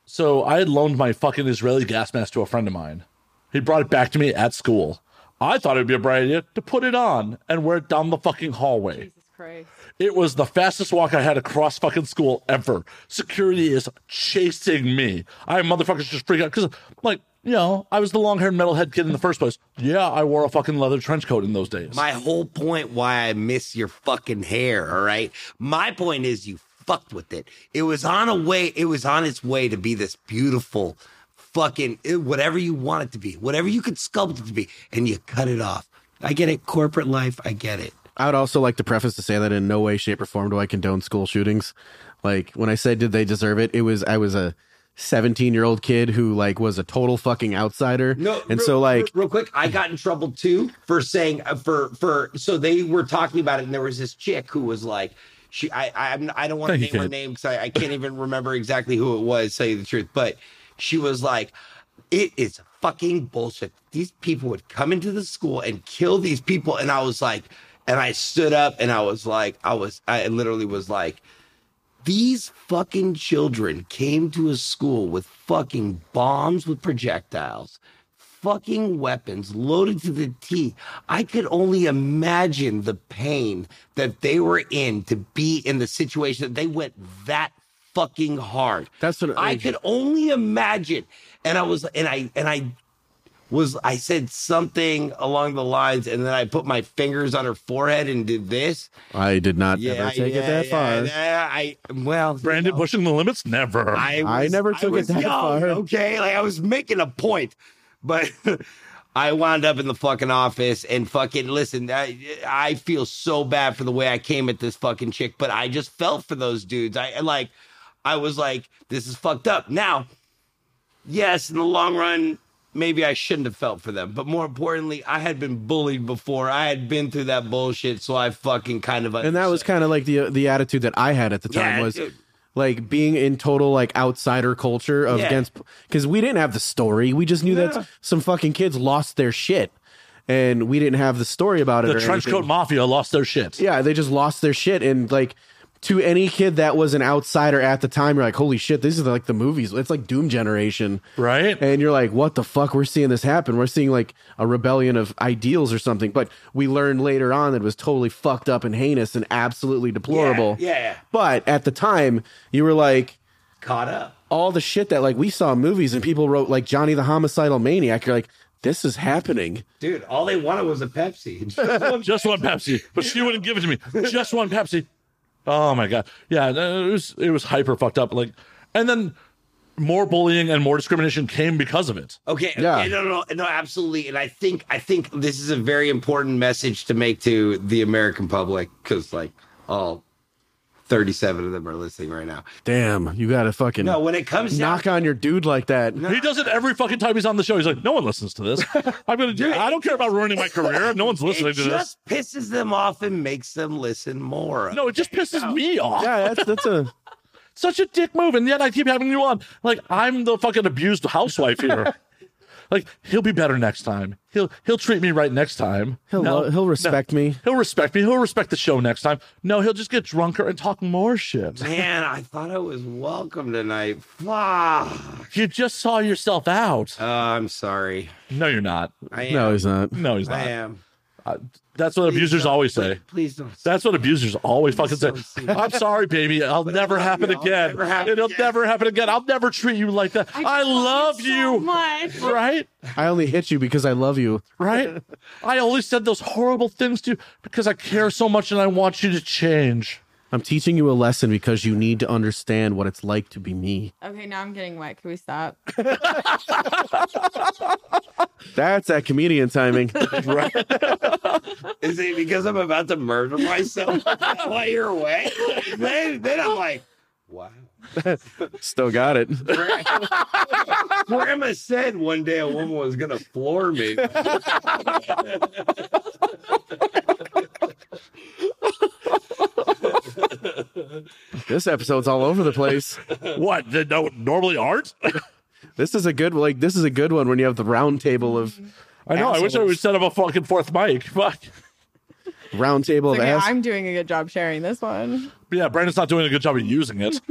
[SPEAKER 1] So I had loaned my fucking Israeli gas mask to a friend of mine. He brought it back to me at school. I thought it would be a bright idea to put it on and wear it down the fucking hallway.
[SPEAKER 8] Jesus Christ.
[SPEAKER 1] It was the fastest walk I had across fucking school ever. Security is chasing me. I had motherfuckers just freak out because, like, you know, I was the long haired metalhead kid in the first place. Yeah, I wore a fucking leather trench coat in those days.
[SPEAKER 6] My whole point why I miss your fucking hair, all right? My point is you fucked with it. It was on a way, it was on its way to be this beautiful fucking it- whatever you want it to be, whatever you could sculpt it to be, and you cut it off. I get it, corporate life, I get it.
[SPEAKER 5] I would also like to preface to say that in no way, shape, or form do I condone school shootings. Like when I said did they deserve it, it was I was a 17 year old kid who like was a total fucking outsider.
[SPEAKER 6] No,
[SPEAKER 5] and
[SPEAKER 6] real-
[SPEAKER 5] so like
[SPEAKER 6] real, real quick, I got in trouble too for saying uh, for for so they were talking about it, and there was this chick who was like, she I I, I'm, I don't want to
[SPEAKER 1] Thank you,
[SPEAKER 6] name her
[SPEAKER 1] Kate.
[SPEAKER 6] name because I, I can't even remember exactly who it was. Tell you the truth, but she was like, it is fucking bullshit. These people would come into the school and kill these people, and I was like, and I stood up and I was like, I was I literally was like these fucking children came to a school with fucking bombs with projectiles, fucking weapons loaded to the teeth. I could only imagine the pain that they were in to be in the situation that they went that fucking hard.
[SPEAKER 5] That's what-
[SPEAKER 6] I could only imagine. And I was and I and I was I said something along the lines and then I put my fingers on her forehead and did this.
[SPEAKER 5] I did not ever take it
[SPEAKER 6] yeah,
[SPEAKER 5] that
[SPEAKER 6] yeah,
[SPEAKER 5] far.
[SPEAKER 6] yeah, I well you
[SPEAKER 1] Brandon
[SPEAKER 6] know.
[SPEAKER 1] pushing the limits? Never.
[SPEAKER 6] I,
[SPEAKER 5] I
[SPEAKER 6] was-
[SPEAKER 5] never took it
[SPEAKER 6] was
[SPEAKER 5] that
[SPEAKER 6] young,
[SPEAKER 5] far.
[SPEAKER 6] Okay, like I was making a point, but I wound up in the fucking office and fucking listen. I I feel so bad for the way I came at this fucking chick, but I just felt for those dudes. I like, I was like, this is fucked up. Now, yes, in the long run. Maybe I shouldn't have felt for them, but more importantly, I had been bullied before. I had been through that bullshit, so I fucking kind of
[SPEAKER 5] and that was kind of like the the attitude that I had at the time
[SPEAKER 6] Yeah,
[SPEAKER 5] was
[SPEAKER 6] dude.
[SPEAKER 5] like being in total like outsider culture of
[SPEAKER 6] Yeah.
[SPEAKER 5] against because we didn't have the story. We just knew that some fucking kids lost their shit, and we didn't have the story about it.
[SPEAKER 1] the
[SPEAKER 5] or
[SPEAKER 1] trench
[SPEAKER 5] anything.
[SPEAKER 1] coat mafia lost their shit.
[SPEAKER 5] Yeah, they just lost their shit and like to any kid that was an outsider at the time, you're like, holy shit, these are like the movies. It's like Doom Generation.
[SPEAKER 1] Right.
[SPEAKER 5] And you're like, what the fuck? We're seeing this happen. We're seeing like a rebellion of ideals or something. But we learned later on that it was totally fucked up and heinous and absolutely deplorable.
[SPEAKER 6] Yeah, yeah.
[SPEAKER 5] But at the time, you were like,
[SPEAKER 6] Caught up.
[SPEAKER 5] all the shit that like we saw in movies and people wrote like Johnny the Homicidal Maniac. You're like, this is happening.
[SPEAKER 6] Dude, all they wanted was a Pepsi.
[SPEAKER 1] just one Pepsi, but she wouldn't give it to me. Just one Pepsi. Oh my god, yeah, no, it was it was hyper fucked up. Like, and then more bullying and more discrimination came because of it.
[SPEAKER 6] Okay.
[SPEAKER 5] Yeah.
[SPEAKER 6] okay, No, no, no, no, absolutely. And I think I think this is a very important message to make to the American public because like all 37 of them are listening right now.
[SPEAKER 5] Damn, you gotta fucking
[SPEAKER 6] No, when it comes down,
[SPEAKER 5] knock on your dude like that.
[SPEAKER 1] He does it every fucking time he's on the show. He's like, no one listens to this. I'm gonna do. I don't care about ruining my career. No one's listening
[SPEAKER 6] it
[SPEAKER 1] to this.
[SPEAKER 6] just pisses them off and makes them listen more.
[SPEAKER 1] No, it just pisses me off.
[SPEAKER 5] Yeah, that's that's a
[SPEAKER 1] Such a dick move, and yet I keep having you on. Like I'm the fucking abused housewife here. like he'll be better next time. He'll he'll treat me right next time.
[SPEAKER 5] he'll
[SPEAKER 1] No,
[SPEAKER 5] lo- he'll respect me.
[SPEAKER 1] He'll respect me. He'll respect the show next time. No, he'll just get drunker and talk more shit.
[SPEAKER 6] Man, I thought I was welcome tonight. Fuck.
[SPEAKER 1] You just saw yourself out.
[SPEAKER 6] Oh, I'm sorry.
[SPEAKER 1] No, you're not.
[SPEAKER 6] I am.
[SPEAKER 5] No, he's not.
[SPEAKER 1] No, he's
[SPEAKER 6] I
[SPEAKER 1] not.
[SPEAKER 6] am.
[SPEAKER 1] That's what abusers always say.
[SPEAKER 6] Please don't.
[SPEAKER 1] That's what abusers always fucking say. I'm sorry, baby. It'll never happen
[SPEAKER 6] you. I'll
[SPEAKER 1] again.
[SPEAKER 6] never happen
[SPEAKER 1] It'll
[SPEAKER 6] again."
[SPEAKER 1] never happen again. I'll never treat you like that. I, love
[SPEAKER 7] so
[SPEAKER 1] you.
[SPEAKER 7] much.
[SPEAKER 1] Right?
[SPEAKER 5] I only hit you because I love you.
[SPEAKER 1] Right? I always said those horrible things to you because I care so much and I want you to change.
[SPEAKER 5] I'm teaching you a lesson because you need to understand what it's like to be me.
[SPEAKER 8] Okay, now I'm getting wet. Can we stop?
[SPEAKER 5] That's that comedian timing.
[SPEAKER 6] Is it because I'm about to murder myself while you're away? Then, then I'm like, wow.
[SPEAKER 5] Still got it.
[SPEAKER 6] Grandma said one day a woman was going to floor me.
[SPEAKER 5] This episode's all over the place.
[SPEAKER 1] What? They no, normally aren't?
[SPEAKER 5] This is a good like this is a good one when you have the round table of
[SPEAKER 1] I know. I wish I
[SPEAKER 5] Assholes.
[SPEAKER 1] would set up a fucking fourth mic. Fuck.
[SPEAKER 5] round table of
[SPEAKER 8] Okay,
[SPEAKER 5] ass.
[SPEAKER 8] I'm doing a good job sharing this one.
[SPEAKER 1] Yeah, Brandon's not doing a good job of using it.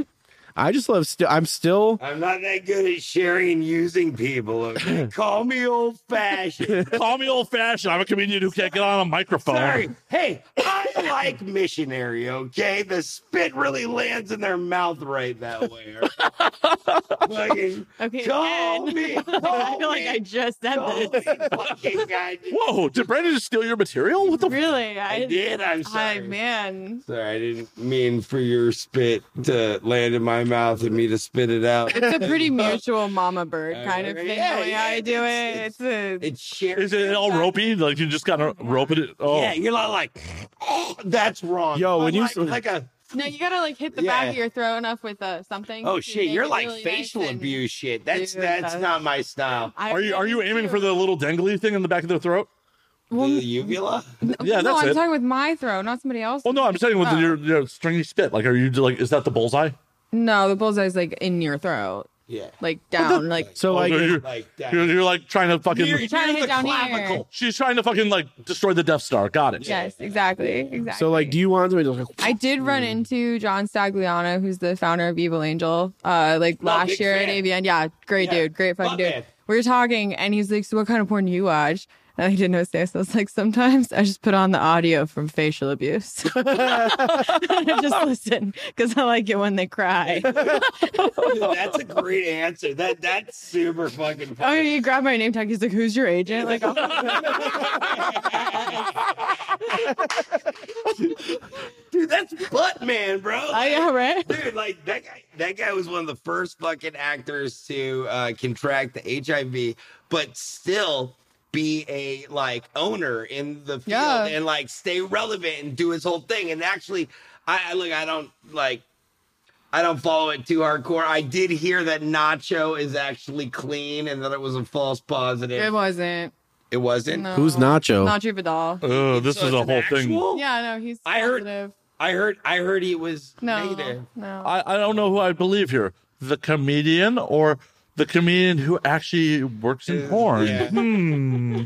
[SPEAKER 5] I just love still I'm still
[SPEAKER 6] I'm not that good at sharing and using people. Okay? Call me old fashioned.
[SPEAKER 1] Call me old fashioned. I'm a comedian who can't get on a microphone.
[SPEAKER 6] Sorry. Hey, I like missionary, okay? The spit really lands in their mouth right that way. all right? Fucking
[SPEAKER 8] Okay,
[SPEAKER 6] call
[SPEAKER 8] again.
[SPEAKER 6] me.
[SPEAKER 8] I feel like I just said
[SPEAKER 6] Call
[SPEAKER 8] this.
[SPEAKER 6] me fucking goddamn-
[SPEAKER 1] Whoa, did Brandon just steal your material? What the f-
[SPEAKER 8] Really, I,
[SPEAKER 6] I did. I'm sorry.
[SPEAKER 8] I man.
[SPEAKER 6] Sorry, I didn't mean for your spit to land in my mouth and me to spit it out.
[SPEAKER 8] It's a pretty mutual mama bird kind of
[SPEAKER 6] Alright,
[SPEAKER 8] thing.
[SPEAKER 6] yeah,
[SPEAKER 8] the way
[SPEAKER 6] yeah,
[SPEAKER 8] I do it.
[SPEAKER 6] it's-
[SPEAKER 8] It's, a.
[SPEAKER 6] It's sharing.
[SPEAKER 1] Is it all ropey? Like you just gotta rope it? Oh,
[SPEAKER 6] Yeah, you're not like, oh, that's wrong.
[SPEAKER 5] Yo,
[SPEAKER 6] But
[SPEAKER 5] when you-
[SPEAKER 6] like, like a
[SPEAKER 8] no, you gotta like hit the
[SPEAKER 6] Yeah.
[SPEAKER 8] back of your throat enough with uh, something.
[SPEAKER 6] oh
[SPEAKER 8] to
[SPEAKER 6] shit,
[SPEAKER 8] make
[SPEAKER 6] you're
[SPEAKER 8] it
[SPEAKER 6] like
[SPEAKER 8] really nice
[SPEAKER 6] facial
[SPEAKER 8] and-
[SPEAKER 6] abuse shit. That's
[SPEAKER 8] Dude,
[SPEAKER 6] that's
[SPEAKER 8] that's-
[SPEAKER 6] not my style.
[SPEAKER 8] I
[SPEAKER 1] are you are you
[SPEAKER 8] really
[SPEAKER 1] aiming
[SPEAKER 8] do.
[SPEAKER 1] for the little dangly thing in the back of their throat?
[SPEAKER 8] Well,
[SPEAKER 6] the uvula.
[SPEAKER 1] Yeah,
[SPEAKER 8] no,
[SPEAKER 1] that's
[SPEAKER 8] I'm
[SPEAKER 1] it.
[SPEAKER 8] talking with my throat, not somebody else.
[SPEAKER 1] Well, no, I'm saying with
[SPEAKER 8] Oh.
[SPEAKER 1] your, your stringy spit. Like, are you like, is that the bullseye?
[SPEAKER 8] No, the bullseye's like in your throat,
[SPEAKER 6] Yeah,
[SPEAKER 8] like down, like
[SPEAKER 5] so
[SPEAKER 1] Oh,
[SPEAKER 5] like
[SPEAKER 1] you're,
[SPEAKER 6] like that.
[SPEAKER 1] you're, you're, like trying to fucking.
[SPEAKER 6] Near-
[SPEAKER 8] trying to
[SPEAKER 6] near
[SPEAKER 8] hit
[SPEAKER 6] the
[SPEAKER 8] down here.
[SPEAKER 6] clavicle.
[SPEAKER 1] she's trying to fucking like destroy the Death Star. Got it.
[SPEAKER 8] yes, exactly, exactly.
[SPEAKER 5] so like do you want me to like
[SPEAKER 8] I did
[SPEAKER 6] Hmm.
[SPEAKER 8] run into John Stagliano, who's the founder of Evil Angel, uh, like last
[SPEAKER 6] big
[SPEAKER 8] year
[SPEAKER 6] fan.
[SPEAKER 8] at AVN. Yeah, great
[SPEAKER 6] Yeah,
[SPEAKER 8] dude, great fucking
[SPEAKER 6] love
[SPEAKER 8] dude.
[SPEAKER 6] that.
[SPEAKER 8] We were talking, and he's like, "So what kind of porn do you watch?" And I didn't know this, so I was like, "Sometimes I just put on the audio from facial abuse, and I just listen because I like it when they cry."
[SPEAKER 6] that's a great answer. That that's super fucking.
[SPEAKER 8] Oh,
[SPEAKER 6] Funny.
[SPEAKER 8] he grabbed my name tag. He's like, "Who's your agent?" Like, I'm-
[SPEAKER 6] Dude, that's butt man, bro.
[SPEAKER 8] oh yeah, right.
[SPEAKER 6] Dude, like that guy, that guy was one of the first fucking actors to uh, contract the HIV, but still be a like owner in the field
[SPEAKER 8] Yeah.
[SPEAKER 6] and like stay relevant and do his whole thing. And actually, I, I look, I don't like, I don't follow it too hardcore. I did hear that Nacho is actually clean and that it was a false positive.
[SPEAKER 8] It wasn't.
[SPEAKER 6] It wasn't.
[SPEAKER 8] No.
[SPEAKER 5] who's Nacho?
[SPEAKER 8] Nacho Vidal.
[SPEAKER 1] Oh, this
[SPEAKER 6] So
[SPEAKER 1] is
[SPEAKER 6] it's
[SPEAKER 1] a
[SPEAKER 6] an
[SPEAKER 1] whole thing.
[SPEAKER 6] actual?
[SPEAKER 8] Yeah, no, he's
[SPEAKER 6] I heard-
[SPEAKER 8] positive.
[SPEAKER 6] I heard. I heard he was
[SPEAKER 8] No,
[SPEAKER 6] negative.
[SPEAKER 8] no.
[SPEAKER 1] I, I don't know who I believe here. The comedian or the comedian who actually works in porn.
[SPEAKER 6] Yeah.
[SPEAKER 1] Hmm.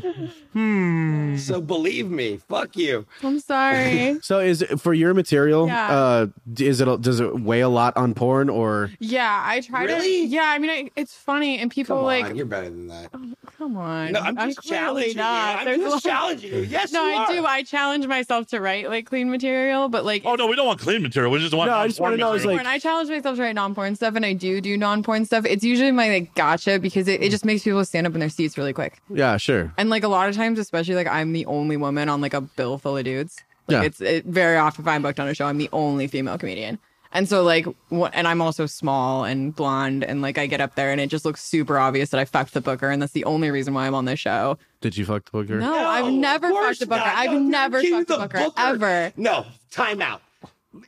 [SPEAKER 1] Hmm.
[SPEAKER 6] so believe me. Fuck you.
[SPEAKER 8] I'm sorry.
[SPEAKER 5] So is for your material,
[SPEAKER 8] Yeah.
[SPEAKER 5] uh, d- is it does it weigh a lot on porn or
[SPEAKER 8] Yeah, I try
[SPEAKER 6] Really?
[SPEAKER 8] to. Yeah, I mean, I, it's funny, and people
[SPEAKER 6] Come
[SPEAKER 8] like,
[SPEAKER 6] on, you're better than that.
[SPEAKER 8] come on.
[SPEAKER 6] No, I'm just
[SPEAKER 8] clearly
[SPEAKER 6] challenging you. I'm
[SPEAKER 8] There's a
[SPEAKER 6] just
[SPEAKER 8] lot-
[SPEAKER 6] challenging you. Yes,
[SPEAKER 8] No,
[SPEAKER 6] you
[SPEAKER 8] I
[SPEAKER 6] are.
[SPEAKER 8] do. I challenge myself to write like clean material, but like
[SPEAKER 1] Oh no, we don't want clean material. We just want.
[SPEAKER 5] No, I just
[SPEAKER 1] porn
[SPEAKER 5] wanna know, it's
[SPEAKER 1] material.
[SPEAKER 5] like-
[SPEAKER 8] porn. I challenge myself to write non-porn stuff, and I do do non-porn stuff. It's usually my like gotcha because it, it just makes people stand up in their seats really quick.
[SPEAKER 5] yeah, sure.
[SPEAKER 8] And like a lot of times, especially like I'm the only woman on like a bill full of dudes. Like
[SPEAKER 5] Yeah.
[SPEAKER 8] it's it, very often if I'm booked on a show, I'm the only female comedian. And so like, wh- and I'm also small and blonde, and like I get up there and it just looks super obvious that I fucked the booker, and that's the only reason why I'm on this show.
[SPEAKER 5] Did you fuck the booker?
[SPEAKER 8] No,
[SPEAKER 6] No,
[SPEAKER 8] I've never
[SPEAKER 6] of course
[SPEAKER 8] fucked the booker.
[SPEAKER 6] not.
[SPEAKER 8] I've
[SPEAKER 6] No, you're
[SPEAKER 8] never
[SPEAKER 6] kidding.
[SPEAKER 8] fucked the booker, ever.
[SPEAKER 6] No, time out.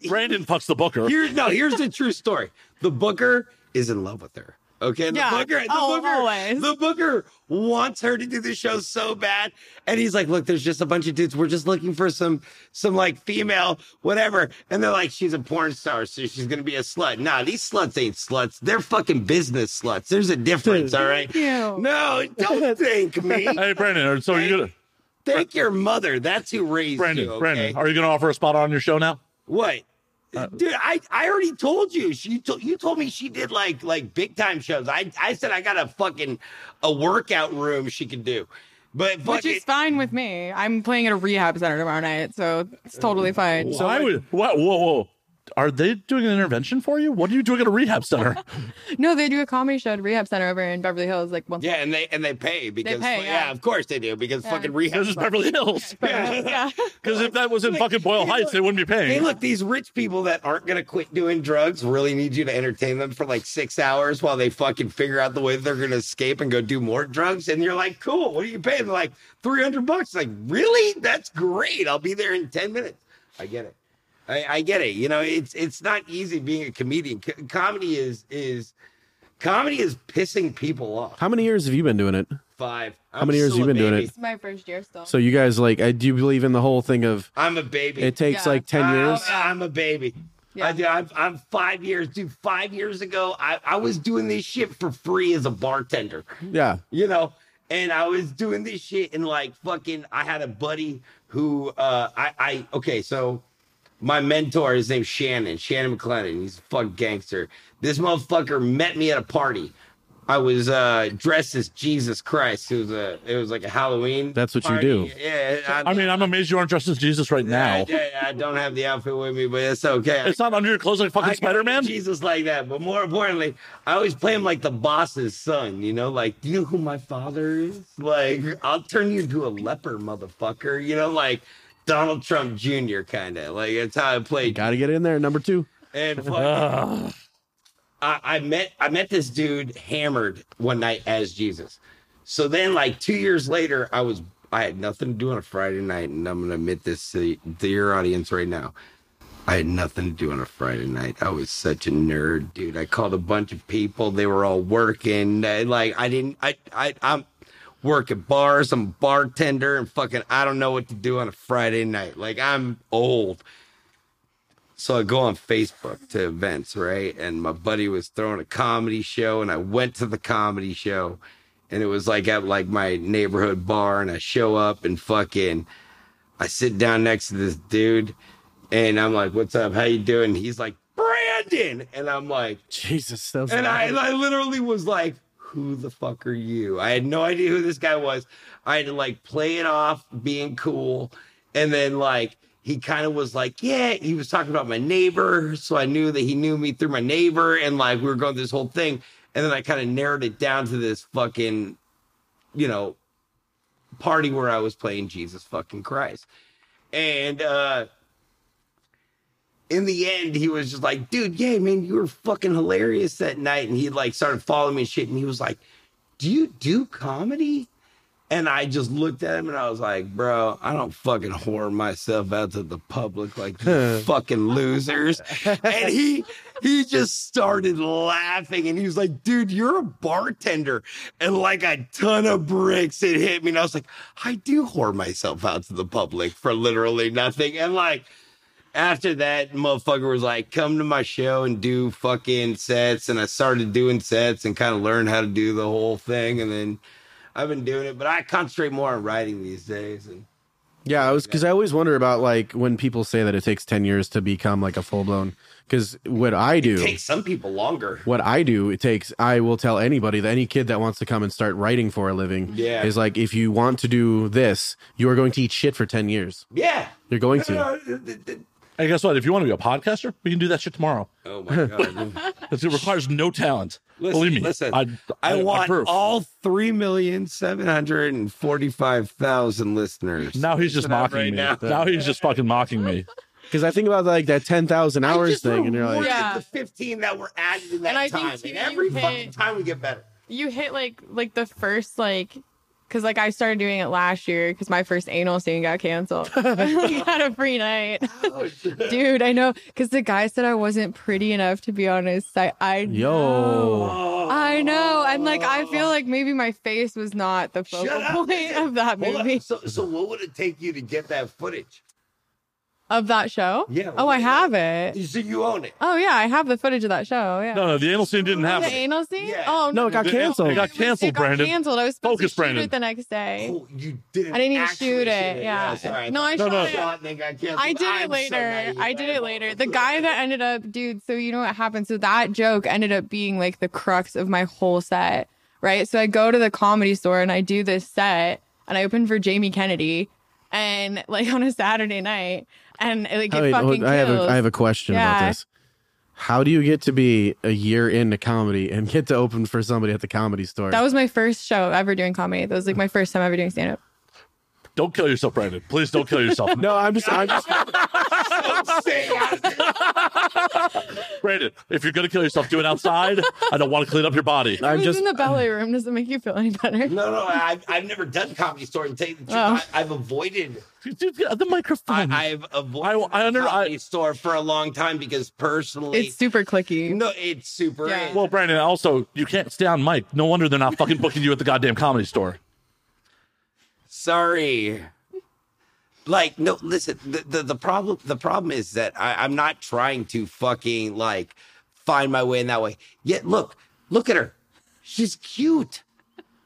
[SPEAKER 1] Brandon fucks the booker.
[SPEAKER 6] Here, no, here's the true story. The booker is in love with her. Okay, the
[SPEAKER 8] Yeah.
[SPEAKER 6] booker, the
[SPEAKER 8] Oh,
[SPEAKER 6] booker,
[SPEAKER 8] always.
[SPEAKER 6] the booker wants her to do the show so bad, and he's like, "Look, there's just a bunch of dudes. We're just looking for some, some like female, whatever." And they're like, "She's a porn star, so she's gonna be a slut." Nah, these sluts ain't sluts. They're fucking business sluts. There's a difference, all right?
[SPEAKER 8] you.
[SPEAKER 6] No, don't thank me.
[SPEAKER 1] Hey Brandon, are- so are you gonna
[SPEAKER 6] thank your mother. That's who raised
[SPEAKER 1] Brandon,
[SPEAKER 6] you. Okay?
[SPEAKER 1] Brandon, are you gonna offer a spot on your show now?
[SPEAKER 6] What? Dude, I, I already told you. She told you told me she did like like big time shows. I I said I got a fucking a workout room she could do. But
[SPEAKER 8] Which
[SPEAKER 6] fucking-
[SPEAKER 8] is fine with me. I'm playing at a rehab center tomorrow night, so it's totally fine.
[SPEAKER 1] So I would. What? Whoa, whoa. Are they doing an intervention for you? What are you doing at a rehab center?
[SPEAKER 8] No, they do a comedy show at a rehab center over in Beverly Hills, like once.
[SPEAKER 6] yeah, and they and they pay because
[SPEAKER 8] pay,
[SPEAKER 6] fu- yeah.
[SPEAKER 8] yeah.
[SPEAKER 6] of course they do because fucking
[SPEAKER 1] this
[SPEAKER 6] rehab.
[SPEAKER 1] is Beverly Hills.
[SPEAKER 8] Yeah.
[SPEAKER 1] Because if that was in fucking Boyle Heights, they wouldn't be
[SPEAKER 6] Hey,
[SPEAKER 1] paying.
[SPEAKER 6] look, these rich people that aren't gonna quit doing drugs really need you to entertain them for like six hours while they fucking figure out the way they're gonna escape and go do more drugs. And you're like, cool, what are you paying? They're like three hundred bucks. Like, really? That's great. I'll be there in ten minutes. I get it. I, I get it. You know, it's it's not easy being a comedian. C- comedy is is comedy is pissing people off.
[SPEAKER 5] How many years have you been doing it?
[SPEAKER 6] Five. I'm
[SPEAKER 5] many years
[SPEAKER 6] still
[SPEAKER 5] you
[SPEAKER 6] a
[SPEAKER 5] been doing
[SPEAKER 6] baby.
[SPEAKER 5] it?
[SPEAKER 8] It's my first year still.
[SPEAKER 5] So you guys like I do you believe in the whole thing of
[SPEAKER 6] I'm a baby.
[SPEAKER 5] it takes
[SPEAKER 8] Yeah.
[SPEAKER 5] like 10 years?
[SPEAKER 6] I'm, I'm a baby.
[SPEAKER 8] Yeah.
[SPEAKER 6] I do, I'm, I'm five years, dude. Five years ago, I, I was doing this shit for free as a bartender,
[SPEAKER 5] Yeah.
[SPEAKER 6] you know, and I was doing this shit and like fucking, I had a buddy who, uh, I, I, okay, so my mentor, his name's Shannon, Shannon McLennan. He's a fuck gangster. This motherfucker met me at a party. I was uh, dressed as Jesus Christ. It was a, it was like a Halloween.
[SPEAKER 5] That's what you
[SPEAKER 6] party.
[SPEAKER 5] do.
[SPEAKER 6] Yeah.
[SPEAKER 1] I mean, I'm amazed you aren't dressed as Jesus right now.
[SPEAKER 6] I, I don't have the outfit with me, but it's okay.
[SPEAKER 1] It's not under your clothes like fucking
[SPEAKER 6] I got
[SPEAKER 1] Spider Man.
[SPEAKER 6] Jesus like that. But more importantly, I always play him like the boss's son, you know, like, do you know who my father is? Like, I'll turn you into a leper, motherfucker. You know, like Donald Trump Jr. kind of. Like, that's how I played.
[SPEAKER 5] Got to get in there number 2.
[SPEAKER 6] And fuck, I, I met I met this dude hammered one night as Jesus. So then, like two years later, I was I had nothing to do on a Friday night, and I'm gonna admit this to, to your audience right now. I had nothing to do on a Friday night. I was such a nerd, dude. I called a bunch of people. They were all working. I, like I didn't. I I I'm work at bars. I'm a bartender, and fucking I don't know what to do on a Friday night. Like I'm old. So I go on Facebook to events, right? And my buddy was throwing a comedy show, and I went to the comedy show, and it was like at like my neighborhood bar, and I show up and fucking, I sit down next to this dude, and I'm like, "What's up? How you doing?" He's like, "Brandon," and I'm like,
[SPEAKER 5] Jesus, that was
[SPEAKER 6] and I,
[SPEAKER 5] loud.
[SPEAKER 6] and I literally was like, who the fuck are you? I had no idea who this guy was. I had to like play it off being cool. And then like he kind of was like, yeah, he was talking about my neighbor. So I knew that he knew me through my neighbor. And like we were going through this whole thing. And then I kind of narrowed it down to this fucking, you know, party where I was playing Jesus fucking Christ. And uh in the end, he was just like, dude, yeah, man, you were fucking hilarious that night. And he like started following me and shit. And he was like, Do you do comedy? And I just looked at him and I was like, bro, I don't fucking whore myself out to the public like you fucking losers. And he he just started laughing and he was like, dude, you're a bartender. And like a ton of bricks it hit me. And I was like, I do whore myself out to the public for literally nothing. And like after that, motherfucker was like, come to my show and do fucking sets. And I started doing sets and kind of learned how to do the whole thing. And then I've been doing it, but I concentrate more on writing these days. And
[SPEAKER 5] Yeah, I was because I always wonder about like when people say that it takes ten years to become like a full blown. Because what I do,
[SPEAKER 6] Takes some people longer.
[SPEAKER 5] what I do, it takes. I will tell anybody that any kid that wants to come and start writing for a living
[SPEAKER 6] Yeah.
[SPEAKER 5] is like, if you want to do this, you are going to eat shit for ten years.
[SPEAKER 6] Yeah.
[SPEAKER 5] You're going to.
[SPEAKER 1] Hey, guess what? If you want to be a podcaster, we can do that shit tomorrow.
[SPEAKER 6] Oh my god.
[SPEAKER 1] Because it requires no talent.
[SPEAKER 6] Listen,
[SPEAKER 1] Believe me.
[SPEAKER 6] listen.
[SPEAKER 1] I,
[SPEAKER 6] I want
[SPEAKER 1] approve.
[SPEAKER 6] all three million seven hundred and forty-five thousand listeners.
[SPEAKER 1] Now he's just mocking me. Now. he's just fucking mocking me.
[SPEAKER 5] Because I think about like that ten thousand
[SPEAKER 6] I
[SPEAKER 5] hours
[SPEAKER 6] just
[SPEAKER 5] thing, and you're like,
[SPEAKER 6] rewarded
[SPEAKER 8] Yeah.
[SPEAKER 6] the fifteen that were added in that
[SPEAKER 8] And I think,
[SPEAKER 6] time.
[SPEAKER 8] too,
[SPEAKER 6] and
[SPEAKER 8] you
[SPEAKER 6] every
[SPEAKER 8] hit-
[SPEAKER 6] fucking time we get better.
[SPEAKER 8] you hit like like the first like because like I started doing it last year because my first anal scene got canceled. I had a free night,
[SPEAKER 6] Oh,
[SPEAKER 8] dude. I know because the guy said I wasn't pretty enough to be on his site. I know.
[SPEAKER 5] yo,
[SPEAKER 6] Oh,
[SPEAKER 8] I know. And like I feel like maybe my face was not the focal
[SPEAKER 6] Shut up.
[SPEAKER 8] point of that
[SPEAKER 6] Hold on.
[SPEAKER 8] movie
[SPEAKER 6] So, so what would it take you to get that footage?
[SPEAKER 8] of that show.
[SPEAKER 6] Yeah,
[SPEAKER 8] Oh, I
[SPEAKER 6] yeah.
[SPEAKER 8] have it.
[SPEAKER 6] So you own it.
[SPEAKER 8] Oh yeah, I have the footage of that show. Yeah.
[SPEAKER 1] No, no, the anal scene didn't
[SPEAKER 8] the
[SPEAKER 1] happen.
[SPEAKER 8] anal scene.
[SPEAKER 6] Yeah.
[SPEAKER 8] Oh
[SPEAKER 5] no, it got
[SPEAKER 1] The- It
[SPEAKER 5] canceled.
[SPEAKER 1] got canceled,
[SPEAKER 8] it got
[SPEAKER 1] Brandon.
[SPEAKER 8] Canceled. I was supposed
[SPEAKER 1] Focus,
[SPEAKER 8] to shoot
[SPEAKER 1] Brandon.
[SPEAKER 8] it the next day.
[SPEAKER 6] Oh, you didn't.
[SPEAKER 8] I didn't even
[SPEAKER 6] actually
[SPEAKER 8] shoot it. Yeah.
[SPEAKER 6] sorry.
[SPEAKER 8] No, I
[SPEAKER 1] No,
[SPEAKER 8] shot
[SPEAKER 1] no.
[SPEAKER 8] it.
[SPEAKER 6] Shot and then got canceled.
[SPEAKER 8] I did it
[SPEAKER 6] I'm so
[SPEAKER 8] later.
[SPEAKER 6] naive.
[SPEAKER 8] I did it later. The guy that ended up, dude, so you know what happened? So that joke ended up being like the crux of my whole set, right? So I go to the comedy store and I do this set and I open for Jamie Kennedy and like on a Saturday night and it, like it
[SPEAKER 5] I mean,
[SPEAKER 8] fucking
[SPEAKER 5] hold- I have a,
[SPEAKER 8] kills.
[SPEAKER 5] I have a question
[SPEAKER 8] Yeah.
[SPEAKER 5] about this. How do you get to be a year into comedy and get to open for somebody at the comedy store?
[SPEAKER 8] that was my first show ever doing comedy. That was like my first time ever doing stand up.
[SPEAKER 1] Don't kill yourself, Brandon. Please don't kill yourself.
[SPEAKER 5] no, I'm just, I'm just,
[SPEAKER 1] Brandon, if you're going to kill yourself, do it outside. I don't want to clean up your body.
[SPEAKER 8] I
[SPEAKER 5] I'm
[SPEAKER 8] was
[SPEAKER 5] just.
[SPEAKER 8] in the ballet room. Does it make you feel any better?
[SPEAKER 6] No, no, I've, I've never done comedy store. And tell you the truth,
[SPEAKER 8] Oh.
[SPEAKER 6] I, I've avoided.
[SPEAKER 1] Dude, get the microphone.
[SPEAKER 6] I, I've avoided
[SPEAKER 1] I under-
[SPEAKER 6] the
[SPEAKER 1] I-
[SPEAKER 6] comedy store for a long time because personally,
[SPEAKER 8] It's super clicky.
[SPEAKER 6] no, it's super.
[SPEAKER 8] Yeah.
[SPEAKER 1] well, Brandon, also, you can't stay on mic. No wonder they're not fucking booking you at the goddamn comedy store.
[SPEAKER 6] sorry. Like, no, listen, the, the, the problem the problem is that I, I'm not trying to fucking like find my way in that way. Yet look, look at her. She's cute.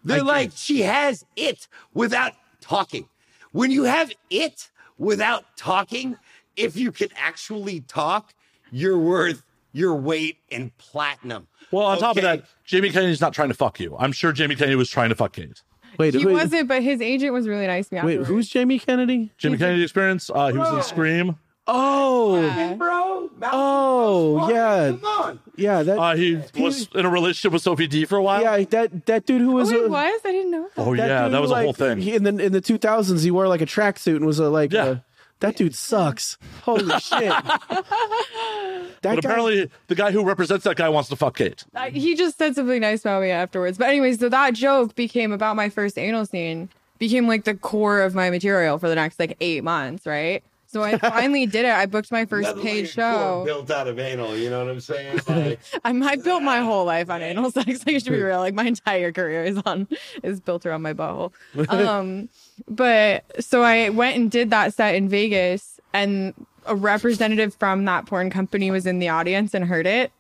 [SPEAKER 6] They're like, she has it without talking. When you have it without talking, if you can actually talk, you're worth your weight in platinum.
[SPEAKER 1] Well, on top of
[SPEAKER 6] Okay?
[SPEAKER 1] that, Jamie Kennedy's not trying to fuck you. I'm sure Jamie Kennedy was trying to fuck Kate.
[SPEAKER 5] Wait,
[SPEAKER 8] He
[SPEAKER 5] wait,
[SPEAKER 8] wasn't, but his agent was really nice to me.
[SPEAKER 5] wait,
[SPEAKER 8] afterwards.
[SPEAKER 5] who's Jamie Kennedy?
[SPEAKER 1] Jamie Kennedy experience. Uh, he was in Scream.
[SPEAKER 5] Oh,
[SPEAKER 8] Yeah.
[SPEAKER 6] bro,
[SPEAKER 5] Oh, yeah.
[SPEAKER 6] come on.
[SPEAKER 5] yeah, that,
[SPEAKER 1] Uh, he was in a relationship with Sophie D for a while.
[SPEAKER 5] yeah, that that dude who was.
[SPEAKER 8] Oh,
[SPEAKER 5] a-
[SPEAKER 8] it was? I didn't know. That.
[SPEAKER 1] Oh
[SPEAKER 5] that
[SPEAKER 1] yeah,
[SPEAKER 5] dude
[SPEAKER 1] that
[SPEAKER 5] who,
[SPEAKER 1] was a whole
[SPEAKER 5] like,
[SPEAKER 1] thing.
[SPEAKER 5] he- in the in the 2000s, he wore like a tracksuit and was a, like,
[SPEAKER 1] Yeah.
[SPEAKER 5] uh, that dude sucks. Holy shit! That guy-
[SPEAKER 1] but apparently, the guy who represents that guy wants to fuck Kate.
[SPEAKER 8] I- he just said something nice about me afterwards. But anyway, so that joke became about my first anal scene, became like the core of my material for the next like eight months, right? So I finally did it. I booked my first
[SPEAKER 6] Another
[SPEAKER 8] paid
[SPEAKER 6] layer of core
[SPEAKER 8] show.
[SPEAKER 6] built out of anal. You know what I'm saying? Like,
[SPEAKER 8] I, I built my whole life on anal sex. Like, to be real, like my entire career is on is built around my butthole. Um, but so I went and did that set in Vegas, and a representative from that porn company was in the audience and heard it,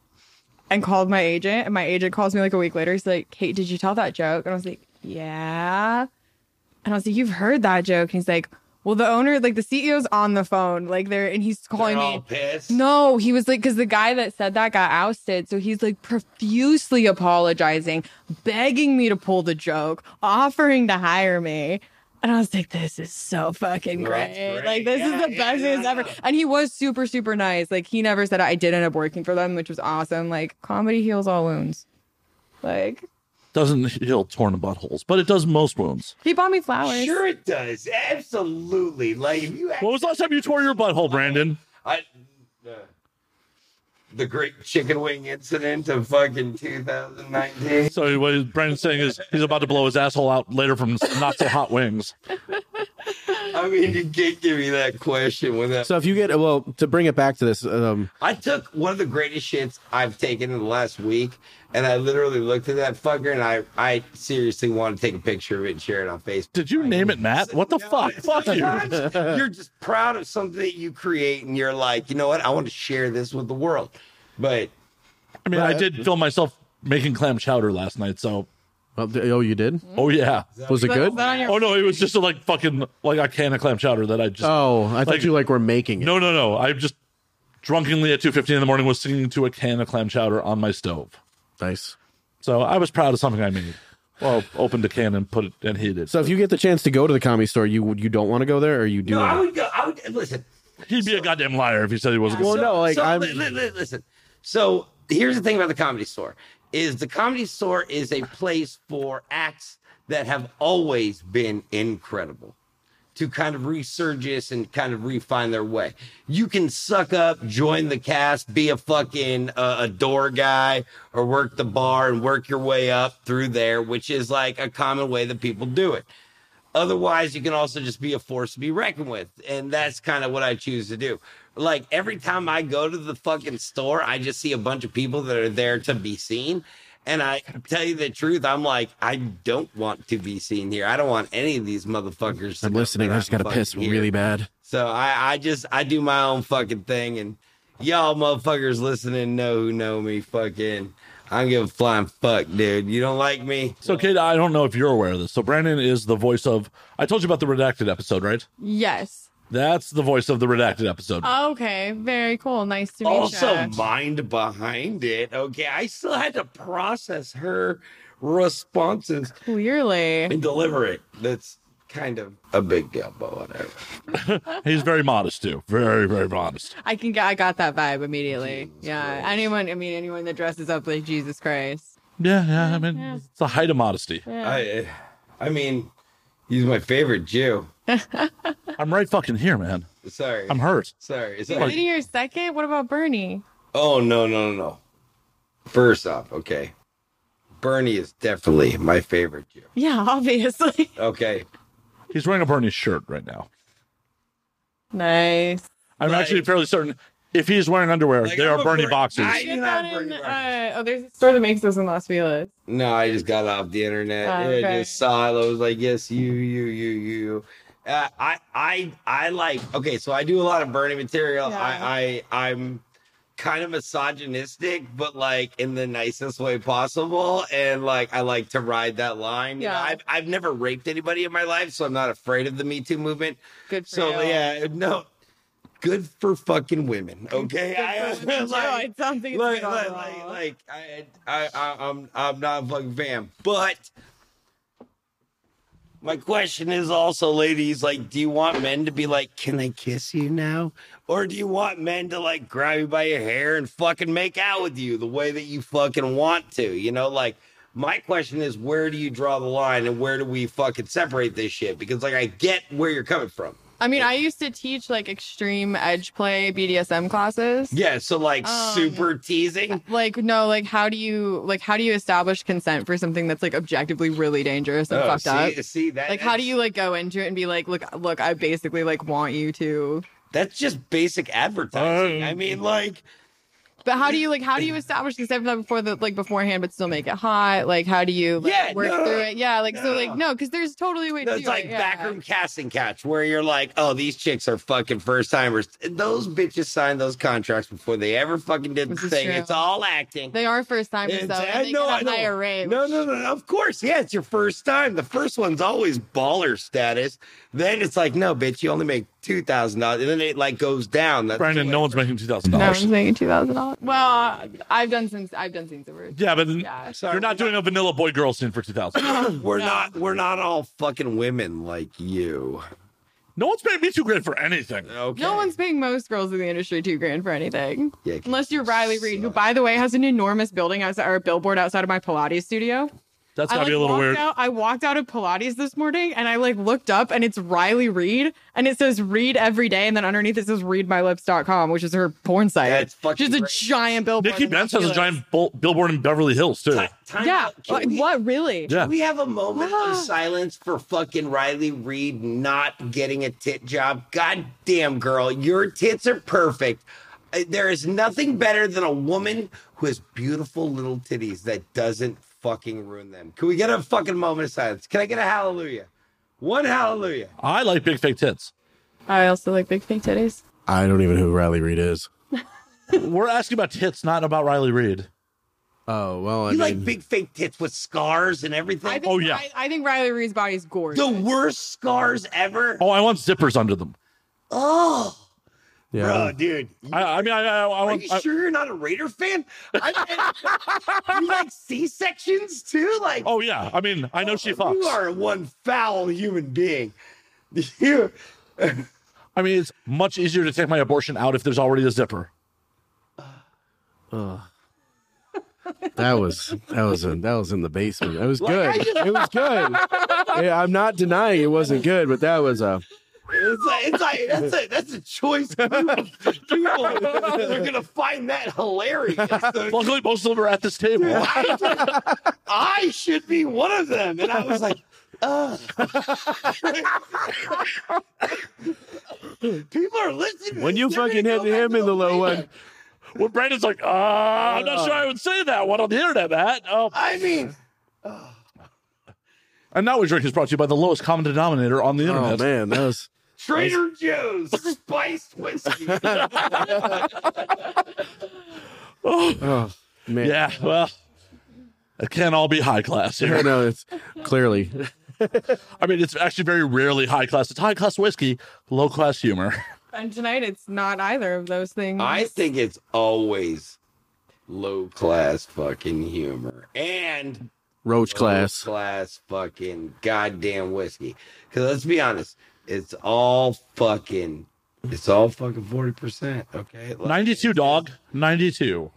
[SPEAKER 8] and called my agent. And my agent calls me like a week later. He's like, Kate, did you tell that joke? And I was like, yeah. And I was like, you've heard that joke. And he's like, well, the owner, like the CEO's on the phone, like they're, and he's calling
[SPEAKER 6] they're
[SPEAKER 8] me.
[SPEAKER 6] all pissed.
[SPEAKER 8] No, he was like, because the guy that said that got ousted. So he's like profusely apologizing, begging me to pull the joke, offering to hire me. And I was like, this is so fucking
[SPEAKER 6] That's
[SPEAKER 8] great.
[SPEAKER 6] great.
[SPEAKER 8] Like, this
[SPEAKER 6] Yeah,
[SPEAKER 8] is the
[SPEAKER 6] yeah,
[SPEAKER 8] best news
[SPEAKER 6] yeah.
[SPEAKER 8] ever. And he was super, super nice. Like, he never said I did end up working for them, which was awesome. Like, comedy heals all wounds. Like,
[SPEAKER 1] Doesn't heal torn buttholes, but it does most wounds.
[SPEAKER 8] he bought me flowers.
[SPEAKER 6] Sure, it does. Absolutely. Like if you, act-
[SPEAKER 1] When was the last time you tore your butthole, Brandon?
[SPEAKER 6] I, the, the great chicken wing incident of fucking 2019.
[SPEAKER 1] So what Brandon's saying is he's about to blow his asshole out later from not so hot wings.
[SPEAKER 6] I mean, you can't give me that question without.
[SPEAKER 5] so if you get well to bring it back to this, um,
[SPEAKER 6] I took one of the greatest shits I've taken in the last week, and I literally looked at that fucker, and I, I seriously want to take a picture of it and share it on Facebook.
[SPEAKER 1] Did you name it Matt? What the fuck? Fuck you.
[SPEAKER 6] Sometimes you're just proud of something that you create, and you're like, you know what? I want to share this with the world. But
[SPEAKER 1] I mean, I did film myself making clam chowder last night, so
[SPEAKER 5] Well, th- oh, you did?
[SPEAKER 1] Oh yeah.
[SPEAKER 5] Was it
[SPEAKER 8] Is that-
[SPEAKER 5] good?
[SPEAKER 8] is that on your-
[SPEAKER 1] Oh no, it was just a, like fucking like a can of clam chowder that I just
[SPEAKER 5] Oh, I thought
[SPEAKER 1] Like-
[SPEAKER 5] you like were making it.
[SPEAKER 1] No, no, no. I just drunkenly at 2:15 in the morning was singing to a can of clam chowder on my stove.
[SPEAKER 5] Nice.
[SPEAKER 1] So I was proud of something I made. Well, opened a can and put it and hid it.
[SPEAKER 5] So if you get the chance to go to the comedy store, you would- you don't want to go there, or you do.
[SPEAKER 6] No, I
[SPEAKER 5] wanna-
[SPEAKER 6] would go. I would listen.
[SPEAKER 1] He'd be a goddamn liar if he said he wasn't.
[SPEAKER 5] well,
[SPEAKER 1] going.
[SPEAKER 5] no, like
[SPEAKER 6] so,
[SPEAKER 5] I'm.
[SPEAKER 6] li- li- li- listen. So here's the thing about the comedy store: is the comedy store is a place for acts that have always been incredible to kind of resurgice and kind of refine their way. You can suck up, join the cast, be a fucking uh, a door guy, or work the bar and work your way up through there, which is like a common way that people do it. Otherwise, you can also just be a force to be reckoned with. And that's kind of what I choose to do. Like every time I go to the fucking store, I just see a bunch of people that are there to be seen. And I tell you the truth, I'm like, I don't want to be seen here. I don't want any of these motherfuckers. to
[SPEAKER 5] I'm
[SPEAKER 6] know
[SPEAKER 5] listening.
[SPEAKER 6] that
[SPEAKER 5] I just
[SPEAKER 6] I'm
[SPEAKER 5] got to piss
[SPEAKER 6] fucking here.
[SPEAKER 5] really bad.
[SPEAKER 6] So I, I just, I do my own fucking thing. And y'all motherfuckers listening know who know me. Fucking, I don't give a flying fuck, dude. You don't like me?
[SPEAKER 1] So Kate, I don't know if you're aware of this. So Brandon is the voice of. I told you about the redacted episode, right?
[SPEAKER 8] Yes.
[SPEAKER 1] That's the voice of the redacted episode.
[SPEAKER 8] Uh-huh. Okay. Very cool. Nice to meet
[SPEAKER 6] also
[SPEAKER 8] you.
[SPEAKER 6] mind behind it. Okay, I still had to process her responses
[SPEAKER 8] Clearly.
[SPEAKER 6] and deliver it. That's kind of a big deal, but whatever.
[SPEAKER 1] He's very modest too. Very, very modest.
[SPEAKER 8] I can get I got that vibe immediately. yeah. Anyone I mean anyone that dresses up like Jesus Christ.
[SPEAKER 1] Yeah, yeah. I mean, it's the height of modesty.
[SPEAKER 6] I, I mean, he's my favorite Jew.
[SPEAKER 1] I'm right fucking here, man.
[SPEAKER 6] Sorry,
[SPEAKER 1] I'm hurt.
[SPEAKER 6] sorry.
[SPEAKER 8] You're
[SPEAKER 6] sorry.
[SPEAKER 8] getting your second? What about Bernie?
[SPEAKER 6] Oh no, no, no, no. First off, okay, Bernie is definitely my favorite Jew.
[SPEAKER 8] Yeah, obviously.
[SPEAKER 6] Okay,
[SPEAKER 1] He's wearing a Bernie shirt right now.
[SPEAKER 8] nice.
[SPEAKER 1] I'm
[SPEAKER 6] Like-
[SPEAKER 1] actually fairly certain if he's wearing underwear,
[SPEAKER 6] Like,
[SPEAKER 1] they
[SPEAKER 6] I'm
[SPEAKER 1] are
[SPEAKER 6] a
[SPEAKER 1] Bernie
[SPEAKER 6] Bernie-
[SPEAKER 1] boxers.
[SPEAKER 6] I-
[SPEAKER 8] Get
[SPEAKER 6] do
[SPEAKER 8] that
[SPEAKER 6] not
[SPEAKER 8] in,
[SPEAKER 6] Bernie
[SPEAKER 8] uh, oh, there's a store that makes those in Las Vegas.
[SPEAKER 6] No, I just got off the internet.
[SPEAKER 8] Oh,
[SPEAKER 6] Yeah, I
[SPEAKER 8] okay.
[SPEAKER 6] just saw it. I was like, yes, you, you, you, you. Uh, I, I, I like. Okay, so I do a lot of burning material.
[SPEAKER 8] Yeah.
[SPEAKER 6] I, I, I'm kind of misogynistic, but like in the nicest way possible. And like, I like to ride that line. You know,
[SPEAKER 8] Yeah.
[SPEAKER 6] I've, I've never raped anybody in my life, so I'm not afraid of the Me Too movement.
[SPEAKER 8] Good for
[SPEAKER 6] So
[SPEAKER 8] you.
[SPEAKER 6] yeah, no, good for fucking women. Okay,
[SPEAKER 8] Good for you.
[SPEAKER 6] like-
[SPEAKER 8] it's something
[SPEAKER 6] like, like, like, like I, I, I, I'm, I'm not a fucking fan. But my question is also, ladies, like, do you want men to be like, "Can I kiss you now?" Or do you want men to like grab you by your hair and fucking make out with you the way that you fucking want to? You know, like. My question is, where do you draw the line and where do we fucking separate this shit? Because, like, I get where you're coming from.
[SPEAKER 8] I mean, I used to teach like extreme edge play BDSM classes.
[SPEAKER 6] Yeah. So, like,
[SPEAKER 8] Um,
[SPEAKER 6] super teasing.
[SPEAKER 8] Like no, like how do you like how do you establish consent for something that's like objectively really dangerous and fucked
[SPEAKER 6] Oh, see,
[SPEAKER 8] up?
[SPEAKER 6] see that?
[SPEAKER 8] Like how do
[SPEAKER 6] that's-
[SPEAKER 8] you like go into it and be like, look, look, I basically like want you to.
[SPEAKER 6] That's just basic advertising. I
[SPEAKER 8] Um,
[SPEAKER 6] mean, like,
[SPEAKER 8] But how do you like how do you establish the stuff before the like beforehand but still make it hot? Like how do you like,
[SPEAKER 6] Yeah,
[SPEAKER 8] work
[SPEAKER 6] no,
[SPEAKER 8] through it? Yeah, like so
[SPEAKER 6] no.
[SPEAKER 8] like no, because there's totally way to
[SPEAKER 6] it's
[SPEAKER 8] do
[SPEAKER 6] like
[SPEAKER 8] it, yeah.
[SPEAKER 6] backroom casting catch where you're like, oh, these chicks are fucking first timers. Those bitches signed those contracts before they ever fucking did
[SPEAKER 8] This
[SPEAKER 6] the
[SPEAKER 8] is
[SPEAKER 6] thing.
[SPEAKER 8] true.
[SPEAKER 6] It's all acting.
[SPEAKER 8] They are first time so
[SPEAKER 6] It's-
[SPEAKER 8] and they get a higher rate.
[SPEAKER 6] No, no, no, no. Of course. Yeah, it's your first time. The first one's always baller status. Then it's like, no, bitch, you only make $2,000. And then it like goes down. That's
[SPEAKER 1] Brandon,
[SPEAKER 6] the way-
[SPEAKER 1] no one's making two thousand
[SPEAKER 8] No, I'm
[SPEAKER 1] dollars.
[SPEAKER 8] just making two thousand dollars. Well, I've done since I've done scenes over.
[SPEAKER 1] Yeah, but
[SPEAKER 8] Yeah.
[SPEAKER 6] Sorry,
[SPEAKER 1] you're not
[SPEAKER 6] we're
[SPEAKER 1] doing a vanilla boy girl scene for two thousand.
[SPEAKER 6] We're not. We're not all fucking women like you.
[SPEAKER 1] no one's paying me too great for anything.
[SPEAKER 6] Okay.
[SPEAKER 8] No one's paying most girls in the industry two grand for anything.
[SPEAKER 6] Yeah,
[SPEAKER 8] Unless you're Riley Reed, who, by the way, has an enormous building outside or a billboard outside of my Pilates studio.
[SPEAKER 1] That's
[SPEAKER 8] I
[SPEAKER 1] gotta
[SPEAKER 8] like,
[SPEAKER 1] be a little
[SPEAKER 8] walked
[SPEAKER 1] weird.
[SPEAKER 8] Out, I walked out of Pilates this morning and I like looked up and it's Riley Reed and it says read every day. And then underneath it says readmylips.com, which is her porn site.
[SPEAKER 6] Yeah, it's fucking
[SPEAKER 8] She's a
[SPEAKER 6] great.
[SPEAKER 8] giant billboard.
[SPEAKER 1] Nikki
[SPEAKER 8] in
[SPEAKER 1] Benz has a
[SPEAKER 8] Los
[SPEAKER 1] giant bull- billboard in Beverly Hills too.
[SPEAKER 8] Angeles.
[SPEAKER 6] Time
[SPEAKER 8] Yeah.
[SPEAKER 6] out. Can
[SPEAKER 8] Like,
[SPEAKER 6] we-
[SPEAKER 8] what really?
[SPEAKER 1] Yeah.
[SPEAKER 6] Can we have a moment of
[SPEAKER 8] Ah.
[SPEAKER 6] silence for fucking Riley Reed not getting a tit job? God damn, girl, your tits are perfect. Uh, There is nothing better than a woman who has beautiful little titties that doesn't fucking ruin them. Can we get a fucking moment of silence? Can I get a hallelujah? One hallelujah.
[SPEAKER 1] I like big fake tits.
[SPEAKER 8] I also like big fake titties.
[SPEAKER 5] I don't even know who Riley Reed is.
[SPEAKER 1] We're asking about tits, not about Riley Reed.
[SPEAKER 5] Oh well, I
[SPEAKER 6] You
[SPEAKER 5] mean,
[SPEAKER 6] like big fake tits with scars and
[SPEAKER 8] I
[SPEAKER 6] everything.
[SPEAKER 8] think,
[SPEAKER 1] Oh, yeah.
[SPEAKER 8] Ri- I, think Riley Reed's body's gorgeous.
[SPEAKER 6] the worst scars ever.
[SPEAKER 1] Oh, I want zippers under them.
[SPEAKER 6] Oh,
[SPEAKER 5] yeah.
[SPEAKER 6] bro, dude.
[SPEAKER 1] I, I mean, I, I, I
[SPEAKER 6] Are
[SPEAKER 5] Um,
[SPEAKER 1] want.
[SPEAKER 6] you
[SPEAKER 1] I-
[SPEAKER 6] sure you're not a Raider fan? I, you like C sections too? Like,
[SPEAKER 1] oh yeah, I mean, I know she fucks.
[SPEAKER 6] you are one foul human being. You,
[SPEAKER 1] I mean, it's much easier to take my abortion out if there's already a zipper.
[SPEAKER 5] That was that was in that was in the basement. That was
[SPEAKER 6] Like,
[SPEAKER 5] good. It was good. Yeah, I'm not denying it wasn't good, but that was a
[SPEAKER 6] it's like, it's like that's a that's a choice. group of People, they're gonna find that hilarious. So
[SPEAKER 1] Luckily, most of them are at this table.
[SPEAKER 6] I, I should be one of them, and I was like, Ugh. people are listening. to
[SPEAKER 5] when
[SPEAKER 6] this,
[SPEAKER 5] you
[SPEAKER 6] they're gonna
[SPEAKER 5] fucking
[SPEAKER 6] go
[SPEAKER 5] hit
[SPEAKER 6] back
[SPEAKER 5] him
[SPEAKER 6] to
[SPEAKER 5] in the low
[SPEAKER 6] Raider.
[SPEAKER 5] one.
[SPEAKER 1] Well, Brandon's like, ah, I'm not sure I would say that one on the internet, Matt. Oh.
[SPEAKER 6] I mean,
[SPEAKER 1] And now we drink is brought to you by the lowest common denominator on the
[SPEAKER 5] Oh
[SPEAKER 1] internet.
[SPEAKER 5] man, that was
[SPEAKER 6] Trader Joe's spiced whiskey.
[SPEAKER 5] oh man.
[SPEAKER 1] Yeah, well, it can't all be high class
[SPEAKER 5] I
[SPEAKER 1] here.
[SPEAKER 5] know it's clearly
[SPEAKER 1] I mean, it's actually very rarely high class. It's high class whiskey, low class humor.
[SPEAKER 8] And tonight it's not either of those things.
[SPEAKER 6] I think it's always low class fucking humor and
[SPEAKER 5] roach class.
[SPEAKER 6] class fucking goddamn whiskey. Because let's be honest, it's all fucking, it's all fucking forty percent. Okay, Like,
[SPEAKER 1] 92 dog, 92.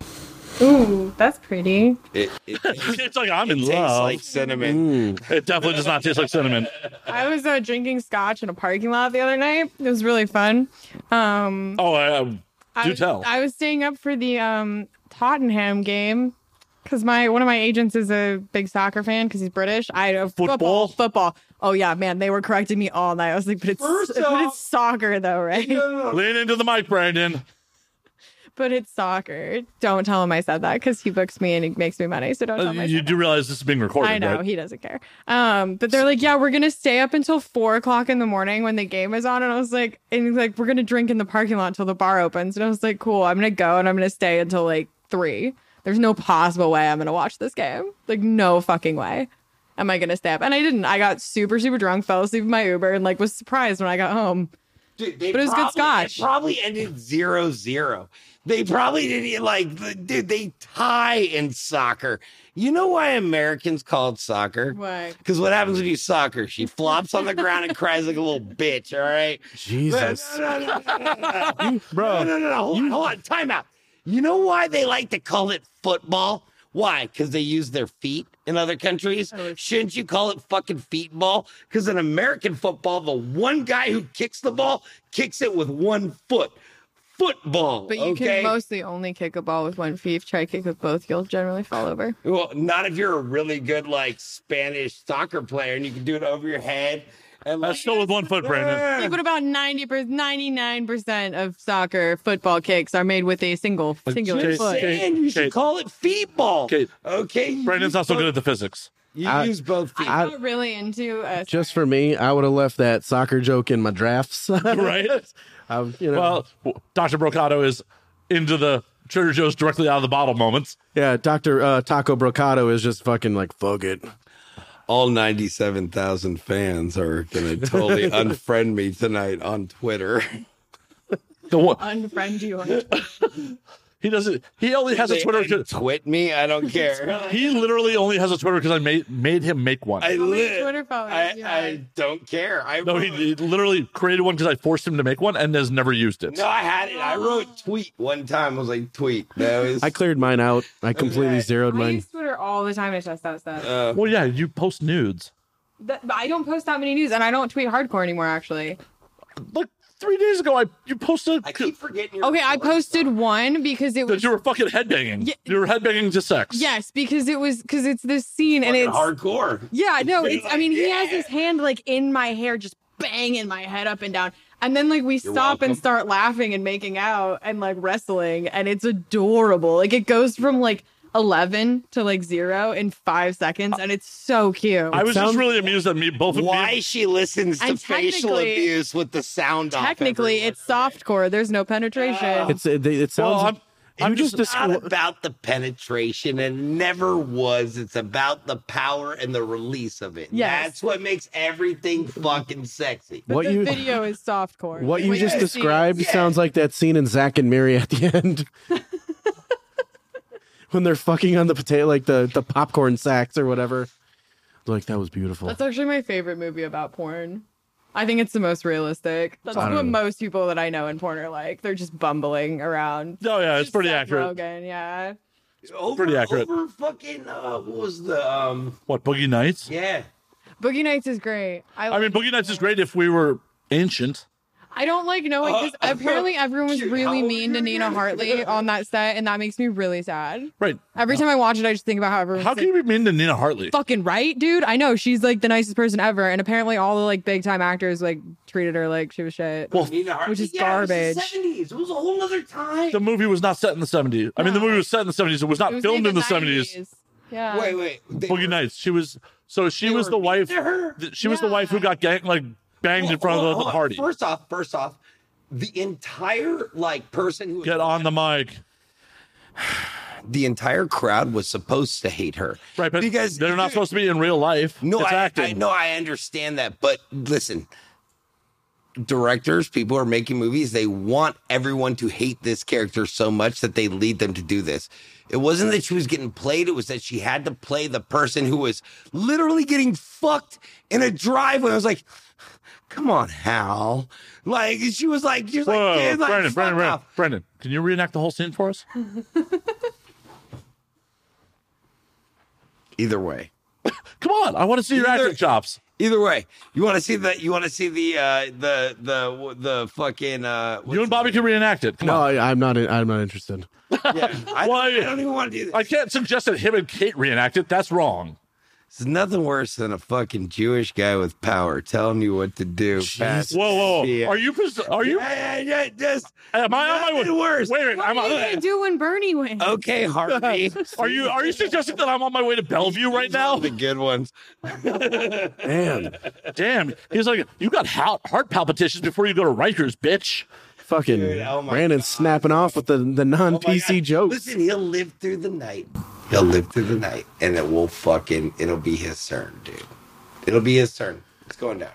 [SPEAKER 8] Ooh, that's pretty.
[SPEAKER 6] it, it, tastes-
[SPEAKER 1] It's like I'm in
[SPEAKER 6] tastes
[SPEAKER 1] love.
[SPEAKER 6] like cinnamon.
[SPEAKER 5] Mm.
[SPEAKER 1] It definitely does not taste like cinnamon.
[SPEAKER 8] I was uh, drinking scotch in a parking lot the other night. It was really fun. Um,
[SPEAKER 1] Oh, I, I
[SPEAKER 8] I
[SPEAKER 1] do
[SPEAKER 8] was,
[SPEAKER 1] tell.
[SPEAKER 8] I was staying up for the um, Tottenham game because my one of my agents is a big soccer fan because he's British. I uh,
[SPEAKER 1] Football?
[SPEAKER 8] football, football. Oh yeah, man, they were correcting me all night. I was like, but it's
[SPEAKER 6] First
[SPEAKER 8] but
[SPEAKER 6] off-
[SPEAKER 8] it's soccer though, right?
[SPEAKER 1] lean into the mic, Brandon.
[SPEAKER 8] But it's soccer. Don't tell him I said that because he books me and he makes me money. So don't tell
[SPEAKER 1] Uh,
[SPEAKER 8] him. I
[SPEAKER 1] You
[SPEAKER 8] said
[SPEAKER 1] do realize this is being recorded,
[SPEAKER 8] I know
[SPEAKER 1] right?
[SPEAKER 8] he doesn't care. Um, but they're like, yeah, we're gonna stay up until four o'clock in the morning when the game is on, and I was like, and he's like, we're gonna drink in the parking lot until the bar opens, and I was like, cool, I'm gonna go and I'm gonna stay until like three. There's no possible way I'm gonna watch this game. Like, no fucking way. Am I gonna stay up? And I didn't. I got super, super drunk, fell asleep in my Uber, and like was surprised when I got home.
[SPEAKER 6] Dude, they
[SPEAKER 8] But it was good
[SPEAKER 6] probably- it
[SPEAKER 8] scotch.
[SPEAKER 6] probably ended zero zero. They probably didn't like, the- dude, they tie in soccer. You know why Americans call it soccer?
[SPEAKER 8] What?
[SPEAKER 6] Because what happens when you soccer? She flops on the ground and cries like a little bitch. All right.
[SPEAKER 5] Jesus.
[SPEAKER 6] No, no, no, no, no, no, no.
[SPEAKER 5] Bro,
[SPEAKER 6] No, no, no, no. Hold, on, hold on. Time out. You know why they like to call it football? Why? Because they use their feet in other countries.
[SPEAKER 8] Oh,
[SPEAKER 6] Shouldn't you call it fucking feet ball? Because in American football, the one guy who kicks the ball kicks it with one foot. Football.
[SPEAKER 8] But you
[SPEAKER 6] okay?
[SPEAKER 8] can mostly only kick a ball with one feet. If you try to kick with both, you'll generally fall over.
[SPEAKER 6] Well, not if you're a really good like Spanish soccer player and you can do it over your head. And like,
[SPEAKER 1] That's still with one foot, Brandon.
[SPEAKER 8] Like what about 90 99 percent of soccer football kicks are made with a single singular
[SPEAKER 1] Jason-
[SPEAKER 8] foot.
[SPEAKER 1] Kate,
[SPEAKER 6] saying you should
[SPEAKER 1] Kate.
[SPEAKER 6] call it feet ball.
[SPEAKER 1] Kate.
[SPEAKER 6] Okay. you
[SPEAKER 1] Brandon's
[SPEAKER 6] use
[SPEAKER 1] not so
[SPEAKER 6] both-
[SPEAKER 1] good at the physics.
[SPEAKER 6] You
[SPEAKER 5] I-
[SPEAKER 6] use both feet.
[SPEAKER 5] I-
[SPEAKER 8] I'm not really into uh,
[SPEAKER 5] Just for me, I would have left that soccer joke in my drafts.
[SPEAKER 1] Right?
[SPEAKER 5] I, you know,
[SPEAKER 1] well, w- Dr. Brocato is into the Trader Joe's directly out of the bottle moments.
[SPEAKER 5] yeah, Doctor uh, Taco Brocato is just fucking like fuck it.
[SPEAKER 6] all 97,000 fans are going to totally unfriend me tonight on Twitter.
[SPEAKER 1] The one,
[SPEAKER 8] unfriend you. on Twitter.
[SPEAKER 1] he doesn't. He only has a
[SPEAKER 6] They
[SPEAKER 1] Twitter.
[SPEAKER 6] can Twit me, I don't care.
[SPEAKER 1] He literally only has a Twitter because I made made him make one.
[SPEAKER 6] I
[SPEAKER 8] How many
[SPEAKER 6] live.
[SPEAKER 8] Twitter followers
[SPEAKER 6] I,
[SPEAKER 8] do you have?
[SPEAKER 6] I don't care. I
[SPEAKER 1] no, he,
[SPEAKER 6] wrote,
[SPEAKER 1] he literally created one because I forced him to make one and has never used it.
[SPEAKER 6] no, I had it. I wrote tweet one time. I was like tweet. That was
[SPEAKER 5] I cleared mine out. I completely zeroed
[SPEAKER 8] I
[SPEAKER 5] mine.
[SPEAKER 8] use Twitter all the time to test out stuff.
[SPEAKER 6] uh,
[SPEAKER 1] Well, yeah, you post nudes
[SPEAKER 8] That- but I don't post that many news, and I don't tweet hardcore anymore. Actually,
[SPEAKER 1] like three days ago. I you posted
[SPEAKER 6] I keep forgetting. Your
[SPEAKER 8] okay, I posted one because it
[SPEAKER 1] that
[SPEAKER 8] was
[SPEAKER 1] you were fucking headbanging.
[SPEAKER 8] Yeah.
[SPEAKER 1] You were headbanging to sex.
[SPEAKER 8] yes, because it was because it's this scene and
[SPEAKER 6] Fucking
[SPEAKER 8] it's
[SPEAKER 6] hardcore.
[SPEAKER 8] Yeah, no,
[SPEAKER 6] You're
[SPEAKER 8] it's. I
[SPEAKER 6] like,
[SPEAKER 8] mean, he has
[SPEAKER 6] "Yeah."
[SPEAKER 8] his hand like in my hair, just banging my head up and down, and then like we stop
[SPEAKER 6] welcome.
[SPEAKER 8] and start laughing and making out and like wrestling, and it's adorable. Like it goes from like eleven to like zero in five seconds, and it's so cute.
[SPEAKER 1] I was just really amused that me both of
[SPEAKER 6] Why
[SPEAKER 1] me.
[SPEAKER 6] she listens to
[SPEAKER 8] And
[SPEAKER 6] facial
[SPEAKER 8] technically-
[SPEAKER 6] abuse with the sound off
[SPEAKER 8] Technically,
[SPEAKER 6] everywhere.
[SPEAKER 8] it's softcore. There's no penetration.
[SPEAKER 5] It's it, it
[SPEAKER 1] Well,
[SPEAKER 5] sounds
[SPEAKER 1] I'm,
[SPEAKER 6] I'm
[SPEAKER 5] You
[SPEAKER 6] just
[SPEAKER 5] just
[SPEAKER 6] not
[SPEAKER 5] disclo-
[SPEAKER 6] about the penetration and never was. It's about the power and the release of it.
[SPEAKER 8] Yes.
[SPEAKER 6] That's what makes everything fucking sexy.
[SPEAKER 8] But
[SPEAKER 5] What
[SPEAKER 8] the
[SPEAKER 5] you-
[SPEAKER 8] video is softcore.
[SPEAKER 5] What you
[SPEAKER 8] When
[SPEAKER 5] just
[SPEAKER 8] see it-
[SPEAKER 5] described sounds like that scene in Zack and Miri at the end. when they're fucking on the potato like the, the popcorn sacks or whatever. Like that was beautiful.
[SPEAKER 8] That's actually my favorite movie about porn. I think it's the most realistic. That's
[SPEAKER 5] I don't
[SPEAKER 8] what
[SPEAKER 5] know.
[SPEAKER 8] most people that I know in porn are like. They're just bumbling around.
[SPEAKER 1] Oh yeah, it's
[SPEAKER 8] Just
[SPEAKER 1] pretty
[SPEAKER 8] Seth
[SPEAKER 1] accurate.
[SPEAKER 8] Rogen, yeah.
[SPEAKER 6] Over,
[SPEAKER 1] pretty accurate.
[SPEAKER 6] Over fucking, uh, what was the, um,
[SPEAKER 1] What Boogie Nights?
[SPEAKER 6] yeah.
[SPEAKER 8] Boogie Nights is great. I,
[SPEAKER 1] I mean, Boogie Nights is great if we were ancient.
[SPEAKER 8] I don't like knowing because
[SPEAKER 6] Uh,
[SPEAKER 8] apparently everyone was
[SPEAKER 6] shoot, how
[SPEAKER 8] really
[SPEAKER 6] old
[SPEAKER 8] mean
[SPEAKER 6] were
[SPEAKER 8] to
[SPEAKER 6] you
[SPEAKER 8] Nina
[SPEAKER 6] again?
[SPEAKER 8] Hartley on that set, and that makes me really sad.
[SPEAKER 1] Right?
[SPEAKER 8] Every time I watch it, I just think about how everyone's
[SPEAKER 1] Uh, How can you be mean to Nina Hartley?
[SPEAKER 8] fucking right, dude. I know she's like the nicest person ever, and apparently all the like big time actors like treated her like she was shit.
[SPEAKER 1] Well,
[SPEAKER 6] Nina Hart-
[SPEAKER 8] Which is
[SPEAKER 6] yeah, it was the
[SPEAKER 8] garbage.
[SPEAKER 6] 70s. It was a whole other time.
[SPEAKER 1] the movie was not set in the 70s. I mean, the
[SPEAKER 8] No.
[SPEAKER 1] movie was set in the 70s. It was not
[SPEAKER 8] It was
[SPEAKER 1] filmed
[SPEAKER 8] made
[SPEAKER 1] in the 70s.
[SPEAKER 8] Yeah.
[SPEAKER 6] wait, wait. They
[SPEAKER 1] Boogie
[SPEAKER 6] were-
[SPEAKER 1] Nights. She was so she
[SPEAKER 6] they
[SPEAKER 1] was
[SPEAKER 6] were
[SPEAKER 1] the
[SPEAKER 6] mean
[SPEAKER 1] wife.
[SPEAKER 6] to her?
[SPEAKER 1] th- She was the wife who
[SPEAKER 8] Yeah.
[SPEAKER 1] got gang, like banged in front
[SPEAKER 6] Hold on,
[SPEAKER 1] of the,
[SPEAKER 6] hold
[SPEAKER 1] the
[SPEAKER 6] on.
[SPEAKER 1] party.
[SPEAKER 6] First off, first off, the entire, like, person who was
[SPEAKER 1] Get on the mic.
[SPEAKER 6] the entire crowd was supposed to hate her.
[SPEAKER 1] Right, but
[SPEAKER 6] because
[SPEAKER 1] they're not supposed to be in real life.
[SPEAKER 6] No,
[SPEAKER 1] it's
[SPEAKER 6] I,
[SPEAKER 1] acting.
[SPEAKER 6] I no, I understand that, but listen, directors, people who are making movies. They want everyone to hate this character so much that they lead them to do this. It wasn't that she was getting played; it was that she had to play the person who was literally getting fucked in a driveway. I was like, "Come on, Hal!" Like she was like, she was
[SPEAKER 1] Whoa,
[SPEAKER 6] like, "Dude, like,
[SPEAKER 1] Brendan,
[SPEAKER 6] fuck
[SPEAKER 1] Brendan, Brendan,
[SPEAKER 6] off."
[SPEAKER 1] Brendan, can you reenact the whole scene for us?
[SPEAKER 6] Either way,
[SPEAKER 1] Come on, I want to see your
[SPEAKER 6] Either-
[SPEAKER 1] acting chops.
[SPEAKER 6] either way, you want to see the you want to see the uh, the the the fucking uh,
[SPEAKER 1] You and Bobby can reenact it. Come
[SPEAKER 5] no,
[SPEAKER 1] on.
[SPEAKER 5] I, I'm not. in- I'm not interested.
[SPEAKER 6] I,
[SPEAKER 1] Well,
[SPEAKER 6] I don't even want to do this.
[SPEAKER 1] I can't suggest that him and Kate reenact it. That's wrong.
[SPEAKER 6] There's nothing worse than a fucking Jewish guy with power telling you what to do. Pat.
[SPEAKER 1] Whoa, whoa, whoa.
[SPEAKER 6] Yeah.
[SPEAKER 1] Are you? pres- Are you?
[SPEAKER 6] Yeah, yeah, yeah, just
[SPEAKER 1] Am I on my way?
[SPEAKER 6] Nothing worse.
[SPEAKER 1] Wait, wait.
[SPEAKER 8] What
[SPEAKER 1] I'm
[SPEAKER 8] are you
[SPEAKER 1] on,
[SPEAKER 8] gonna do when Bernie wins?
[SPEAKER 6] okay, Harvey.
[SPEAKER 1] are you? Are you suggesting that I'm on my way to Bellevue right now?
[SPEAKER 6] the good ones.
[SPEAKER 5] Man,
[SPEAKER 1] Damn. He's like, you got heart, heart palpitations before you go to Rikers, bitch.
[SPEAKER 5] fucking
[SPEAKER 6] Dude, oh my Oh
[SPEAKER 5] Brandon snapping off with the the non PC jokes.
[SPEAKER 6] Listen, he'll live through the night. He'll live through the night, and it will fucking it'll be his turn, dude. It'll be his turn. It's going down.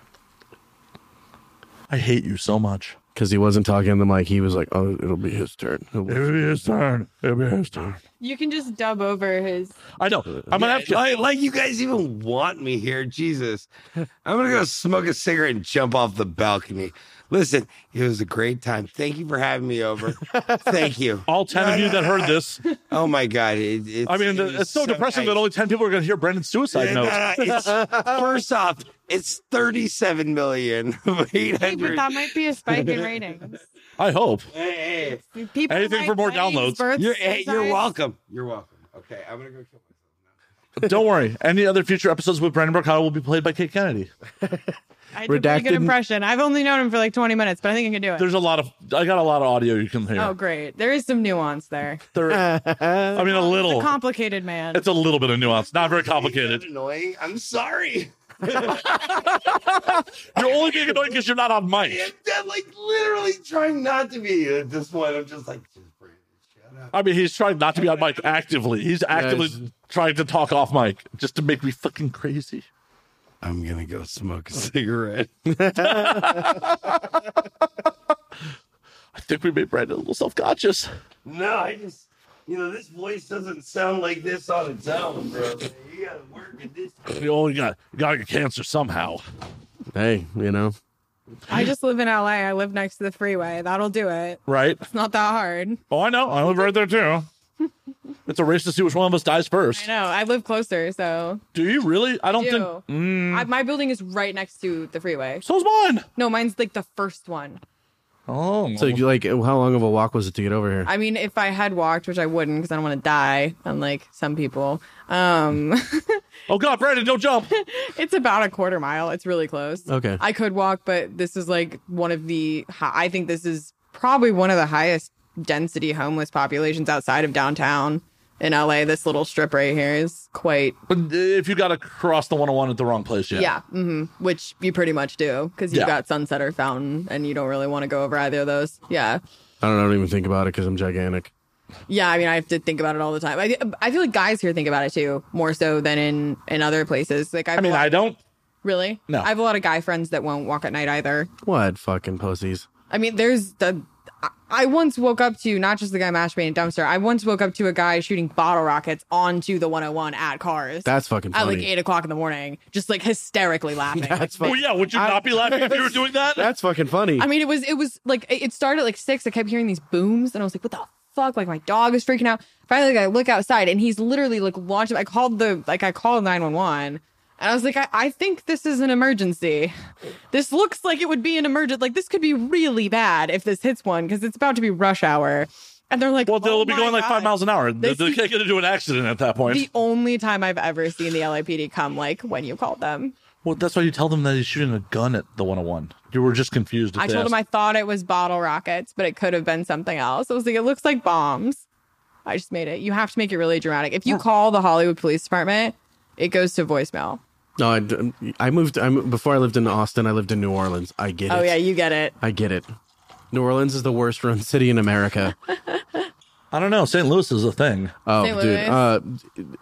[SPEAKER 1] I hate you so much.
[SPEAKER 5] Because he wasn't talking to the mic. He was like, "Oh, it'll be his turn." It'll be-
[SPEAKER 1] It'll be his turn. It'll be his turn.
[SPEAKER 8] You can just dub over his.
[SPEAKER 1] I know. I'm gonna have to.
[SPEAKER 6] Like, like you guys even want me here, Jesus. I'm gonna go smoke a cigarette and jump off the balcony. Listen, it was a great time. Thank you for having me over. Thank you.
[SPEAKER 1] All ten of you that heard this.
[SPEAKER 6] Oh my god! It, it's,
[SPEAKER 1] I mean,
[SPEAKER 6] it was
[SPEAKER 1] it's so depressing
[SPEAKER 6] nice.
[SPEAKER 1] that only ten people are gonna hear Brandon's suicide
[SPEAKER 6] No,
[SPEAKER 1] note.
[SPEAKER 6] no, it's, first off, it's thirty-seven million eight
[SPEAKER 8] Hey, but
[SPEAKER 6] hundred.
[SPEAKER 8] that might be a spike in ratings.
[SPEAKER 1] I hope.
[SPEAKER 6] Hey,
[SPEAKER 8] People
[SPEAKER 1] Anything
[SPEAKER 8] like
[SPEAKER 1] for more
[SPEAKER 8] weddings,
[SPEAKER 1] downloads.
[SPEAKER 8] births,
[SPEAKER 6] you're, hey, you're
[SPEAKER 8] suicides.
[SPEAKER 6] welcome. You're welcome. Okay, I'm gonna go kill myself.
[SPEAKER 1] Don't worry. Any other future episodes with Brandon Brokaw will be played by Kate Kennedy.
[SPEAKER 8] I did a pretty
[SPEAKER 5] Redacted.
[SPEAKER 8] good impression. I've only known him for like 20 minutes, but I think I can do it.
[SPEAKER 1] There's a lot of. I got a lot of audio you can hear.
[SPEAKER 8] Oh, great. There is some nuance there.
[SPEAKER 1] There- I mean, a little.
[SPEAKER 8] Complicated man.
[SPEAKER 1] it's a little bit of nuance. Not very
[SPEAKER 6] That's
[SPEAKER 1] complicated.
[SPEAKER 6] annoying. I'm sorry.
[SPEAKER 1] You're only being annoying because you're not on mic.
[SPEAKER 6] I'm, I'm like literally trying not to be at this point. I'm just like, just Brandon, shut up.
[SPEAKER 1] I mean, he's trying not to be on mic actively. He's actively
[SPEAKER 5] it's-
[SPEAKER 1] trying to talk off mic just to make me fucking crazy.
[SPEAKER 6] I'm gonna go smoke a cigarette.
[SPEAKER 1] I think we made Brandon a little self conscious.
[SPEAKER 6] No, I just, you know, this voice doesn't sound like this on its own, bro. You gotta work at this.
[SPEAKER 1] We only got got to get cancer somehow.
[SPEAKER 5] hey, you know,
[SPEAKER 8] I just live in LA. I live next to the freeway. That'll do it.
[SPEAKER 1] Right?
[SPEAKER 8] It's not that hard.
[SPEAKER 1] Oh, I know. I live right there too. It's a race to see which one of us dies
[SPEAKER 8] I
[SPEAKER 1] first.
[SPEAKER 8] know. I live closer, so
[SPEAKER 1] Do you really? I don't
[SPEAKER 8] do.
[SPEAKER 1] think. Mm,
[SPEAKER 8] I, my building is right next to the freeway.
[SPEAKER 1] so's mine.
[SPEAKER 8] No, mine's like the first one.
[SPEAKER 1] Oh,
[SPEAKER 5] so like, how long of a walk was it to get over here?
[SPEAKER 8] I mean, if I had walked, which I wouldn't, because I don't want to die, unlike some people. Um,
[SPEAKER 1] oh God, Brandon, don't jump.
[SPEAKER 8] it's about a quarter mile. It's really close.
[SPEAKER 5] Okay.
[SPEAKER 8] I could walk, but this is like one of the. hi- I think this is probably one of the highest density homeless populations outside of downtown in LA. This little strip right here is quite.
[SPEAKER 1] But if you got to cross the 101 at the wrong place, yeah.
[SPEAKER 8] Yeah, hmm which you pretty much do because you've
[SPEAKER 1] Yeah.
[SPEAKER 8] got Sunset or Fountain, and you don't really want to go over either of those. Yeah,
[SPEAKER 5] I don't, I don't even think about it because I'm gigantic.
[SPEAKER 8] Yeah, I mean, I have to think about it all the time. I, I feel like guys here think about it too, more so than in in other places. Like I've
[SPEAKER 1] I mean, I don't.
[SPEAKER 8] really.
[SPEAKER 1] No.
[SPEAKER 8] I have a lot of guy friends that won't walk at night either.
[SPEAKER 5] What fucking pussies?
[SPEAKER 8] I mean, there's the. I- I once woke up to not just the guy masturbating in a dumpster. I once woke up to a guy shooting bottle rockets onto the 101 at cars.
[SPEAKER 5] That's fucking
[SPEAKER 8] at Oh,
[SPEAKER 5] funny.
[SPEAKER 8] like eight o'clock in the morning, just like hysterically laughing.
[SPEAKER 5] That's
[SPEAKER 1] Well,
[SPEAKER 5] fucking.
[SPEAKER 1] Oh, yeah. Would you not be laughing if you were doing that?
[SPEAKER 5] That's fucking funny.
[SPEAKER 8] I mean, it was it was like it it started at like six. I kept hearing these booms, and I was like, "What the fuck?" Like my dog is freaking out. Finally, like, I look outside, and he's literally like launching. I called the like I called nine one one, and I was like, I, "I think this is an emergency. This looks like it would be an emergent. Like this could be really bad if this hits one because it's about to be rush hour." And they're like,
[SPEAKER 1] Well, they'll
[SPEAKER 8] "Oh
[SPEAKER 1] be
[SPEAKER 8] my
[SPEAKER 1] going like five
[SPEAKER 8] God."
[SPEAKER 1] miles an hour. They,
[SPEAKER 8] They-
[SPEAKER 1] they can't get into an accident at that point.
[SPEAKER 8] The only time I've ever seen the LAPD come like when you called them.
[SPEAKER 1] well, that's why you tell them that he's shooting a gun at the 101. You were just confused. if
[SPEAKER 8] I
[SPEAKER 1] they
[SPEAKER 8] told him I
[SPEAKER 1] asked.
[SPEAKER 8] thought it was bottle rockets, but it could have been something else. I was like, it looks like bombs. I just made it. You have to make it really dramatic. If you call the Hollywood Police Department, it goes to voicemail.
[SPEAKER 5] no, I, d- I moved. I, mo- before I lived in Austin, I lived in New Orleans. I get it.
[SPEAKER 8] Oh yeah, you get it.
[SPEAKER 5] I get it. New Orleans is the worst run city in America.
[SPEAKER 1] I don't know. St. Louis is a thing.
[SPEAKER 5] Oh,
[SPEAKER 8] St.
[SPEAKER 5] dude.
[SPEAKER 8] Louis.
[SPEAKER 5] Uh,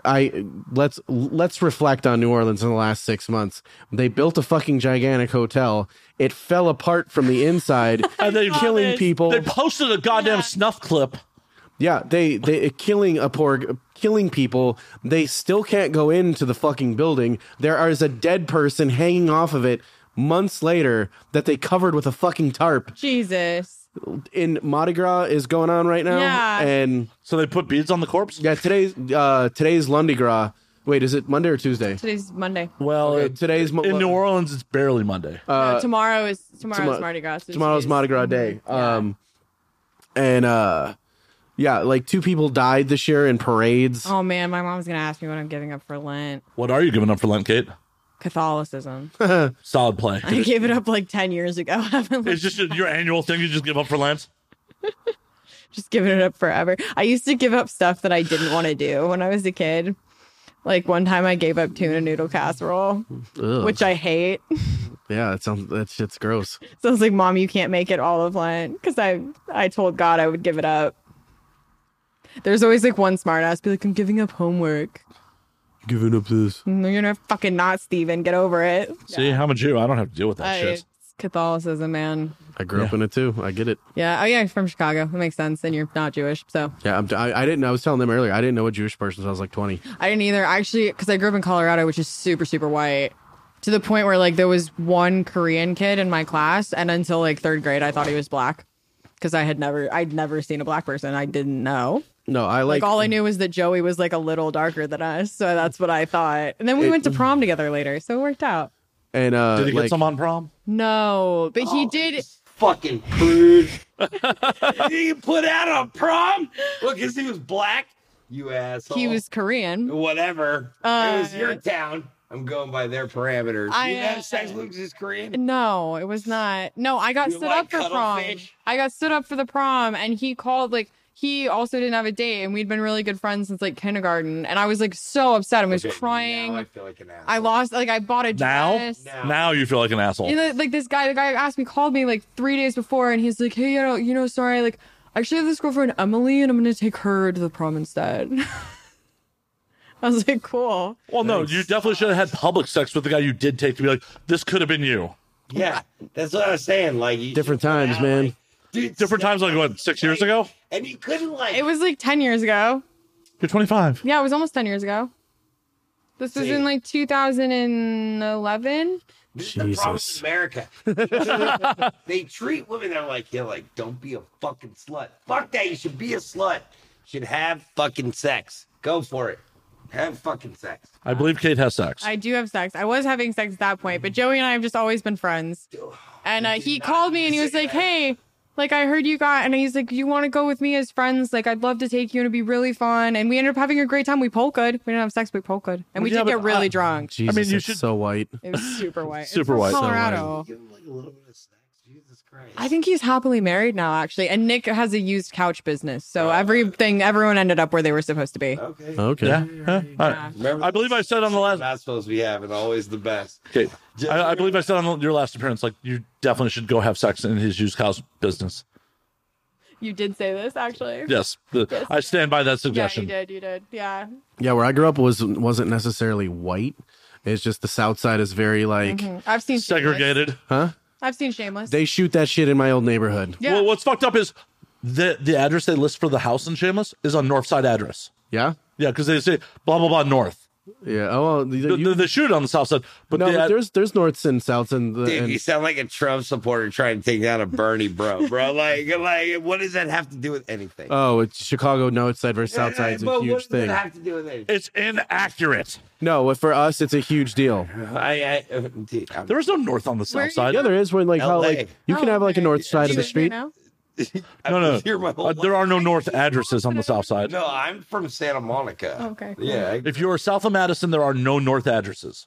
[SPEAKER 5] I let's let's reflect on New Orleans in the last six months. They built a fucking gigantic hotel. It fell apart from the inside,
[SPEAKER 1] And they-
[SPEAKER 5] killing
[SPEAKER 8] it.
[SPEAKER 5] people.
[SPEAKER 1] They posted a goddamn snuff clip.
[SPEAKER 5] yeah, they they killing a poor killing people. They still can't go into the fucking building. There is a dead person hanging off of it months later that they covered with a fucking tarp.
[SPEAKER 8] Jesus.
[SPEAKER 5] In Mardi Gras is going on right now,
[SPEAKER 8] Yeah.
[SPEAKER 5] and
[SPEAKER 1] So they put beads on the corpse.
[SPEAKER 5] yeah, today's uh, today's Lundi Gras. Wait, is it Monday or Tuesday?
[SPEAKER 8] Today's Monday.
[SPEAKER 1] Well, uh,
[SPEAKER 5] Okay,
[SPEAKER 1] it-
[SPEAKER 5] today's Mo-
[SPEAKER 1] in New Orleans, it's barely Monday.
[SPEAKER 8] no, Uh, tomorrow is tomorrow's
[SPEAKER 5] tomo-
[SPEAKER 8] Mardi Gras. so
[SPEAKER 5] tomorrow's
[SPEAKER 8] today's-
[SPEAKER 5] Mardi Gras day. Um, and uh, yeah, like two people died this year in parades.
[SPEAKER 8] Oh man, my mom's gonna ask me what I'm giving up for Lent.
[SPEAKER 1] what are you giving up for Lent, Kate?
[SPEAKER 8] Catholicism.
[SPEAKER 1] Solid play.
[SPEAKER 8] I gave it up like ten years ago. I haven't
[SPEAKER 1] it's just your annual thing. You just give up for Lent.
[SPEAKER 8] just giving it up forever. I used to give up stuff that I didn't want to do when I was a kid. Like one time I gave up tuna noodle casserole,
[SPEAKER 5] Ugh.
[SPEAKER 8] which I hate.
[SPEAKER 5] yeah, that sounds that shit's gross.
[SPEAKER 8] So I was like, "Mom, you can't make it all of Lent," because I I told God I would give it up. There's always like one smartass be like, "I'm giving up homework."
[SPEAKER 5] Giving up this.
[SPEAKER 8] No, you're not fucking not, Steven. Get over it.
[SPEAKER 1] See, how much you? I don't have to deal with that
[SPEAKER 8] I-
[SPEAKER 1] shit.
[SPEAKER 8] it's Catholicism, man.
[SPEAKER 5] I grew up in it too. I get it.
[SPEAKER 8] Yeah. Oh yeah, you're from Chicago. That makes sense. And you're not Jewish, so
[SPEAKER 5] Yeah, I'm, I, I didn't. I was telling them earlier. I didn't know a Jewish person. So I was like twenty.
[SPEAKER 8] I didn't either. I Actually, because I grew up in Colorado, which is super, super white, to the point where like there was one Korean kid in my class, and until like third grade, I thought he was black because I had never, I'd never seen a black person. I didn't know.
[SPEAKER 5] No, I
[SPEAKER 8] Like,
[SPEAKER 5] like.
[SPEAKER 8] all I knew was that Joey was like a little darker than us, so that's what I thought. And then we went to prom together later, so it worked out.
[SPEAKER 5] and uh,
[SPEAKER 1] Did he get
[SPEAKER 5] like,
[SPEAKER 1] some on prom?
[SPEAKER 8] No, but he did.
[SPEAKER 9] Fucking prude. Did he get put out on prom? Well, because he was black. You asshole.
[SPEAKER 8] He was Korean.
[SPEAKER 9] Whatever.
[SPEAKER 8] Uh,
[SPEAKER 9] it was your town. I'm going by their parameters.
[SPEAKER 8] I,
[SPEAKER 9] you
[SPEAKER 8] uh,
[SPEAKER 9] have sex Luke's is Korean?
[SPEAKER 8] No, it was not. No, I got
[SPEAKER 9] You
[SPEAKER 8] stood
[SPEAKER 9] like
[SPEAKER 8] up for prom.
[SPEAKER 9] cuttlefish?
[SPEAKER 8] I got stood up for the prom, and he called like he also didn't have a date, and we'd been really good friends since like kindergarten. And I was like so upset. I was
[SPEAKER 9] Okay,
[SPEAKER 8] crying.
[SPEAKER 9] Now I
[SPEAKER 8] I,
[SPEAKER 9] feel like an asshole.
[SPEAKER 8] lost. Like I bought a
[SPEAKER 1] Now?
[SPEAKER 8] dress.
[SPEAKER 9] Now.
[SPEAKER 1] Now you feel like an asshole.
[SPEAKER 8] You know, like this guy, the guy who asked me called me like three days before, and he's like, "Hey, you know, you know, sorry, like I actually have this girlfriend Emily, and I'm gonna take her to the prom instead." I was like, "Cool."
[SPEAKER 1] well, no, you definitely should have had public sex with the guy you did take to be like, this could have been you.
[SPEAKER 9] Yeah, that's what I was saying. Like you-
[SPEAKER 5] Different
[SPEAKER 9] you put
[SPEAKER 5] times,
[SPEAKER 9] out,
[SPEAKER 5] man.
[SPEAKER 9] like, dude,
[SPEAKER 1] Different times, like what, six years ago?
[SPEAKER 9] and you couldn't like.
[SPEAKER 8] It was like ten years ago.
[SPEAKER 1] You're 25.
[SPEAKER 8] Yeah, it was almost 10 years ago. This was in
[SPEAKER 9] See.
[SPEAKER 8] like 2011.
[SPEAKER 9] This is the problem with
[SPEAKER 5] Jesus.
[SPEAKER 9] America. they treat women. They're like, yeah, like don't be a fucking slut. Fuck that. You should be a slut. You should have fucking sex. Go for it. Have fucking sex.
[SPEAKER 1] I believe Kate has sex.
[SPEAKER 8] I do have sex. I was having sex at that point, but Joey and I have just always been friends. And uh, he called me and he was like, hey, like I heard you got, and he's like, you want to go with me as friends? Like I'd love to take you and it'd be really fun. And we ended up having a great time. We polkaed. We didn't have sex, but we polkaed. And we
[SPEAKER 1] Yeah,
[SPEAKER 8] did
[SPEAKER 1] but
[SPEAKER 8] get really
[SPEAKER 1] I-
[SPEAKER 8] drunk.
[SPEAKER 5] Jesus,
[SPEAKER 1] I mean, you
[SPEAKER 5] that's
[SPEAKER 1] should-
[SPEAKER 5] so white.
[SPEAKER 8] It was super white. It's
[SPEAKER 1] Super
[SPEAKER 8] from
[SPEAKER 1] white. So
[SPEAKER 8] Colorado.
[SPEAKER 9] Give him like a little bit of sex. Jesus Christ.
[SPEAKER 8] I think he's happily married now, actually. And Nick has a used couch business. So everything, everyone ended up where they were supposed to be.
[SPEAKER 9] Okay.
[SPEAKER 5] Okay.
[SPEAKER 1] yeah. yeah, all right.
[SPEAKER 9] Remember,
[SPEAKER 1] I believe I said on the last.
[SPEAKER 9] not supposed to be having always the best.
[SPEAKER 1] Kate, I, I believe I said on your last appearance, like you definitely should go have sex in his used house business.
[SPEAKER 8] You did say this actually.
[SPEAKER 1] Yes, the- I stand by that
[SPEAKER 8] Yeah, you
[SPEAKER 1] suggestion.
[SPEAKER 8] did. You did. Yeah.
[SPEAKER 5] Yeah, where I grew up was wasn't necessarily white. It's just the South Side is very like
[SPEAKER 8] Mhm. I've seen Shameless.
[SPEAKER 1] Segregated.
[SPEAKER 8] I've seen Shameless.
[SPEAKER 5] they shoot that shit in my old neighborhood.
[SPEAKER 8] yeah.
[SPEAKER 1] Well, what's fucked up is the the address they list for the house in Shameless is a north side address.
[SPEAKER 5] Yeah,
[SPEAKER 1] Yeah, because they say blah blah blah north.
[SPEAKER 5] yeah. Oh, well, you,
[SPEAKER 1] They, they shoot it on the south side, but
[SPEAKER 5] no,
[SPEAKER 1] the
[SPEAKER 5] but
[SPEAKER 1] ad-
[SPEAKER 5] there's there's norths and souths and, the,
[SPEAKER 6] Dude,
[SPEAKER 5] and
[SPEAKER 6] you sound like a Trump supporter trying to take down a Bernie bro, bro. Like, like, what does that have to do with anything?
[SPEAKER 5] oh, it's Chicago North Side versus South Side is
[SPEAKER 6] But
[SPEAKER 5] a
[SPEAKER 6] what
[SPEAKER 5] huge
[SPEAKER 6] does It
[SPEAKER 5] thing.
[SPEAKER 6] have to do with anything?
[SPEAKER 1] it's inaccurate.
[SPEAKER 5] No, for us it's a huge deal.
[SPEAKER 6] I, I, dude, I'm-
[SPEAKER 1] There is no north on the south
[SPEAKER 8] Where you
[SPEAKER 1] side.
[SPEAKER 5] Yeah, there is when like how
[SPEAKER 6] LA.
[SPEAKER 5] like you can
[SPEAKER 8] Oh,
[SPEAKER 5] have like a
[SPEAKER 8] okay.
[SPEAKER 5] north side
[SPEAKER 8] Do
[SPEAKER 5] of the
[SPEAKER 8] you agree
[SPEAKER 5] street.
[SPEAKER 8] now?
[SPEAKER 6] I
[SPEAKER 1] no,
[SPEAKER 6] was here my
[SPEAKER 1] no,
[SPEAKER 6] whole
[SPEAKER 1] Uh, there
[SPEAKER 6] life.
[SPEAKER 1] are no north addresses on the south side.
[SPEAKER 6] No, I'm from Santa Monica.
[SPEAKER 8] Okay, cool.
[SPEAKER 6] Yeah. I-
[SPEAKER 1] If you are south of Madison, there are no north addresses.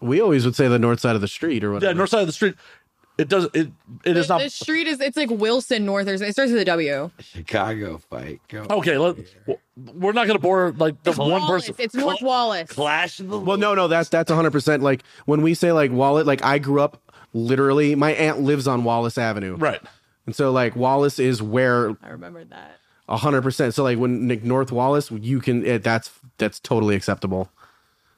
[SPEAKER 5] We always would say the north side of the street or
[SPEAKER 1] Yeah,
[SPEAKER 5] whatever.
[SPEAKER 1] north side of the street. It does. It it is
[SPEAKER 8] The,
[SPEAKER 1] not
[SPEAKER 8] the street is it's like Wilson North. Or, it starts with a W.
[SPEAKER 6] Chicago fight. Go.
[SPEAKER 5] Oh,
[SPEAKER 1] okay. Let, we're not going to bore like the one
[SPEAKER 8] Wallace.
[SPEAKER 1] person.
[SPEAKER 8] It's North Wallace.
[SPEAKER 6] Clash of the
[SPEAKER 5] Well, no, no, that's that's 100 percent like when we say like Wallet, like I grew up literally my aunt lives on Wallace Avenue.
[SPEAKER 1] Right.
[SPEAKER 5] And so like Wallace is where
[SPEAKER 8] I remembered that.
[SPEAKER 5] hundred percent. So like when Nick North Wallace, you can it, that's that's totally acceptable.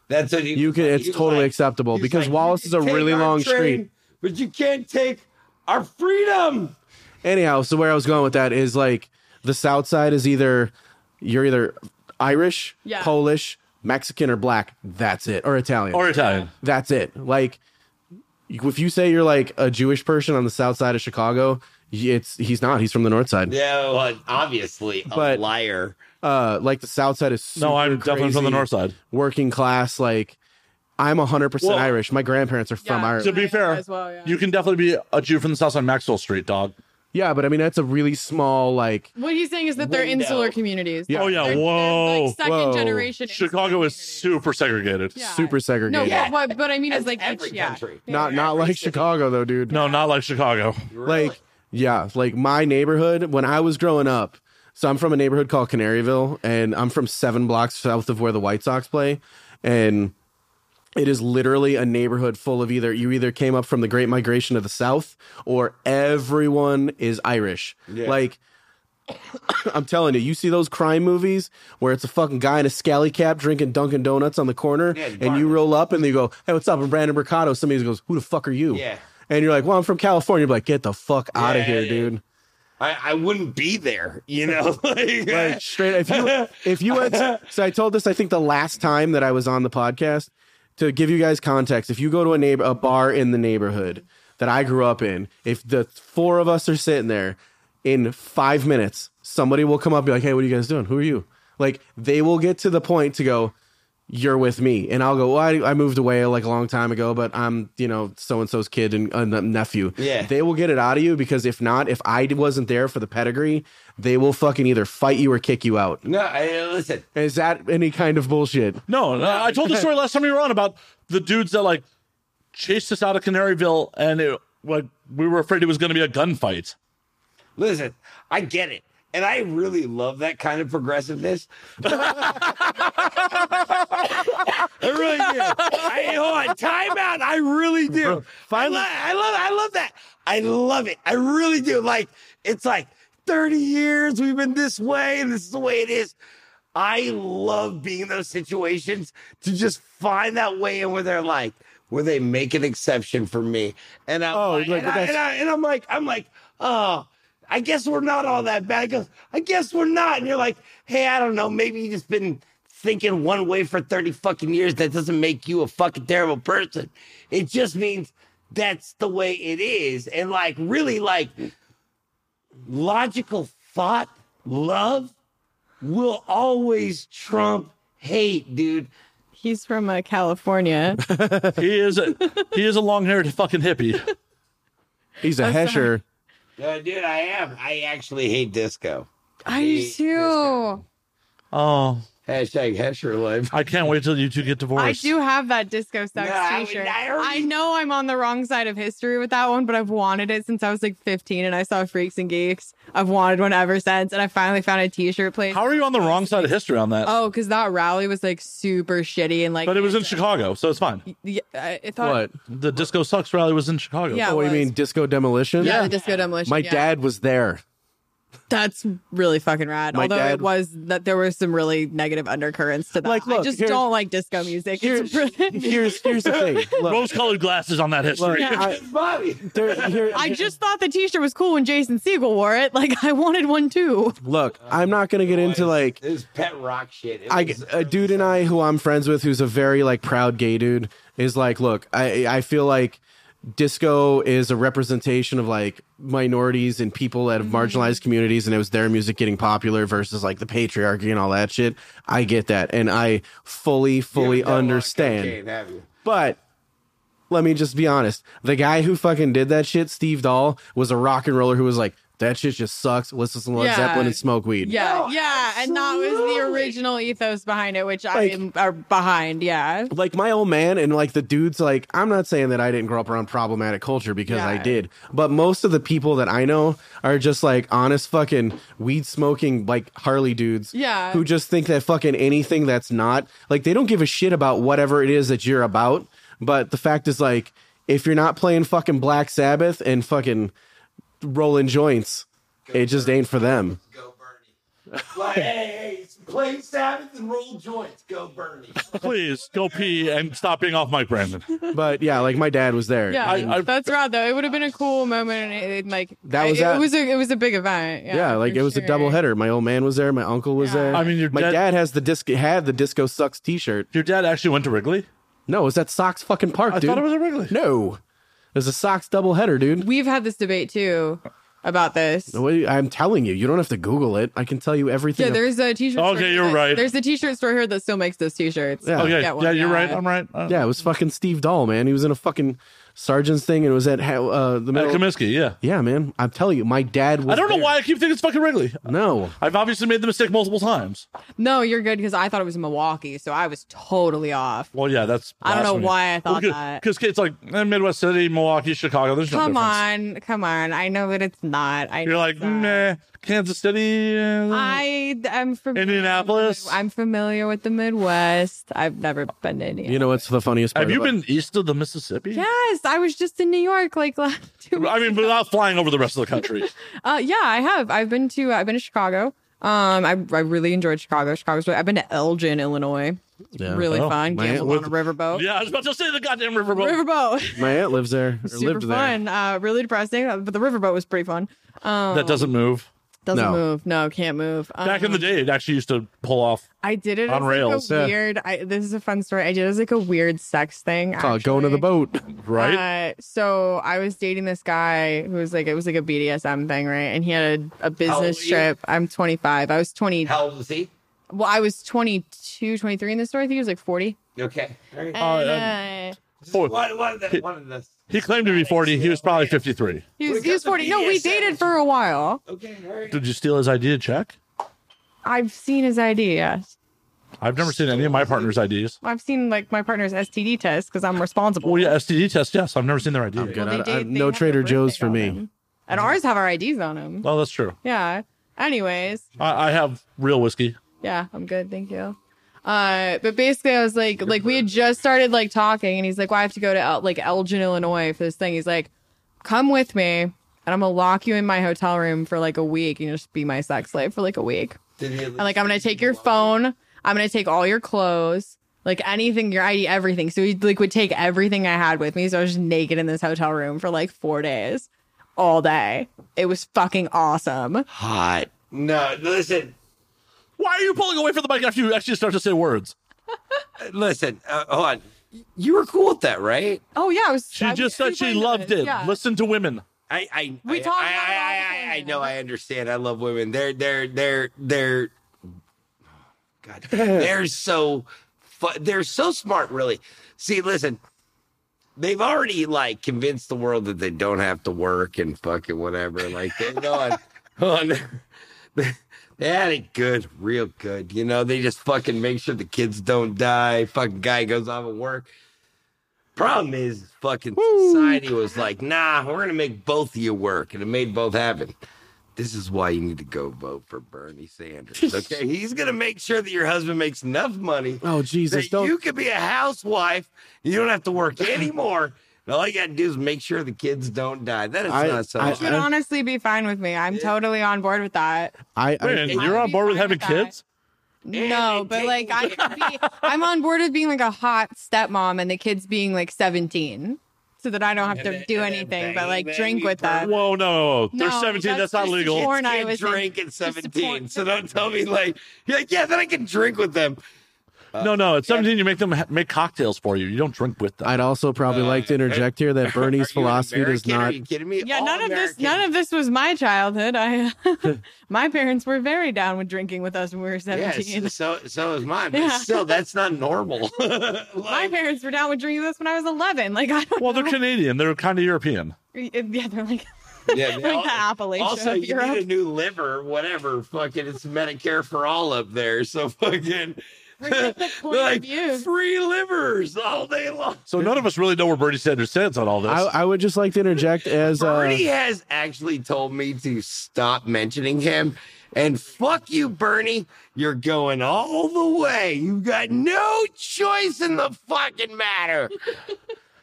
[SPEAKER 6] That's what he,
[SPEAKER 5] You can it's
[SPEAKER 6] he was
[SPEAKER 5] totally
[SPEAKER 6] like-
[SPEAKER 5] acceptable
[SPEAKER 6] he was
[SPEAKER 5] because
[SPEAKER 6] like,
[SPEAKER 5] Wallace
[SPEAKER 6] "You
[SPEAKER 5] is a
[SPEAKER 6] can
[SPEAKER 5] really
[SPEAKER 6] take our
[SPEAKER 5] long
[SPEAKER 6] train,
[SPEAKER 5] street.
[SPEAKER 6] but you can't take our freedom.
[SPEAKER 5] Anyhow, so where I was going with that is like the South Side is either you're either Irish,
[SPEAKER 8] Yeah.
[SPEAKER 5] Polish, Mexican, or black. That's it, or Italian.
[SPEAKER 1] Or Italian.
[SPEAKER 5] that's it. Like if you say you're like a Jewish person on the South Side of Chicago, it's he's not. He's from the North Side.
[SPEAKER 6] Yeah, well, obviously a
[SPEAKER 5] But-
[SPEAKER 6] liar.
[SPEAKER 5] Uh, like the South Side is super
[SPEAKER 1] No, I'm definitely from the
[SPEAKER 5] crazy,
[SPEAKER 1] north side.
[SPEAKER 5] working class. Like I'm hundred percent
[SPEAKER 1] Well-
[SPEAKER 5] Irish. My grandparents are from
[SPEAKER 8] Yeah.
[SPEAKER 5] Ireland.
[SPEAKER 1] To be fair,
[SPEAKER 8] As well, yeah.
[SPEAKER 1] you can definitely be a Jew from the south side, Maxwell Street, dog.
[SPEAKER 5] Yeah, but I mean that's a really small like.
[SPEAKER 8] What he's saying is that they're
[SPEAKER 6] Window.
[SPEAKER 8] insular communities.
[SPEAKER 5] Yeah.
[SPEAKER 1] Oh yeah,
[SPEAKER 8] They're- they're,
[SPEAKER 1] whoa.
[SPEAKER 8] like second
[SPEAKER 5] Whoa.
[SPEAKER 8] generation. insular
[SPEAKER 1] Chicago is
[SPEAKER 8] communities.
[SPEAKER 1] super segregated.
[SPEAKER 8] Yeah.
[SPEAKER 5] Super segregated.
[SPEAKER 8] No,
[SPEAKER 6] Yeah.
[SPEAKER 8] but, but I mean,
[SPEAKER 6] That's
[SPEAKER 8] it's like
[SPEAKER 6] every
[SPEAKER 8] each, yeah.
[SPEAKER 6] country.
[SPEAKER 8] Yeah.
[SPEAKER 5] Not not like Chicago though, dude.
[SPEAKER 1] No, not like Chicago.
[SPEAKER 6] Really?
[SPEAKER 5] Like yeah, like my neighborhood when I was growing up. So I'm from a neighborhood called Canaryville, and I'm from seven blocks south of where the White Sox play, and it is literally a neighborhood full of either you either came up from the Great Migration of the South or everyone is Irish. Like I'm telling you, you see those crime movies where it's a fucking guy in a scally cap drinking Dunkin' Donuts on the corner,
[SPEAKER 6] Yeah,
[SPEAKER 5] and you
[SPEAKER 6] Barney.
[SPEAKER 5] roll up and they go, "Hey, what's up?" And Brandon Mercado, somebody goes, "Who the fuck are you?"
[SPEAKER 6] Yeah.
[SPEAKER 5] and you're like, "Well, I'm from California." You're like, "Get the fuck out of
[SPEAKER 6] Yeah,
[SPEAKER 5] here,
[SPEAKER 6] yeah.
[SPEAKER 5] dude!"
[SPEAKER 6] I, I wouldn't be there, you know. like,
[SPEAKER 5] Like straight. If you if you went, so I told this I think the last time that I was on the podcast to give you guys context. If you go to a neighbor a bar in the neighborhood that I grew up in, if the four of us are sitting there, in five minutes somebody will come up and be like, "Hey, what are you guys doing? Who are you?" Like they will get to the point to go. You're with me, and I'll go. Well, I, I moved away like a long time ago, but I'm, you know, so and so's kid and uh, nephew.
[SPEAKER 6] Yeah.
[SPEAKER 5] they will get it out of you because if not, if I wasn't there for the pedigree, they will fucking either fight you or kick you out.
[SPEAKER 6] no, I, listen.
[SPEAKER 5] Is that any kind of bullshit?
[SPEAKER 1] No, no, I told the story last time you were on about the dudes that like chased us out of Canaryville, and it like we were afraid it was going to be a gunfight.
[SPEAKER 6] Listen, I get it. And I really love that kind of progressiveness. I really do. I, hold on, time out. I really do. Finally, I, love. I love that. I love it. I really do. Like it's like thirty years we've been this way, and this is the way it is. I love being in those situations to just find that way in where they're like, where they make an exception for me. And I'm,
[SPEAKER 5] Oh,
[SPEAKER 6] like,
[SPEAKER 5] like,
[SPEAKER 6] and, I,
[SPEAKER 5] that's-
[SPEAKER 6] and, I, am like, I'm like, oh, I guess we're not all that bad. I guess, I guess we're not. And you're like, hey, I don't know. Maybe you just been thinking one way for 30 fucking years. That doesn't make you a fucking terrible person. It just means that's the way it is. And like, really, like, logical thought, love will always trump hate, dude.
[SPEAKER 8] He's from uh, California.
[SPEAKER 1] He is a he is a long haired fucking hippie.
[SPEAKER 5] He's a hesher.
[SPEAKER 6] Uh, dude, I am. I actually hate disco.
[SPEAKER 8] I do too.
[SPEAKER 1] Oh,
[SPEAKER 6] Hashtag Hesher life.
[SPEAKER 1] I can't wait till you two get
[SPEAKER 8] I
[SPEAKER 1] divorced.
[SPEAKER 8] do have that disco sucks
[SPEAKER 6] No, I would-
[SPEAKER 8] T-shirt.
[SPEAKER 6] I already-
[SPEAKER 8] I know I'm on the wrong side of history with that one, but I've wanted it since I was like 15, and I saw Freaks and Geeks. I've wanted one ever since, and I finally found a T-shirt place.
[SPEAKER 1] How are you on the wrong side of history on that?
[SPEAKER 8] Oh, because that rally was like super shitty and like.
[SPEAKER 1] but it was in Chicago, so it's fine.
[SPEAKER 8] Yeah, I I thought.
[SPEAKER 5] What?
[SPEAKER 1] The disco sucks rally was in Chicago.
[SPEAKER 8] Yeah.
[SPEAKER 5] Oh, what do you
[SPEAKER 8] was.
[SPEAKER 5] mean, disco demolition?
[SPEAKER 8] Yeah, the disco demolition.
[SPEAKER 5] My
[SPEAKER 8] yeah.
[SPEAKER 5] dad was there.
[SPEAKER 8] That's really fucking rad.
[SPEAKER 5] My
[SPEAKER 8] Although
[SPEAKER 5] dad-
[SPEAKER 8] it was that there were some really negative undercurrents to that.
[SPEAKER 5] Like, look,
[SPEAKER 8] I just
[SPEAKER 5] here-
[SPEAKER 8] don't like disco music. It's
[SPEAKER 5] Here's,
[SPEAKER 8] really-
[SPEAKER 5] here's here's the thing. Look,
[SPEAKER 1] Rose colored glasses on that history.
[SPEAKER 5] look I, there- here-
[SPEAKER 8] I just thought the T-shirt was cool when Jason Siegel wore it. Like I wanted one too.
[SPEAKER 5] look, I'm not gonna get into like
[SPEAKER 6] It was pet rock shit. It
[SPEAKER 5] I,
[SPEAKER 6] was-
[SPEAKER 5] a dude and I who I'm friends with, who's a very like proud gay dude, is like, look, I I feel like disco is a representation of like minorities and people
[SPEAKER 6] Mm-hmm.
[SPEAKER 5] out of marginalized communities, and it was their music getting popular versus like the patriarchy and all that shit. I get that, and I fully
[SPEAKER 6] You haven't
[SPEAKER 5] fully
[SPEAKER 6] done a lot of
[SPEAKER 5] understand.
[SPEAKER 6] cocaine, have you?
[SPEAKER 5] But let me just be honest. The guy who fucking did that shit, Steve Dahl, was a rock and roller who was like, that shit just sucks. Let's listen to Led
[SPEAKER 8] Yeah.
[SPEAKER 5] Zeppelin and smoke weed.
[SPEAKER 8] Yeah, yeah, and that was the original ethos behind it, which I
[SPEAKER 5] Like-
[SPEAKER 8] am are behind. Yeah,
[SPEAKER 5] like my old man and like the dudes like i'm not saying that i didn't grow up around problematic culture because i
[SPEAKER 8] Yeah.
[SPEAKER 5] did but most of the people that i know are just like honest fucking weed smoking like harley dudes
[SPEAKER 8] Yeah.
[SPEAKER 5] who just think that fucking anything that's not like they don't give a shit about whatever it is that you're about but the fact is like if you're not playing fucking black sabbath and fucking rolling joints it just ain't for them
[SPEAKER 6] Go Bernie. Like, hey, hey, play Sabbath and roll joints. Go Bernie.
[SPEAKER 1] Please go pee and stop being off Mike Brandon.
[SPEAKER 5] but yeah like my dad was there
[SPEAKER 8] yeah,
[SPEAKER 1] I- I-
[SPEAKER 8] that's rad though. It would have been a cool moment, and it, it, like
[SPEAKER 5] That was
[SPEAKER 8] it,
[SPEAKER 5] at-
[SPEAKER 8] was a it was a big event. Yeah,
[SPEAKER 5] Yeah, like
[SPEAKER 8] for
[SPEAKER 5] it was a
[SPEAKER 8] sure.
[SPEAKER 5] double header. My old man was there. My uncle was there.
[SPEAKER 1] I mean, your
[SPEAKER 5] my
[SPEAKER 1] dad-
[SPEAKER 5] dad has the disc had the disco sucks T-shirt.
[SPEAKER 1] Your dad actually went to Wrigley.
[SPEAKER 5] No, it was at Sox fucking Park,
[SPEAKER 1] I
[SPEAKER 5] dude.
[SPEAKER 1] thought it was at Wrigley.
[SPEAKER 5] no, it was a Sox double header, dude.
[SPEAKER 8] We've had this debate too about this.
[SPEAKER 5] What do you- I'm telling you, you don't have to Google it. I can tell you everything.
[SPEAKER 8] Yeah, there's a t-shirt.
[SPEAKER 1] Okay,
[SPEAKER 8] store
[SPEAKER 1] you're
[SPEAKER 8] that-
[SPEAKER 1] right.
[SPEAKER 8] There's a t-shirt store here that still makes those t-shirts.
[SPEAKER 5] Yeah.
[SPEAKER 1] Okay,
[SPEAKER 8] Get one,
[SPEAKER 1] yeah, you're
[SPEAKER 8] yeah.
[SPEAKER 1] right. I'm right. Uh,
[SPEAKER 5] yeah, it was fucking Steve Dahl, man. He was in a fucking sergeant's thing, and it was at ha- uh, the
[SPEAKER 1] At
[SPEAKER 5] middle.
[SPEAKER 1] Comiskey, yeah.
[SPEAKER 5] yeah, man. I'm telling you, my dad was.
[SPEAKER 1] I don't know
[SPEAKER 5] there.
[SPEAKER 1] why I keep thinking it's fucking Wrigley.
[SPEAKER 5] No,
[SPEAKER 1] I've obviously made the mistake multiple times.
[SPEAKER 8] No, you're good because I thought it was Milwaukee, so I was totally off.
[SPEAKER 1] Well, yeah, that's.
[SPEAKER 8] I don't know why I thought that.
[SPEAKER 1] Because it's like eh, Midwest City, Milwaukee, Chicago. There's no
[SPEAKER 8] Come
[SPEAKER 1] difference.
[SPEAKER 8] on, come on. I know that it's not. I
[SPEAKER 1] You're
[SPEAKER 8] know
[SPEAKER 1] like,
[SPEAKER 8] it's not.
[SPEAKER 1] meh, Kansas City. eh,
[SPEAKER 8] I am from
[SPEAKER 1] Indianapolis?
[SPEAKER 8] I'm familiar with the Midwest. I've never been to Indiana.
[SPEAKER 5] you know what's the funniest part?
[SPEAKER 1] have you
[SPEAKER 5] about-
[SPEAKER 1] been east of the Mississippi?
[SPEAKER 8] Yes, I was just in New York like last two weeks.
[SPEAKER 1] I mean, without flying over the rest of the country.
[SPEAKER 8] Uh, yeah, I have. I've been to. I've been to Chicago. Um, I, I really enjoyed Chicago. Chicago's. Really, I've been to Elgin, Illinois.
[SPEAKER 5] Yeah.
[SPEAKER 8] really
[SPEAKER 1] Oh,
[SPEAKER 8] fun.
[SPEAKER 5] my
[SPEAKER 8] Gambled
[SPEAKER 5] aunt
[SPEAKER 8] on a riverboat.
[SPEAKER 1] yeah, I was about to say the goddamn riverboat.
[SPEAKER 8] Riverboat.
[SPEAKER 5] My aunt lives there. Or
[SPEAKER 8] Super
[SPEAKER 5] lived there.
[SPEAKER 8] fun. Uh, really depressing, uh, but the riverboat was pretty fun. Um,
[SPEAKER 1] That doesn't move.
[SPEAKER 8] doesn't
[SPEAKER 5] No.
[SPEAKER 8] move. No, can't move.
[SPEAKER 1] Back in the
[SPEAKER 8] Um,
[SPEAKER 1] day, it actually used to pull off.
[SPEAKER 8] I did it
[SPEAKER 1] on
[SPEAKER 8] as, like,
[SPEAKER 1] rails,
[SPEAKER 8] a
[SPEAKER 5] yeah.
[SPEAKER 8] weird. I, this is a fun story. I did it as like a weird sex thing.
[SPEAKER 5] Call it going to the
[SPEAKER 8] actually.
[SPEAKER 5] boat.
[SPEAKER 1] Right?
[SPEAKER 8] Uh, so I was dating this guy who was like it was like a BDSM thing, right? And he had a, a business
[SPEAKER 6] old were you?
[SPEAKER 8] trip. I'm 25. I was 20.
[SPEAKER 6] How old was he?
[SPEAKER 8] Well, I was 22, 23 in this story. I think he was like 40.
[SPEAKER 6] Okay. All right.
[SPEAKER 8] And, uh,
[SPEAKER 1] Four-
[SPEAKER 6] One, one, of the- one of the-
[SPEAKER 1] He claimed to be 40. He was probably 53.
[SPEAKER 8] he
[SPEAKER 6] We
[SPEAKER 8] was, he
[SPEAKER 6] got
[SPEAKER 8] was
[SPEAKER 6] the
[SPEAKER 8] 40. No, we
[SPEAKER 6] BDSM.
[SPEAKER 8] dated for a while.
[SPEAKER 6] Okay. All right.
[SPEAKER 1] Did you steal his ID check?
[SPEAKER 8] I've seen his ID. Yes,
[SPEAKER 1] I've never seen any of my partner's IDs.
[SPEAKER 8] I've seen like my partner's STD test because I'm responsible.
[SPEAKER 1] Well, yeah, STD test. Yes, I've never seen their ID.
[SPEAKER 5] I'm good.
[SPEAKER 8] Well,
[SPEAKER 5] I-
[SPEAKER 8] they
[SPEAKER 5] I-
[SPEAKER 8] did- they
[SPEAKER 5] no
[SPEAKER 8] have their
[SPEAKER 5] Trader Joe's
[SPEAKER 8] birthday
[SPEAKER 5] for
[SPEAKER 8] on
[SPEAKER 5] me.
[SPEAKER 8] them. And ours have our IDs on them.
[SPEAKER 1] Oh, that's true.
[SPEAKER 8] Yeah. Anyways,
[SPEAKER 1] I, I have real whiskey.
[SPEAKER 8] yeah, I'm good. Thank you. Uh, but basically, I was like, like we had just started like talking, and he's like, "Well, I have to go to El- like Elgin, Illinois for this thing." He's like, "Come with me, and I'm gonna lock you in my hotel room for like a week, and just be my sex slave for like a week."
[SPEAKER 6] Did he at
[SPEAKER 8] And like,
[SPEAKER 6] least-
[SPEAKER 8] I'm gonna take your phone. I'm gonna take all your clothes, like anything, your ID, everything. So he like would take everything I had with me. So I was just naked in this hotel room for like four days, all day. It was fucking awesome.
[SPEAKER 6] hot. No, listen,
[SPEAKER 1] Why are you pulling away from the mic after you actually start to say words?
[SPEAKER 6] listen. Uh, hold on. You were cool with that, right?
[SPEAKER 8] Oh yeah, I was.
[SPEAKER 1] She
[SPEAKER 8] I was
[SPEAKER 1] just said
[SPEAKER 8] super
[SPEAKER 1] she
[SPEAKER 8] into
[SPEAKER 1] loved
[SPEAKER 8] this,
[SPEAKER 1] it.
[SPEAKER 8] yeah.
[SPEAKER 1] Listen to women.
[SPEAKER 6] I, I
[SPEAKER 8] We
[SPEAKER 6] I,
[SPEAKER 8] talk
[SPEAKER 6] I,
[SPEAKER 8] about it all the
[SPEAKER 6] I, I, I
[SPEAKER 8] time.
[SPEAKER 6] know. I understand. I love women. They're they're they're they're. God, they're so, fu- they're so smart. Really. See, listen. They've already like convinced the world that they don't have to work and fucking whatever. Like they're going on. They had it good, real good. You know, they just fucking make sure the kids don't die. Fucking guy goes off and work. Problem is, fucking society was like, nah, we're gonna make both of you work, and it made both happen. This is why you need to go vote for Bernie Sanders. Okay, he's gonna make sure that your husband makes enough money
[SPEAKER 5] Oh Jesus!
[SPEAKER 6] that
[SPEAKER 5] Don't
[SPEAKER 6] you could be a housewife. You don't have to work anymore. And all you got to do is make sure the kids don't die. That is
[SPEAKER 5] I-
[SPEAKER 6] not so.
[SPEAKER 5] I-
[SPEAKER 8] That would honestly be fine with me. I'm totally on board with that.
[SPEAKER 5] I,
[SPEAKER 1] Wait,
[SPEAKER 5] I
[SPEAKER 1] you're on board with
[SPEAKER 8] I'd be
[SPEAKER 1] having
[SPEAKER 8] fine with
[SPEAKER 1] kids?
[SPEAKER 8] No, but like I could be, I'm on board with being like a hot stepmom and the kids being like 17 so that I don't have to do anything but like drink with them.
[SPEAKER 1] Whoa, no, no,
[SPEAKER 8] No,
[SPEAKER 1] they're 17. That's,
[SPEAKER 8] that's
[SPEAKER 1] not
[SPEAKER 8] just a
[SPEAKER 1] legal.
[SPEAKER 8] porn I
[SPEAKER 6] can't
[SPEAKER 8] was in.
[SPEAKER 6] drink at seventeen,
[SPEAKER 8] porn.
[SPEAKER 6] so don't tell me like you're like yeah. Then I can drink with them.
[SPEAKER 1] no, no, at 17, you make them ha- make cocktails for you. You don't drink with them.
[SPEAKER 5] I'd also probably like
[SPEAKER 1] Uh,
[SPEAKER 5] to interject here that
[SPEAKER 6] Are you an
[SPEAKER 5] Bernie's philosophy does
[SPEAKER 6] American? Are
[SPEAKER 5] not.
[SPEAKER 6] you kidding me?
[SPEAKER 8] Yeah,
[SPEAKER 6] All
[SPEAKER 8] none of this
[SPEAKER 6] American.
[SPEAKER 8] none of this was my childhood. I my parents were very down with drinking with us when we were 17.
[SPEAKER 6] Yes, so so is mine. But
[SPEAKER 8] Yeah.
[SPEAKER 6] still, that's not normal.
[SPEAKER 8] my parents were down with drinking with us when I was 11. Like I don't
[SPEAKER 1] well, they're Canadian. They're kind of European.
[SPEAKER 8] yeah, they're like
[SPEAKER 6] yeah,
[SPEAKER 8] like the Appalachian
[SPEAKER 6] also,
[SPEAKER 8] of
[SPEAKER 6] you
[SPEAKER 8] Europe.
[SPEAKER 6] need a new liver, whatever. Fucking, it's Medicare for all up there. So fucking,
[SPEAKER 8] forget the point of
[SPEAKER 6] like
[SPEAKER 8] view.
[SPEAKER 6] free livers all day long.
[SPEAKER 1] So none of us really know where Bernie Sanders stands on all this.
[SPEAKER 5] I, I would just like to interject as uh,
[SPEAKER 6] Bernie has actually told me to stop mentioning him. And fuck you, Bernie. You're going all the way. You've got no choice in the fucking matter.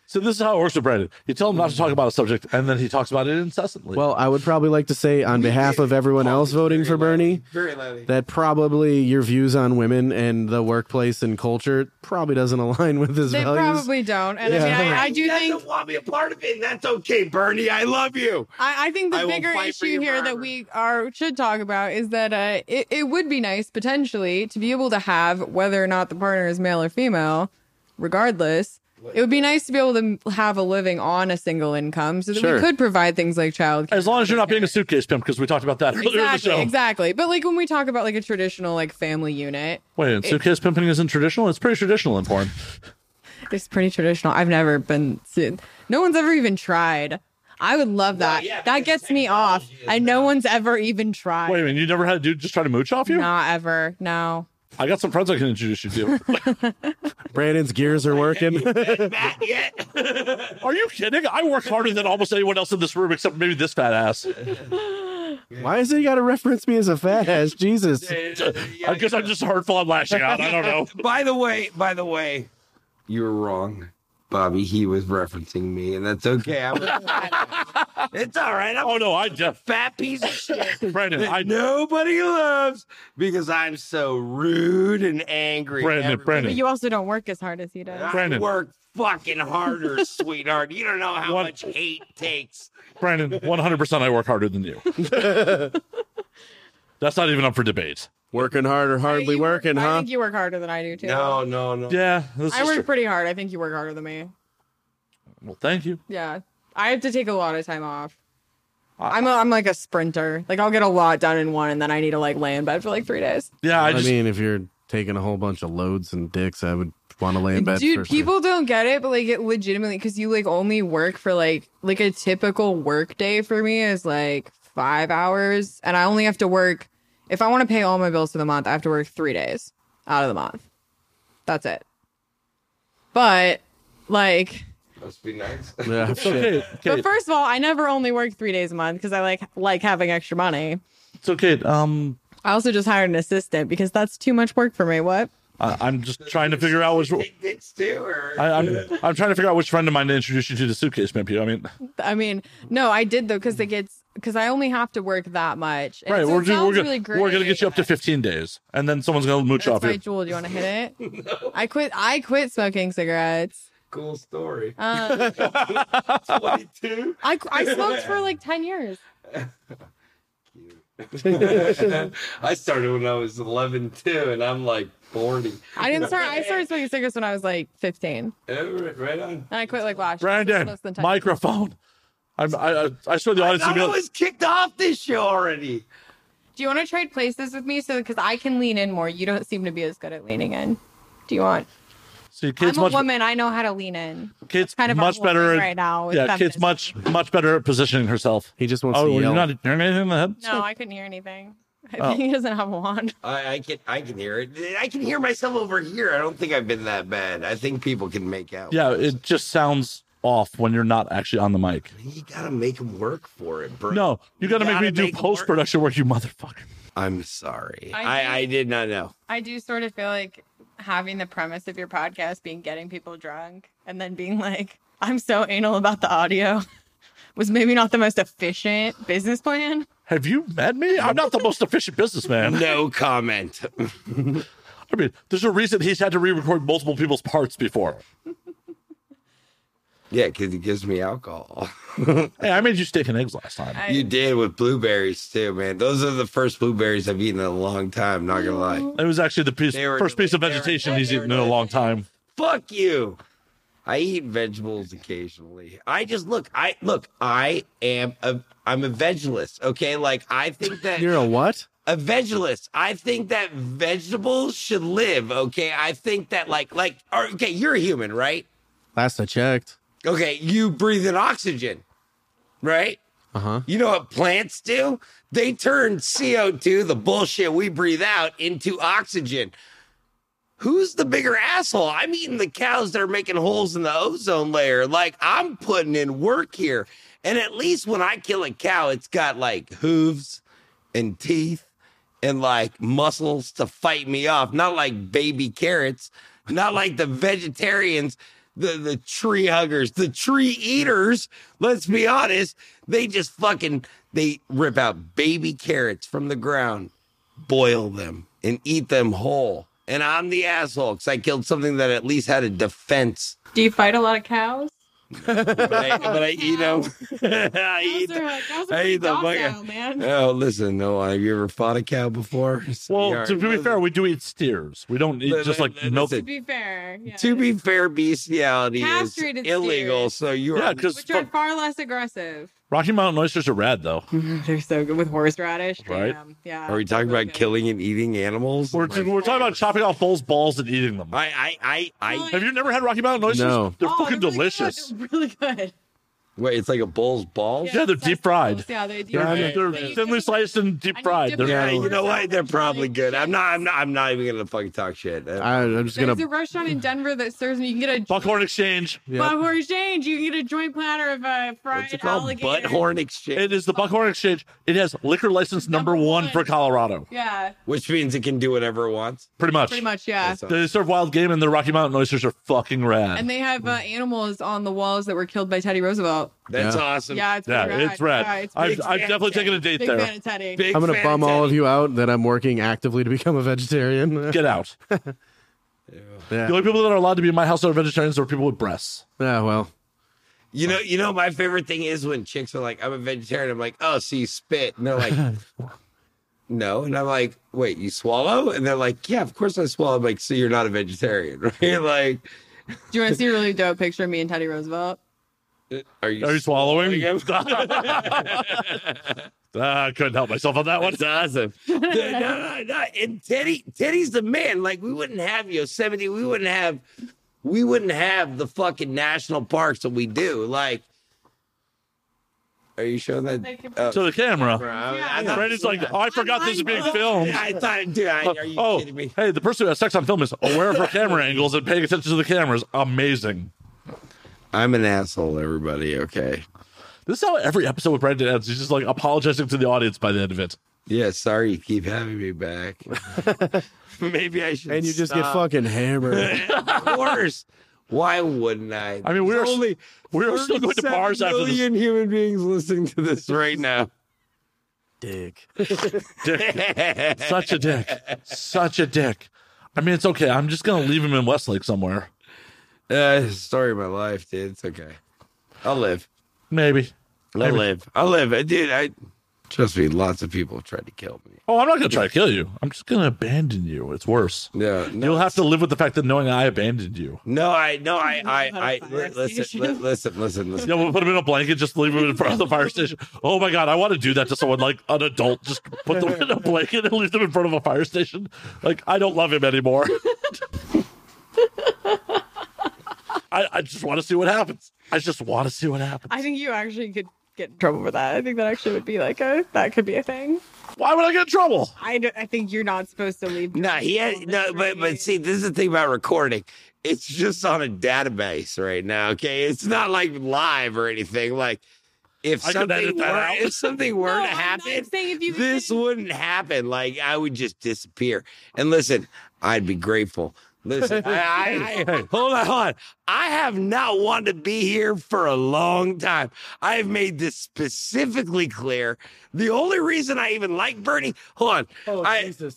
[SPEAKER 1] so this is how it works with Brandon. You tell him not to talk about a subject, and then he talks about it incessantly.
[SPEAKER 5] well, I would probably like to say on behalf of everyone else voting for Bernie
[SPEAKER 6] Very loudly.
[SPEAKER 5] that probably your views on women and the workplace and culture probably doesn't align with his
[SPEAKER 8] They
[SPEAKER 5] values.
[SPEAKER 8] probably don't. And
[SPEAKER 5] Yeah.
[SPEAKER 8] I mean, I, I do
[SPEAKER 6] He doesn't
[SPEAKER 8] think
[SPEAKER 6] want to be a part of it. And that's okay, Bernie. I love you.
[SPEAKER 8] I, I think the
[SPEAKER 6] I will
[SPEAKER 8] bigger
[SPEAKER 6] fight for
[SPEAKER 8] issue
[SPEAKER 6] you
[SPEAKER 8] here that
[SPEAKER 6] forever.
[SPEAKER 8] we are should talk about is that uh, it, it would be nice potentially to be able to have whether or not the partner is male or female, regardless. It would be nice to be able to m- have a living on a single income so that
[SPEAKER 5] Sure.
[SPEAKER 8] we could provide things like childcare.
[SPEAKER 1] as long as you're not being a suitcase pimp, because we talked about that earlier in the
[SPEAKER 8] exactly,
[SPEAKER 1] show.
[SPEAKER 8] exactly. But like when we talk about like a traditional like family unit,
[SPEAKER 1] Wait, suitcase pimping isn't traditional? It's pretty traditional in porn.
[SPEAKER 8] it's pretty traditional. I've never been to, no one's ever even tried. I would love that.
[SPEAKER 6] yeah,
[SPEAKER 8] that
[SPEAKER 6] because
[SPEAKER 8] gets me off.
[SPEAKER 6] technology is
[SPEAKER 8] And no one's ever even tried.
[SPEAKER 1] Wait a minute, you never had a dude just try to mooch off you?
[SPEAKER 8] Not ever. No.
[SPEAKER 1] I got some friends I can introduce you to.
[SPEAKER 5] Brandon's gears are working.
[SPEAKER 6] Matt, yeah.
[SPEAKER 1] Are you kidding? I work harder than almost anyone else in this room, except maybe this fat ass.
[SPEAKER 5] Why is it you got to reference me as a fat ass? Jesus.
[SPEAKER 1] I guess I'm just hurtful. I'm lashing out. I don't know.
[SPEAKER 6] By the way, by the way, you were wrong, Bobby. He was referencing me, and that's okay. I'm it's all right. I'm
[SPEAKER 1] Oh no, I def
[SPEAKER 6] a fat piece of shit.
[SPEAKER 1] Brandon.
[SPEAKER 6] That
[SPEAKER 1] I
[SPEAKER 6] nobody loves because I'm so rude and angry. at
[SPEAKER 1] Brandon.
[SPEAKER 6] everybody.
[SPEAKER 8] But
[SPEAKER 1] Brandon.
[SPEAKER 8] you also don't work as hard as he does.
[SPEAKER 6] I
[SPEAKER 1] Brandon.
[SPEAKER 6] work fucking harder, sweetheart. You don't know how
[SPEAKER 1] What-
[SPEAKER 6] much hate takes.
[SPEAKER 1] Brandon. 100. percent I work harder than you. That's not even up for debate.
[SPEAKER 5] Working hard or hardly
[SPEAKER 8] You work-
[SPEAKER 5] working,
[SPEAKER 8] I
[SPEAKER 5] huh?
[SPEAKER 8] think you work harder than I do too.
[SPEAKER 6] No, no, no.
[SPEAKER 1] Yeah, this
[SPEAKER 8] I
[SPEAKER 1] is
[SPEAKER 8] work
[SPEAKER 1] true.
[SPEAKER 8] pretty hard. I think you work harder than me.
[SPEAKER 1] Well, thank you.
[SPEAKER 8] Yeah. I have to take a lot of time off. I'm a, I'm like a sprinter. Like I'll get a lot done in one and then I need to like lay in bed for like 3 days.
[SPEAKER 1] Yeah, I
[SPEAKER 5] I,
[SPEAKER 1] just
[SPEAKER 5] mean, if you're taking a whole bunch of loads and dicks, I would want to lay in bed.
[SPEAKER 8] Dude,
[SPEAKER 5] first.
[SPEAKER 8] people don't get it, but like it legitimately cuz you like only work for like like a typical work day for me is like 5 hours and I only have to work if I want to pay all my bills for the month, I have to work 3 days out of the month. That's it. But like
[SPEAKER 6] Must be nice.
[SPEAKER 1] so
[SPEAKER 5] Yeah, shit.
[SPEAKER 1] Kate,
[SPEAKER 8] But
[SPEAKER 1] Kate,
[SPEAKER 8] first of all, I never only work three days a month because I like like having extra money.
[SPEAKER 1] so Kate, um,
[SPEAKER 8] I also just hired an assistant because that's too much work for me. What?
[SPEAKER 1] I, I'm just trying to figure out which
[SPEAKER 6] It's too. Or...
[SPEAKER 1] I, I'm I'm trying to figure out which friend of mine to introduce you to the suitcase pimp. You, I mean,
[SPEAKER 8] I mean, no, I did though because it gets because I only have to work that much. And
[SPEAKER 1] right?
[SPEAKER 8] so
[SPEAKER 1] we're
[SPEAKER 8] it
[SPEAKER 1] ju- we're
[SPEAKER 8] sounds
[SPEAKER 1] gonna,
[SPEAKER 8] really great.
[SPEAKER 1] we're gonna get you up to 15 days, and then someone's gonna mooch
[SPEAKER 8] That's
[SPEAKER 1] off
[SPEAKER 8] right,
[SPEAKER 1] you.
[SPEAKER 8] Jewel. Do you want to hit it? I quit. I quit smoking cigarettes.
[SPEAKER 6] Cool story.
[SPEAKER 8] Um,
[SPEAKER 6] 22.
[SPEAKER 8] I I smoked for like ten years.
[SPEAKER 6] I started when I was 11 too, and I'm like 40.
[SPEAKER 8] I didn't start. I started smoking cigarettes when I was like fifteen,
[SPEAKER 6] Eh, Right right on.
[SPEAKER 8] and I quit like last. year. It was
[SPEAKER 1] Brandon,
[SPEAKER 8] less than 10 years.
[SPEAKER 1] microphone. I'm, I, I, I swear the
[SPEAKER 6] I
[SPEAKER 1] audience is
[SPEAKER 6] thought
[SPEAKER 1] gonna
[SPEAKER 6] I
[SPEAKER 1] be like,
[SPEAKER 6] was kicked off this show already.
[SPEAKER 8] Do you want to trade places with me? So, because I can lean in more. You don't seem to be as good at leaning in. Do you want?
[SPEAKER 1] see, Kate's
[SPEAKER 8] I'm a
[SPEAKER 1] much,
[SPEAKER 8] woman. I know how to lean in.
[SPEAKER 1] Kate's
[SPEAKER 8] kind of our
[SPEAKER 1] much
[SPEAKER 8] whole
[SPEAKER 1] better
[SPEAKER 8] thing
[SPEAKER 1] at-
[SPEAKER 8] right now with
[SPEAKER 1] Yeah, Kate's
[SPEAKER 8] feminism.
[SPEAKER 1] much much better at positioning herself.
[SPEAKER 5] He just wants
[SPEAKER 1] Oh,
[SPEAKER 5] to
[SPEAKER 1] you're
[SPEAKER 5] yell.
[SPEAKER 1] not hearing anything in the head.
[SPEAKER 8] No, I couldn't hear anything. I
[SPEAKER 1] Oh.
[SPEAKER 8] think he doesn't have a wand.
[SPEAKER 6] I, I can I can hear it. I can hear myself over here. I don't think I've been that bad. I think people can make out.
[SPEAKER 1] Yeah, it just sounds off when you're not actually on the mic.
[SPEAKER 6] You gotta make them work for it, bro.
[SPEAKER 1] No, you got to make
[SPEAKER 6] gotta
[SPEAKER 1] me do
[SPEAKER 6] make it work.
[SPEAKER 1] post production work, you motherfucker.
[SPEAKER 6] I'm sorry.
[SPEAKER 8] I
[SPEAKER 6] I, I,
[SPEAKER 8] think-
[SPEAKER 6] did not know.
[SPEAKER 8] I do sort of feel like having the premise of your podcast being getting people drunk and then being like, I'm so anal about the audio. Was maybe not the most efficient business plan.
[SPEAKER 1] Have you met me? I'm not the most efficient businessman.
[SPEAKER 6] No comment.
[SPEAKER 1] I mean, there's a reason he's had to re-record multiple people's parts before.
[SPEAKER 6] Yeah, because it gives me alcohol.
[SPEAKER 1] Hey, I made you steak and eggs last time.
[SPEAKER 8] I,
[SPEAKER 6] You did with blueberries too, man. Those are the first blueberries I've eaten in a long time. Not gonna lie.
[SPEAKER 1] It was actually the piece,
[SPEAKER 6] They were
[SPEAKER 1] first piece of
[SPEAKER 6] delicious.
[SPEAKER 1] vegetation he's
[SPEAKER 6] They were
[SPEAKER 1] eaten in a long time.
[SPEAKER 6] Fuck you. I eat vegetables occasionally. I just look. I look. I am a. I'm a vegetalist. Okay, like I think that
[SPEAKER 5] You're a what?
[SPEAKER 6] a vegetalist. I think that vegetables should live. Okay, I think that like like. or- Okay, you're a human, right?
[SPEAKER 5] Last I checked.
[SPEAKER 6] Okay, you breathe in oxygen, right?
[SPEAKER 5] Uh-huh.
[SPEAKER 6] You know what plants do? They turn CO2, the bullshit we breathe out, into oxygen. Who's the bigger asshole? I'm eating the cows that are making holes in the ozone layer. Like, I'm putting in work here. And at least when I kill a cow, it's got like hooves and teeth and like muscles to fight me off. Not like baby carrots, not like the vegetarians, the, the tree huggers, the tree eaters. Let's be honest, they just fucking they rip out baby carrots from the ground, boil them, and eat them whole. And I'm the asshole because I killed something that at least had a defense.
[SPEAKER 8] do you fight a lot of cows?
[SPEAKER 6] But I, but I eat them. I eat
[SPEAKER 8] Cows are,
[SPEAKER 6] them.
[SPEAKER 8] uh, cows are
[SPEAKER 6] I
[SPEAKER 8] pretty
[SPEAKER 6] eat the
[SPEAKER 8] docile,
[SPEAKER 6] fucking-
[SPEAKER 8] man.
[SPEAKER 6] Oh, listen, no, have you ever fought a cow before?
[SPEAKER 1] Well, to be fair, we do eat steers. We don't eat just like milk.
[SPEAKER 8] To be fair, yeah.
[SPEAKER 6] To be fair, bestiality is
[SPEAKER 8] Castrated
[SPEAKER 6] illegal,
[SPEAKER 8] steers.
[SPEAKER 6] so you are
[SPEAKER 1] Yeah, because
[SPEAKER 8] which are far less aggressive.
[SPEAKER 1] Rocky Mountain oysters are rad though.
[SPEAKER 8] They're so good with horseradish.
[SPEAKER 1] Right.
[SPEAKER 8] Damn, Yeah.
[SPEAKER 6] Are we talking about killing and eating animals?
[SPEAKER 1] We're, we're talking about chopping off bulls' balls and eating them.
[SPEAKER 6] I, I, I, I.
[SPEAKER 1] Have you never had Rocky Mountain oysters?
[SPEAKER 5] No.
[SPEAKER 1] They're
[SPEAKER 8] Oh,
[SPEAKER 1] fucking
[SPEAKER 8] really good.
[SPEAKER 1] delicious.
[SPEAKER 8] They're Really good.
[SPEAKER 6] Wait, it's like a bull's balls.
[SPEAKER 1] Yeah, they're deep fried.
[SPEAKER 8] Yeah, they do.
[SPEAKER 1] They're,
[SPEAKER 8] But
[SPEAKER 1] they're
[SPEAKER 8] you
[SPEAKER 1] thinly
[SPEAKER 8] can-
[SPEAKER 1] sliced and
[SPEAKER 8] I
[SPEAKER 1] deep
[SPEAKER 8] need
[SPEAKER 1] fried. They're,
[SPEAKER 8] different-
[SPEAKER 6] Yeah,
[SPEAKER 8] Yeah,
[SPEAKER 6] you know what? They're
[SPEAKER 8] yeah.
[SPEAKER 6] probably good. I'm not. I'm not. I'm not even gonna fucking talk shit. Uh,
[SPEAKER 5] I, I'm just
[SPEAKER 8] There's a
[SPEAKER 5] gonna.
[SPEAKER 8] restaurant in Denver that serves me. You can get a
[SPEAKER 1] Buckhorn Exchange.
[SPEAKER 5] Yep.
[SPEAKER 8] Buckhorn Exchange. You can get a joint platter of uh, fried
[SPEAKER 6] What's it called?
[SPEAKER 8] alligator.
[SPEAKER 6] Butthorn exchange,
[SPEAKER 1] It is the Buckhorn Exchange. It has liquor license number
[SPEAKER 8] Number
[SPEAKER 1] one
[SPEAKER 8] one.
[SPEAKER 1] for Colorado.
[SPEAKER 8] Yeah,
[SPEAKER 6] which means it can do whatever it wants.
[SPEAKER 1] Pretty much.
[SPEAKER 8] pretty much. Yeah.
[SPEAKER 6] That's awesome.
[SPEAKER 1] They serve wild game and their Rocky Mountain oysters are fucking rad.
[SPEAKER 8] And they have uh, animals on the walls that were killed by Teddy Roosevelt.
[SPEAKER 6] That's
[SPEAKER 5] Yeah.
[SPEAKER 6] awesome.
[SPEAKER 8] Yeah, it's
[SPEAKER 1] yeah,
[SPEAKER 8] pretty rad.
[SPEAKER 1] it's rad.
[SPEAKER 8] Yeah, it's
[SPEAKER 1] I've,
[SPEAKER 8] pretty-
[SPEAKER 1] I've definitely taken a date
[SPEAKER 8] big
[SPEAKER 1] there.
[SPEAKER 8] fan of Teddy.
[SPEAKER 6] Big
[SPEAKER 5] I'm
[SPEAKER 6] fan
[SPEAKER 5] gonna bum all of
[SPEAKER 6] Teddy.
[SPEAKER 5] you out that I'm working actively to become a vegetarian.
[SPEAKER 1] Get out. The
[SPEAKER 5] yeah.
[SPEAKER 1] only people that are allowed to be in my house that are vegetarians are people with breasts.
[SPEAKER 5] yeah. Well.
[SPEAKER 6] You know, you know, my favorite thing is when chicks are like, "I'm a vegetarian." I'm like, "Oh, so you spit?" And they're like, "No." And I'm like, "Wait, you swallow?" And they're like, "Yeah, of course I swallow." I'm like, "So you're not a vegetarian, right?" Like,
[SPEAKER 8] Do you want to see a really dope picture of me and Teddy Roosevelt?
[SPEAKER 6] are you?
[SPEAKER 1] Are you swallowing?
[SPEAKER 6] swallowing him?
[SPEAKER 1] Ah, I couldn't help myself on that one.
[SPEAKER 6] That's awesome. Dude, no, no, no. And Teddy, Teddy's the man. Like we wouldn't have Yosemite, we wouldn't have, we wouldn't have the fucking national parks that we do. Like, are you showing that?
[SPEAKER 8] Thank you.
[SPEAKER 6] Oh,
[SPEAKER 1] To the camera.
[SPEAKER 6] I, I thought-
[SPEAKER 1] Brandon's like, oh, I forgot this is being filmed.
[SPEAKER 6] I thought, dude, I, are you
[SPEAKER 1] oh,
[SPEAKER 6] kidding me?
[SPEAKER 1] hey, the person who has sex on film is aware of her camera angles and paying attention to the cameras. Amazing.
[SPEAKER 6] I'm an asshole, everybody. Okay.
[SPEAKER 1] This is how every episode with Brandon ends. He's just like apologizing to the audience by the end of it.
[SPEAKER 6] Yeah, sorry you keep having me back. Maybe I should.
[SPEAKER 5] And you just get
[SPEAKER 6] stop.
[SPEAKER 5] fucking hammered.
[SPEAKER 6] Of course. Why wouldn't I?
[SPEAKER 1] I mean, we are
[SPEAKER 6] There's
[SPEAKER 1] only we are still going to
[SPEAKER 6] 37
[SPEAKER 1] bars after this.
[SPEAKER 6] million human beings listening to this right now.
[SPEAKER 5] Dick.
[SPEAKER 1] Such a dick. Such a dick. I mean, it's okay. I'm just gonna leave him in Westlake somewhere.
[SPEAKER 6] uh, story of my life, dude. It's okay. I'll live.
[SPEAKER 1] Maybe.
[SPEAKER 6] I'll live. I'll live. I Dude, I trust me. Lots of people have tried to kill me.
[SPEAKER 1] Oh, I'm not gonna try to kill you. I'm just gonna abandon you. It's worse.
[SPEAKER 6] No, no,
[SPEAKER 1] You'll have to live with the fact that knowing I abandoned you.
[SPEAKER 6] no. I, no, I, I, I.
[SPEAKER 8] Fire
[SPEAKER 6] li- Listen, li-
[SPEAKER 8] station.
[SPEAKER 6] listen, listen, listen.
[SPEAKER 1] Yeah, we'll put him in a blanket, just leave him in front of the fire station. Oh my god, I want to do that to someone like an adult. Just put them in a blanket and leave them in front of a fire station. Like I don't love him anymore. I, I just want to see what happens. I just want to see what happens.
[SPEAKER 8] I think you actually could get in trouble for that. I think that actually would be like a that could be a thing.
[SPEAKER 1] Why would I get in trouble?
[SPEAKER 8] I, don't- I think you're not supposed to leave.
[SPEAKER 6] No, he had no, but but see, this is the thing about recording. It's just on a database right now. Okay, it's not like live or anything. Like if
[SPEAKER 1] I could edit
[SPEAKER 6] something were,
[SPEAKER 1] that out.
[SPEAKER 6] if something were
[SPEAKER 8] No,
[SPEAKER 6] to
[SPEAKER 8] I'm not
[SPEAKER 6] happen,
[SPEAKER 8] saying if you could
[SPEAKER 6] this
[SPEAKER 8] get-
[SPEAKER 6] wouldn't happen. Like I would just disappear. And listen, I'd be grateful
[SPEAKER 2] Listen,
[SPEAKER 6] I, I, hold on, hold on. I have not wanted to be here for a long time. I've made this specifically clear. The only reason I even like Bernie, hold on.
[SPEAKER 5] Oh,
[SPEAKER 6] I-
[SPEAKER 5] Jesus.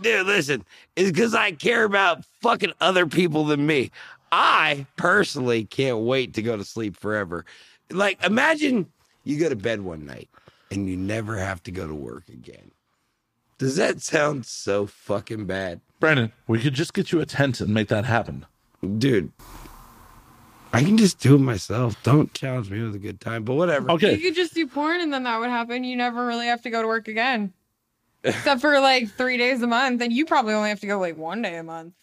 [SPEAKER 6] Dude, listen, it's because I care about fucking other people than me. I personally can't wait to go to sleep forever. Like, imagine you go to bed one night and you never have to go to work again. Does that sound so fucking bad?
[SPEAKER 1] Brandon, we could just get you a tent and make that happen.
[SPEAKER 6] Dude, I can just do it myself. Don't challenge me with a good time, but whatever.
[SPEAKER 1] Okay.
[SPEAKER 8] You could just do porn and then that would happen. You never really have to go to work again. Except for like three days a month, and you probably only have to go like one day a month.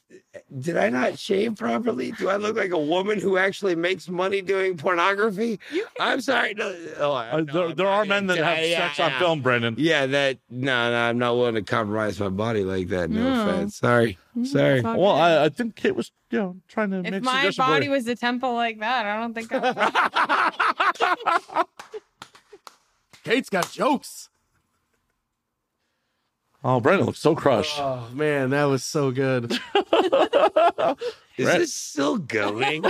[SPEAKER 6] Did I not shave properly? Do I look like a woman who actually makes money doing pornography? I'm sorry. No, oh, I-
[SPEAKER 1] Uh,
[SPEAKER 6] no,
[SPEAKER 1] there,
[SPEAKER 6] I'm
[SPEAKER 1] there
[SPEAKER 6] not
[SPEAKER 1] are men that
[SPEAKER 6] into-
[SPEAKER 1] have
[SPEAKER 6] yeah,
[SPEAKER 1] sex
[SPEAKER 6] yeah.
[SPEAKER 1] on film, Brandon.
[SPEAKER 6] Yeah, that no, no, I'm not willing to compromise my body like that. No
[SPEAKER 8] No.
[SPEAKER 6] offense. Sorry, sorry.
[SPEAKER 8] It's all
[SPEAKER 1] Well,
[SPEAKER 8] good.
[SPEAKER 1] I, I think Kate was, you know, trying to
[SPEAKER 8] if
[SPEAKER 1] make
[SPEAKER 8] my
[SPEAKER 1] suggestions.
[SPEAKER 8] body was a temple like that, I don't think I would.
[SPEAKER 5] Kate's got jokes.
[SPEAKER 1] oh, Brandon looks so crushed.
[SPEAKER 5] Oh man, that was so good.
[SPEAKER 6] Is this still going?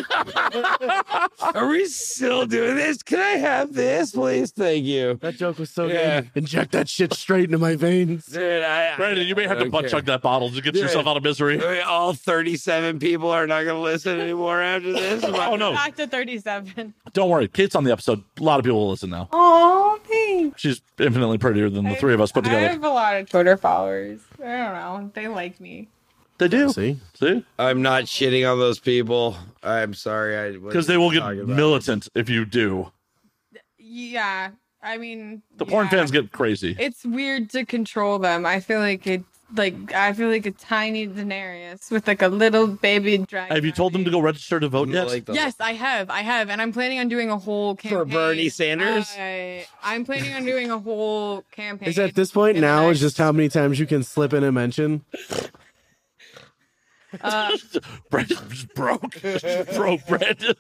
[SPEAKER 6] Are we still doing this? Can I have this, please? Thank you,
[SPEAKER 5] That joke was so
[SPEAKER 6] Yeah.
[SPEAKER 5] good. Inject that shit straight into my veins.
[SPEAKER 6] dude. I,
[SPEAKER 1] Brandon, you may have to
[SPEAKER 6] Okay.
[SPEAKER 1] butt chug that bottle to get
[SPEAKER 6] Yeah.
[SPEAKER 1] yourself out of misery.
[SPEAKER 6] I mean, all 37 people are not going to listen anymore after this.
[SPEAKER 1] Oh no,
[SPEAKER 8] Back to 37.
[SPEAKER 1] don't worry. Kate's on the episode. A lot of people will listen now.
[SPEAKER 8] Oh, thanks.
[SPEAKER 1] She's infinitely prettier than the three of us put
[SPEAKER 8] I
[SPEAKER 1] together.
[SPEAKER 8] have a lot of Twitter followers. I don't know. They like me.
[SPEAKER 1] They do. See,
[SPEAKER 5] See?
[SPEAKER 6] I'm not shitting on those people. I'm sorry. I
[SPEAKER 1] because they will get
[SPEAKER 6] Talking about-
[SPEAKER 1] militant if you do.
[SPEAKER 8] Yeah. I mean,
[SPEAKER 1] The porn
[SPEAKER 8] yeah.
[SPEAKER 1] fans get crazy.
[SPEAKER 8] It's weird to control them. I feel like it's like I feel like a tiny Daenerys with like a little baby dragon.
[SPEAKER 1] Have you told them to go register to vote yet?
[SPEAKER 6] Like the-
[SPEAKER 8] Yes, I have. I have, and I'm planning on doing a whole campaign
[SPEAKER 6] Bernie Sanders?
[SPEAKER 8] I, I'm planning on doing a whole campaign.
[SPEAKER 5] Is at this point
[SPEAKER 8] in the
[SPEAKER 5] now is
[SPEAKER 8] next-
[SPEAKER 5] just how many times you can slip in a mention?
[SPEAKER 1] Brandon just broke, just broke Brandon.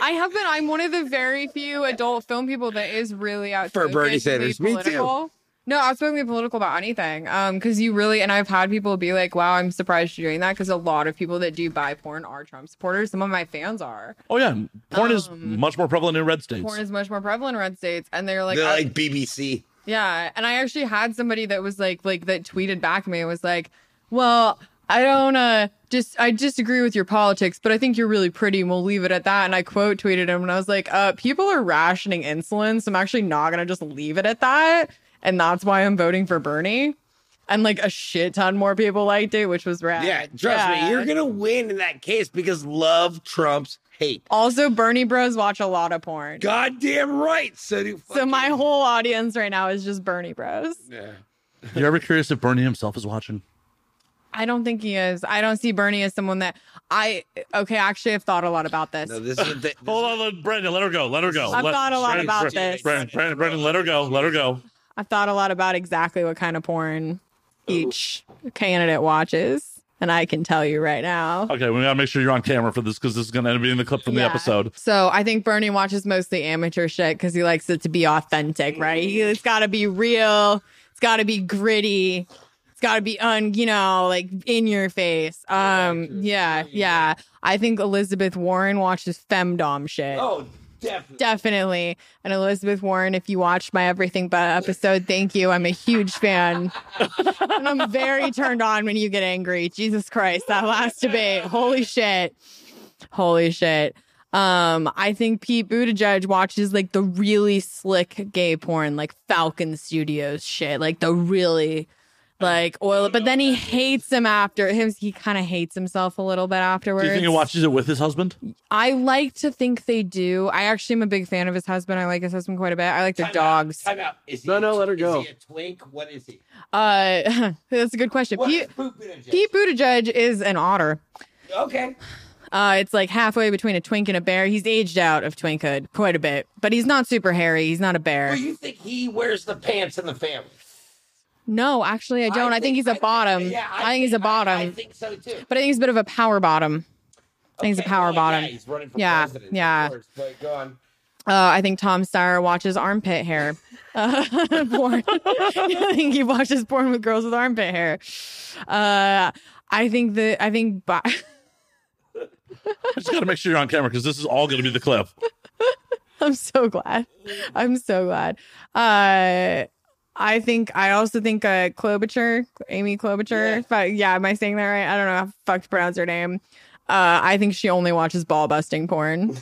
[SPEAKER 8] I have been. I'm one of the very few adult film people that is really out
[SPEAKER 6] For Bernie Sanders. Me too.
[SPEAKER 8] No, outspokenly political about anything. Um, because you really and I've had people be like, "Wow, I'm surprised you're doing that." Because a lot of people that do buy porn are Trump supporters. Some of my fans are.
[SPEAKER 1] Oh yeah, porn is much more prevalent in red states.
[SPEAKER 8] Um, Porn is much more prevalent in red states, and they're like, uh,
[SPEAKER 2] they're
[SPEAKER 8] I-
[SPEAKER 2] like BBC.
[SPEAKER 8] Yeah, and I actually had somebody that was like, like that tweeted back at me and was like, "Well, I don't uh just I disagree with your politics, but I think you're really pretty, and we'll leave it at that." And I quote tweeted him, and I was like, "Uh, people are rationing insulin, so I'm actually not gonna just leave it at that, and that's why I'm voting for Bernie." And like a shit ton more people liked it, which was rad.
[SPEAKER 2] Yeah, trust
[SPEAKER 8] Yeah.
[SPEAKER 2] me, you're gonna win in that case because love trumps hate.
[SPEAKER 8] Also, Bernie Bros watch a lot of porn,
[SPEAKER 2] Goddamn right. So do
[SPEAKER 8] so my whole audience right now is just Bernie Bros.
[SPEAKER 1] You ever curious if Bernie himself is watching?
[SPEAKER 8] I don't think he is. I don't see Bernie as someone that I okay. Actually, I've thought a lot about this.
[SPEAKER 2] No, this is the,
[SPEAKER 1] Hold on, let- Brandon. Let her go. Let her go.
[SPEAKER 8] I've
[SPEAKER 1] Let-
[SPEAKER 8] thought a lot
[SPEAKER 1] Brandon,
[SPEAKER 8] about
[SPEAKER 1] Brandon,
[SPEAKER 8] this.
[SPEAKER 1] Brandon, Brandon, Brandon, let her go. Let her go.
[SPEAKER 8] I've thought a lot about exactly what kind of porn each candidate watches, and I can tell you right now.
[SPEAKER 1] Okay, we gotta make sure you're on camera for this because this is gonna end up being the clip from the
[SPEAKER 8] Yeah.
[SPEAKER 1] episode.
[SPEAKER 8] So I think Bernie watches mostly amateur shit because he likes it to be authentic, right? He- It's got to be real. It's got to be gritty. It's got to be un, you know, like in your face. Um, yeah, yeah. I think Elizabeth Warren watches femdom shit.
[SPEAKER 2] Oh, definitely.
[SPEAKER 8] Definitely. And Elizabeth Warren, if you watched my Everything But episode, thank you. I'm a huge fan. and I'm very turned on when you get angry. Jesus Christ, that last debate. Holy shit. Holy shit. Um, I think Pete Buttigieg watches like the really slick gay porn, like Falcon Studios shit, like the really like
[SPEAKER 2] Oh,
[SPEAKER 8] oil. But then he hates him after him. He kind of hates himself a little bit afterwards.
[SPEAKER 1] Do you think he watches it with his husband?
[SPEAKER 8] I like to think they do. I actually am a big fan of his husband. I like his husband quite a bit. I like the dogs.
[SPEAKER 2] Time out. Is he
[SPEAKER 5] No,
[SPEAKER 2] a-
[SPEAKER 5] no, let her go.
[SPEAKER 2] Is he a twink? What is he?
[SPEAKER 8] Uh, that's a good question.
[SPEAKER 2] What
[SPEAKER 8] Pete,
[SPEAKER 2] is poop in a jet?
[SPEAKER 8] Pete Buttigieg is an otter.
[SPEAKER 2] Okay.
[SPEAKER 8] Uh, it's like halfway between a twink and a bear. He's aged out of twinkhood quite a bit, but he's not super hairy. He's not a bear.
[SPEAKER 2] Well, you think he wears the pants in the family?
[SPEAKER 8] No, actually, I don't. I think, he's a
[SPEAKER 2] I think-
[SPEAKER 8] bottom.
[SPEAKER 2] yeah,
[SPEAKER 8] I, think he's a bottom,
[SPEAKER 2] I think so too.
[SPEAKER 8] but I think he's a bit of a power bottom. I think he's a
[SPEAKER 2] Okay,
[SPEAKER 8] power
[SPEAKER 2] well,
[SPEAKER 8] bottom.
[SPEAKER 2] Yeah, he's running for
[SPEAKER 8] Yeah,
[SPEAKER 2] president. of
[SPEAKER 8] yeah.
[SPEAKER 2] course, but go on.
[SPEAKER 8] Uh, I think Tom Steyer watches armpit hair. Uh, porn. I think he watches porn with girls with armpit hair. Uh, I think that I think bi-
[SPEAKER 1] I just got to make sure you're on camera because this is all going to be the clip.
[SPEAKER 8] I'm so glad. I'm so glad. Uh, I think I also think uh, Klobuchar, Amy Klobuchar. if I- yeah, am I saying that right? I don't know how fuck to pronounce her name. Uh, I think she only watches ball busting porn.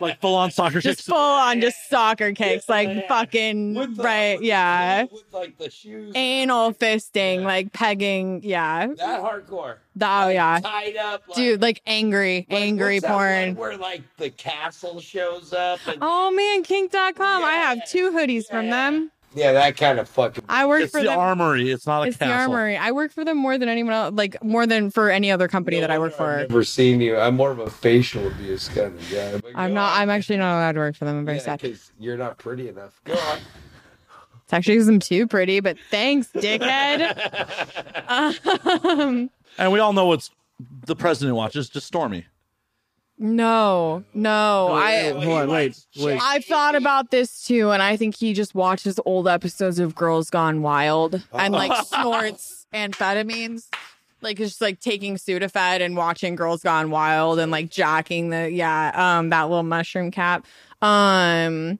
[SPEAKER 1] Like full on soccer
[SPEAKER 8] just
[SPEAKER 1] chicks.
[SPEAKER 8] full on just soccer kicks like fucking
[SPEAKER 9] With the-
[SPEAKER 8] right yeah
[SPEAKER 9] With like the shoes.
[SPEAKER 8] anal fisting like pegging yeah
[SPEAKER 9] that hardcore.
[SPEAKER 8] The- oh yeah
[SPEAKER 9] Tied up. Like,
[SPEAKER 8] dude like angry
[SPEAKER 9] like,
[SPEAKER 8] angry
[SPEAKER 9] what's that one
[SPEAKER 8] porn
[SPEAKER 9] Where like the castle shows up. And,
[SPEAKER 8] oh man kink.com i have two hoodies from them
[SPEAKER 6] Yeah, that kind of fucking.
[SPEAKER 8] i work
[SPEAKER 1] It's
[SPEAKER 8] for
[SPEAKER 1] the
[SPEAKER 8] them
[SPEAKER 1] armory. It's not a
[SPEAKER 8] it's the
[SPEAKER 1] castle.
[SPEAKER 8] armory i work for them more than anyone else like more than for any other company that i work for
[SPEAKER 6] I've never seen you. I'm more of a facial abuse kind of guy. But
[SPEAKER 8] i'm
[SPEAKER 6] go
[SPEAKER 8] not
[SPEAKER 6] on.
[SPEAKER 8] i'm actually not allowed to work for them i'm very
[SPEAKER 6] Yeah,
[SPEAKER 8] sad
[SPEAKER 6] 'cause you're not pretty enough. Go on.
[SPEAKER 8] It's actually because I'm too pretty, but thanks, dickhead. um,
[SPEAKER 1] And we all know what's the president watches, just Stormy.
[SPEAKER 8] no, no, I
[SPEAKER 5] Hold on, wait, wait.
[SPEAKER 8] I've thought about this too, and I think he just watches old episodes of Girls Gone Wild and like
[SPEAKER 6] Oh.
[SPEAKER 8] snorts amphetamines. Like it's just like taking Sudafed and watching Girls Gone Wild and like jacking the yeah, um, that little mushroom cap. Um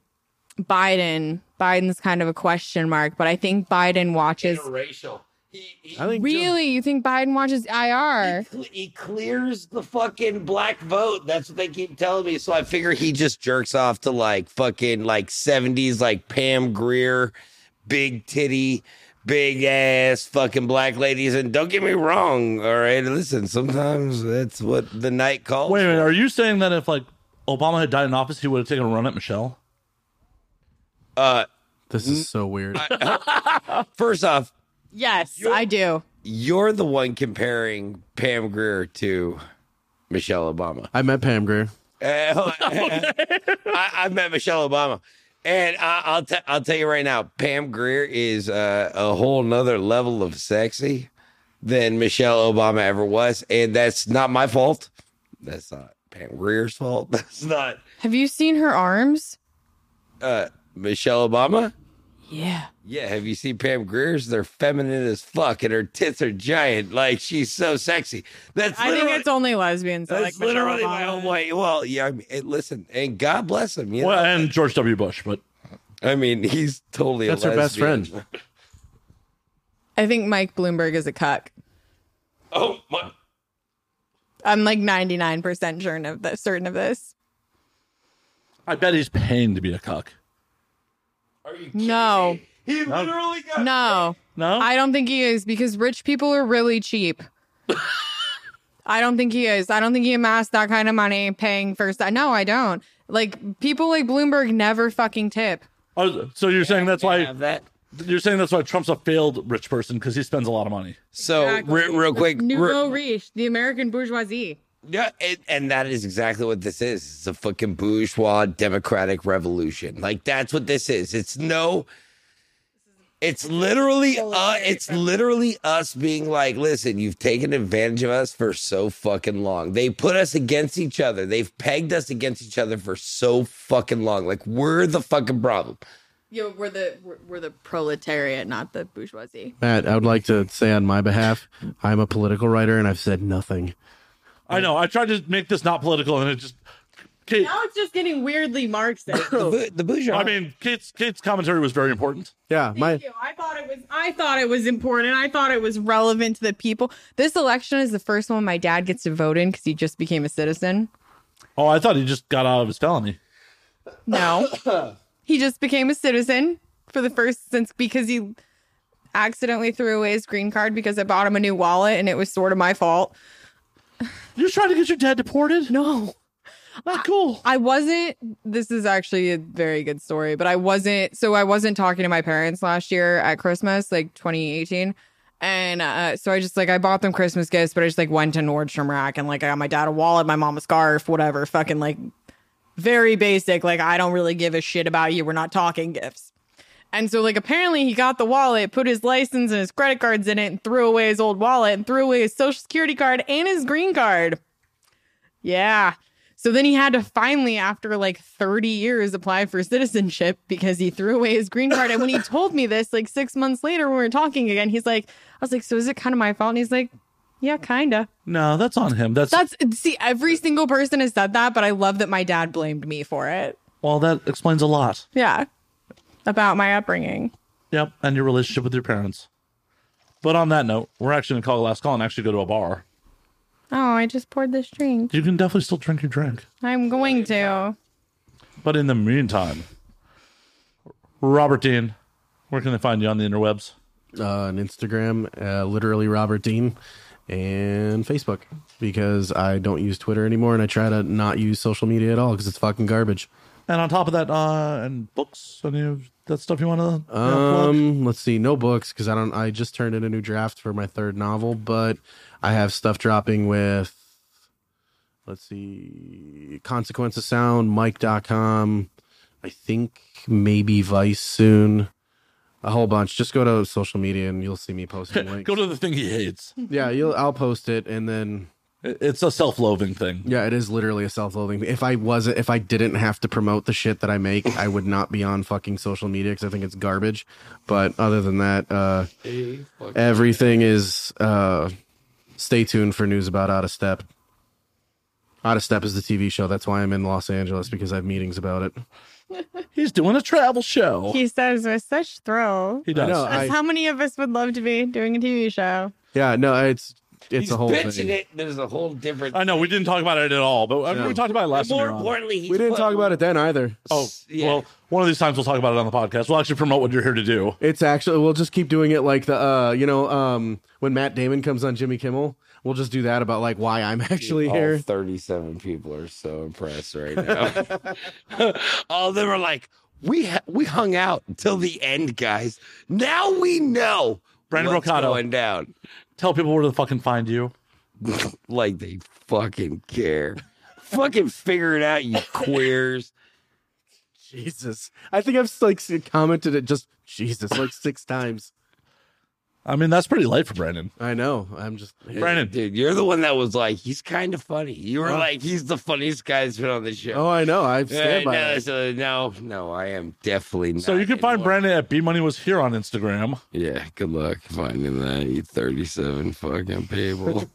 [SPEAKER 8] Biden. Biden's kind of a question mark, but I think Biden watches
[SPEAKER 9] Interracial. He, he,
[SPEAKER 5] I think
[SPEAKER 8] Really? You think Biden watches IR?
[SPEAKER 9] cle- he clears the fucking black vote. That's what they keep telling me. So I figure he
[SPEAKER 6] He just jerks off to like fucking like 70s, like Pam Greer, big titty, big ass fucking black ladies. And don't get me wrong. All right. Listen, sometimes that's what the night calls.
[SPEAKER 1] Wait a minute. Are you saying that if like Obama had died in office, he would have taken a run at Michelle?
[SPEAKER 5] This is so weird.
[SPEAKER 6] First off,
[SPEAKER 8] Yes, I do.
[SPEAKER 6] you're the one comparing Pam Greer to Michelle Obama.
[SPEAKER 5] I met Pam Greer.
[SPEAKER 6] Uh, I, I met Michelle Obama, and I, I'll t- I'll tell you right now, Pam Greer is uh, a whole nother level of sexy than Michelle Obama ever was, and that's not my fault. That's not Pam Greer's fault. That's not
[SPEAKER 8] Have you seen her arms?
[SPEAKER 6] uh, Michelle Obama.
[SPEAKER 8] Yeah.
[SPEAKER 6] Yeah, have you seen Pam Greer's? They're feminine as fuck, and her tits are giant. Like she's so sexy. That's
[SPEAKER 8] I think
[SPEAKER 6] literally-
[SPEAKER 8] it's only lesbians. that
[SPEAKER 6] That's
[SPEAKER 8] like Michelle
[SPEAKER 6] literally my
[SPEAKER 8] Obama.
[SPEAKER 6] own way. Well, yeah. I mean, it- listen, and God bless him. You
[SPEAKER 1] Well,
[SPEAKER 6] know?
[SPEAKER 1] and George W. Bush, but
[SPEAKER 6] I mean, he's totally.
[SPEAKER 5] That's
[SPEAKER 6] a
[SPEAKER 5] her best
[SPEAKER 6] lesbian.
[SPEAKER 5] friend.
[SPEAKER 8] I think Mike Bloomberg is a cuck.
[SPEAKER 6] Oh my!
[SPEAKER 8] I'm like 99% certain of this. Certain of this.
[SPEAKER 1] I bet he's paying to be a cuck.
[SPEAKER 8] No,
[SPEAKER 6] He literally got.
[SPEAKER 8] no,
[SPEAKER 1] No,
[SPEAKER 8] I don't think he is because rich people are really cheap. I don't think he is. I don't think he amassed that kind of money paying first. No, I don't. Like people like Bloomberg never fucking tip.
[SPEAKER 1] Oh, so you're saying that's why
[SPEAKER 6] that.
[SPEAKER 1] you're saying that's why Trump's a failed rich person because he spends a lot of money.
[SPEAKER 6] So Oh, re- real quick, re-
[SPEAKER 8] Nouveau riche, the American bourgeoisie.
[SPEAKER 6] yeah, and, and that is exactly what this is. It's a fucking bourgeois democratic revolution. Like that's what this is. It's no. It's literally, uh, it's literally us being like, listen, you've taken advantage of us for so fucking long. They put us against each other. They've pegged us against each other for so fucking long. Like we're the fucking problem.
[SPEAKER 8] Yeah, we're the we're, we're the proletariat, not the bourgeoisie.
[SPEAKER 5] Matt, I would like to say on my behalf, I'm a political writer and I've said nothing.
[SPEAKER 1] I know. I tried to make this not political, and it just Kate.
[SPEAKER 8] Now it's just getting weirdly Marxist.
[SPEAKER 6] The, bou- the bourgeois.
[SPEAKER 1] I mean, Kate's Kate's commentary was very important.
[SPEAKER 5] Yeah, my
[SPEAKER 8] Thank you. I thought it was I thought it was important. I thought it was relevant to the people. This election is the first one my dad gets to vote in because he just became a citizen.
[SPEAKER 1] Oh, I thought he just got out of his felony.
[SPEAKER 8] No. he just became a citizen for the first since because he accidentally threw away his green card because I bought him a new wallet and it was sort of my fault.
[SPEAKER 1] You're trying to get your dad deported?
[SPEAKER 8] No.
[SPEAKER 1] Not cool.
[SPEAKER 8] I wasn't. This is actually a very good story, but I wasn't. So I wasn't talking to my parents last year at Christmas, like 2018. And uh, so I just like I bought them Christmas gifts, but I just like went to Nordstrom Rack and like I got my dad a wallet, my mom a scarf, whatever. Fucking like very basic. Like I don't really give a shit about you. We're not talking gifts. And so, like, apparently he got the wallet, put his license and his credit cards in it, and threw away his old wallet and threw away his social security card and his green card. Yeah. So then he had to finally, after like 30 years, apply for citizenship because he threw away his green card. And when he told me this, like six months later, when we were talking again, he's like, I was like, so is it kind of my fault? And he's like, yeah, kinda.
[SPEAKER 1] No, that's on him. That's,
[SPEAKER 8] That's see, every single person has said that, but I love that my dad blamed me for it.
[SPEAKER 1] well, that explains a lot.
[SPEAKER 8] Yeah. About my upbringing.
[SPEAKER 1] Yep, and your relationship with your parents. But on that note, we're actually gonna call the last call and actually go to a bar.
[SPEAKER 8] Oh, I just poured this drink.
[SPEAKER 1] You can definitely still drink your drink.
[SPEAKER 8] I'm going to.
[SPEAKER 1] But in the meantime, Robert Dean, where can they find you on the interwebs?
[SPEAKER 5] uh, on Instagram, uh, literally Robert Dean, and Facebook because I don't use Twitter anymore and I try to not use social media at all because it's fucking garbage.
[SPEAKER 1] And on top of that, uh, and books, any of that stuff you want to
[SPEAKER 5] Um, let's see, no books because I don't. I just turned in a new draft for my third novel, but I have stuff dropping with. Let's see, consequence of sound, Mike.com. I think maybe Vice soon. A whole bunch. Just go to social media and you'll see me posting links.
[SPEAKER 1] go to the thing he hates.
[SPEAKER 5] yeah, you'll. I'll post it and then
[SPEAKER 1] It- It's a self-loathing thing.
[SPEAKER 5] Yeah, it is literally a self-loathing. If I wasn't, if I didn't have to promote the shit that I make, I would not be on fucking social media because I think it's garbage. But other than that, uh, everything is. Uh, stay tuned for news about Out of Step. Out of Step is the TV show. That's why I'm in Los Angeles because I have meetings about it.
[SPEAKER 1] He's doing a travel show.
[SPEAKER 8] He says with such thrill.
[SPEAKER 1] He does.
[SPEAKER 5] I know.
[SPEAKER 8] That's how many of us would love to be doing a TV show.
[SPEAKER 5] Yeah, no, it's it's
[SPEAKER 6] He's
[SPEAKER 5] a whole
[SPEAKER 6] bitching
[SPEAKER 5] thing.
[SPEAKER 6] it. There's a whole different.
[SPEAKER 1] I know we didn't talk about it at all, but I mean,
[SPEAKER 5] Yeah.
[SPEAKER 1] we talked about it last time.
[SPEAKER 6] More
[SPEAKER 1] you were on.
[SPEAKER 6] importantly, he's
[SPEAKER 5] We didn't
[SPEAKER 6] put-
[SPEAKER 5] talk about it then either.
[SPEAKER 1] Oh,
[SPEAKER 6] Yeah.
[SPEAKER 1] well, one of these times we'll talk about it on the podcast. We'll actually promote what you're here to do.
[SPEAKER 5] It's actually we'll just keep doing it like the uh you know um when Matt Damon comes on Jimmy Kimmel, we'll just do that about like why I'm actually
[SPEAKER 6] All
[SPEAKER 5] here.
[SPEAKER 6] 37 people are so impressed right now.
[SPEAKER 9] All of them are like,
[SPEAKER 6] we ha- we hung out until the end, guys. Now we know
[SPEAKER 1] Brandon
[SPEAKER 6] what's
[SPEAKER 1] Roccato.
[SPEAKER 6] going down.
[SPEAKER 1] Tell people where to fucking find you.
[SPEAKER 6] Like they fucking care. fucking figure it out, you queers.
[SPEAKER 5] Jesus. I think I've like s- commented it just Jesus like six times.
[SPEAKER 1] I mean, that's pretty late for Brandon.
[SPEAKER 5] I know. I'm just
[SPEAKER 1] Brandon, Oh.
[SPEAKER 6] Dude, you're the one that was like, he's kind of funny. You were
[SPEAKER 5] Huh?
[SPEAKER 6] like, he's the funniest guy that's been on the show.
[SPEAKER 5] Oh, I know. I
[SPEAKER 6] Uh,
[SPEAKER 5] stand by.
[SPEAKER 6] no,
[SPEAKER 5] it.
[SPEAKER 6] so, no, no, I am definitely not.
[SPEAKER 1] So you can find
[SPEAKER 6] anymore.
[SPEAKER 1] Brandon at B Money was here on Instagram.
[SPEAKER 6] Yeah, good luck finding that, you 37 fucking people.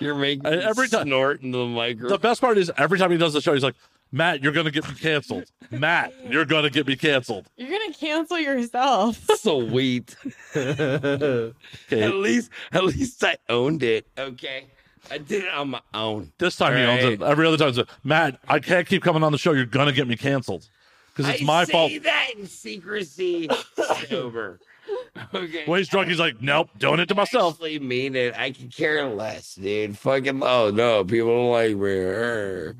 [SPEAKER 6] You're making
[SPEAKER 1] And every
[SPEAKER 6] every
[SPEAKER 1] time-
[SPEAKER 6] snort into the microphone.
[SPEAKER 1] The best part is every time he does the show, he's like, "Matt, you're gonna get me canceled. Matt, you're gonna get me canceled."
[SPEAKER 8] You're gonna cancel yourself.
[SPEAKER 6] Sweet. At least, at least I owned it. Okay, I did it on my own.
[SPEAKER 1] This time he owns it. Every other time, he's like, "Matt, I can't keep coming on the show. You're gonna get me canceled because it's
[SPEAKER 6] I
[SPEAKER 1] my
[SPEAKER 6] say
[SPEAKER 1] fault."
[SPEAKER 6] that in secrecy, sober. Okay.
[SPEAKER 1] When he's drunk, he's like, "Nope, doing it to myself."
[SPEAKER 6] Actually mean it. I could care less, dude. Fucking oh no, people don't like me. Er.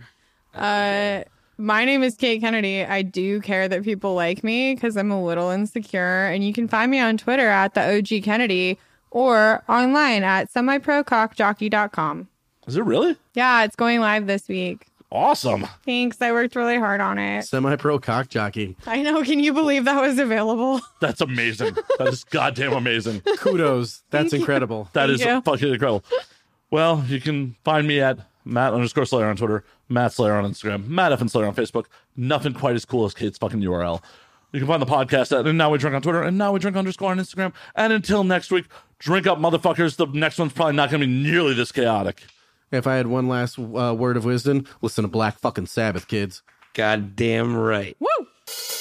[SPEAKER 8] Uh my name is Kate Kennedy. I do care that people like me because I'm a little insecure. And you can find me on Twitter at the OG Kennedy or online at semiprocockjockey.com.
[SPEAKER 1] Is it really
[SPEAKER 8] Yeah, it's going live this week.
[SPEAKER 1] awesome?
[SPEAKER 8] Thanks. I worked really hard on it.
[SPEAKER 5] Semi-pro cock jockey.
[SPEAKER 8] I know. Can you believe that was available?
[SPEAKER 1] That's amazing. that is goddamn amazing.
[SPEAKER 5] Kudos. That's incredible.
[SPEAKER 1] That is
[SPEAKER 8] Thank you.
[SPEAKER 1] fucking incredible. Well, you can find me at Matt underscore Slayer on Twitter, Matt Slayer on Instagram, Matt F and Slayer on Facebook. Nothing quite as cool as Kate's fucking URL. You can find the podcast at and now we drink on Twitter and now we drink underscore on Instagram. And until next week, drink up, motherfuckers. The next one's probably not going to be nearly this chaotic.
[SPEAKER 5] If I had one last uh, word of wisdom, listen to Black fucking Sabbath, kids.
[SPEAKER 6] God damn right.
[SPEAKER 8] Woo!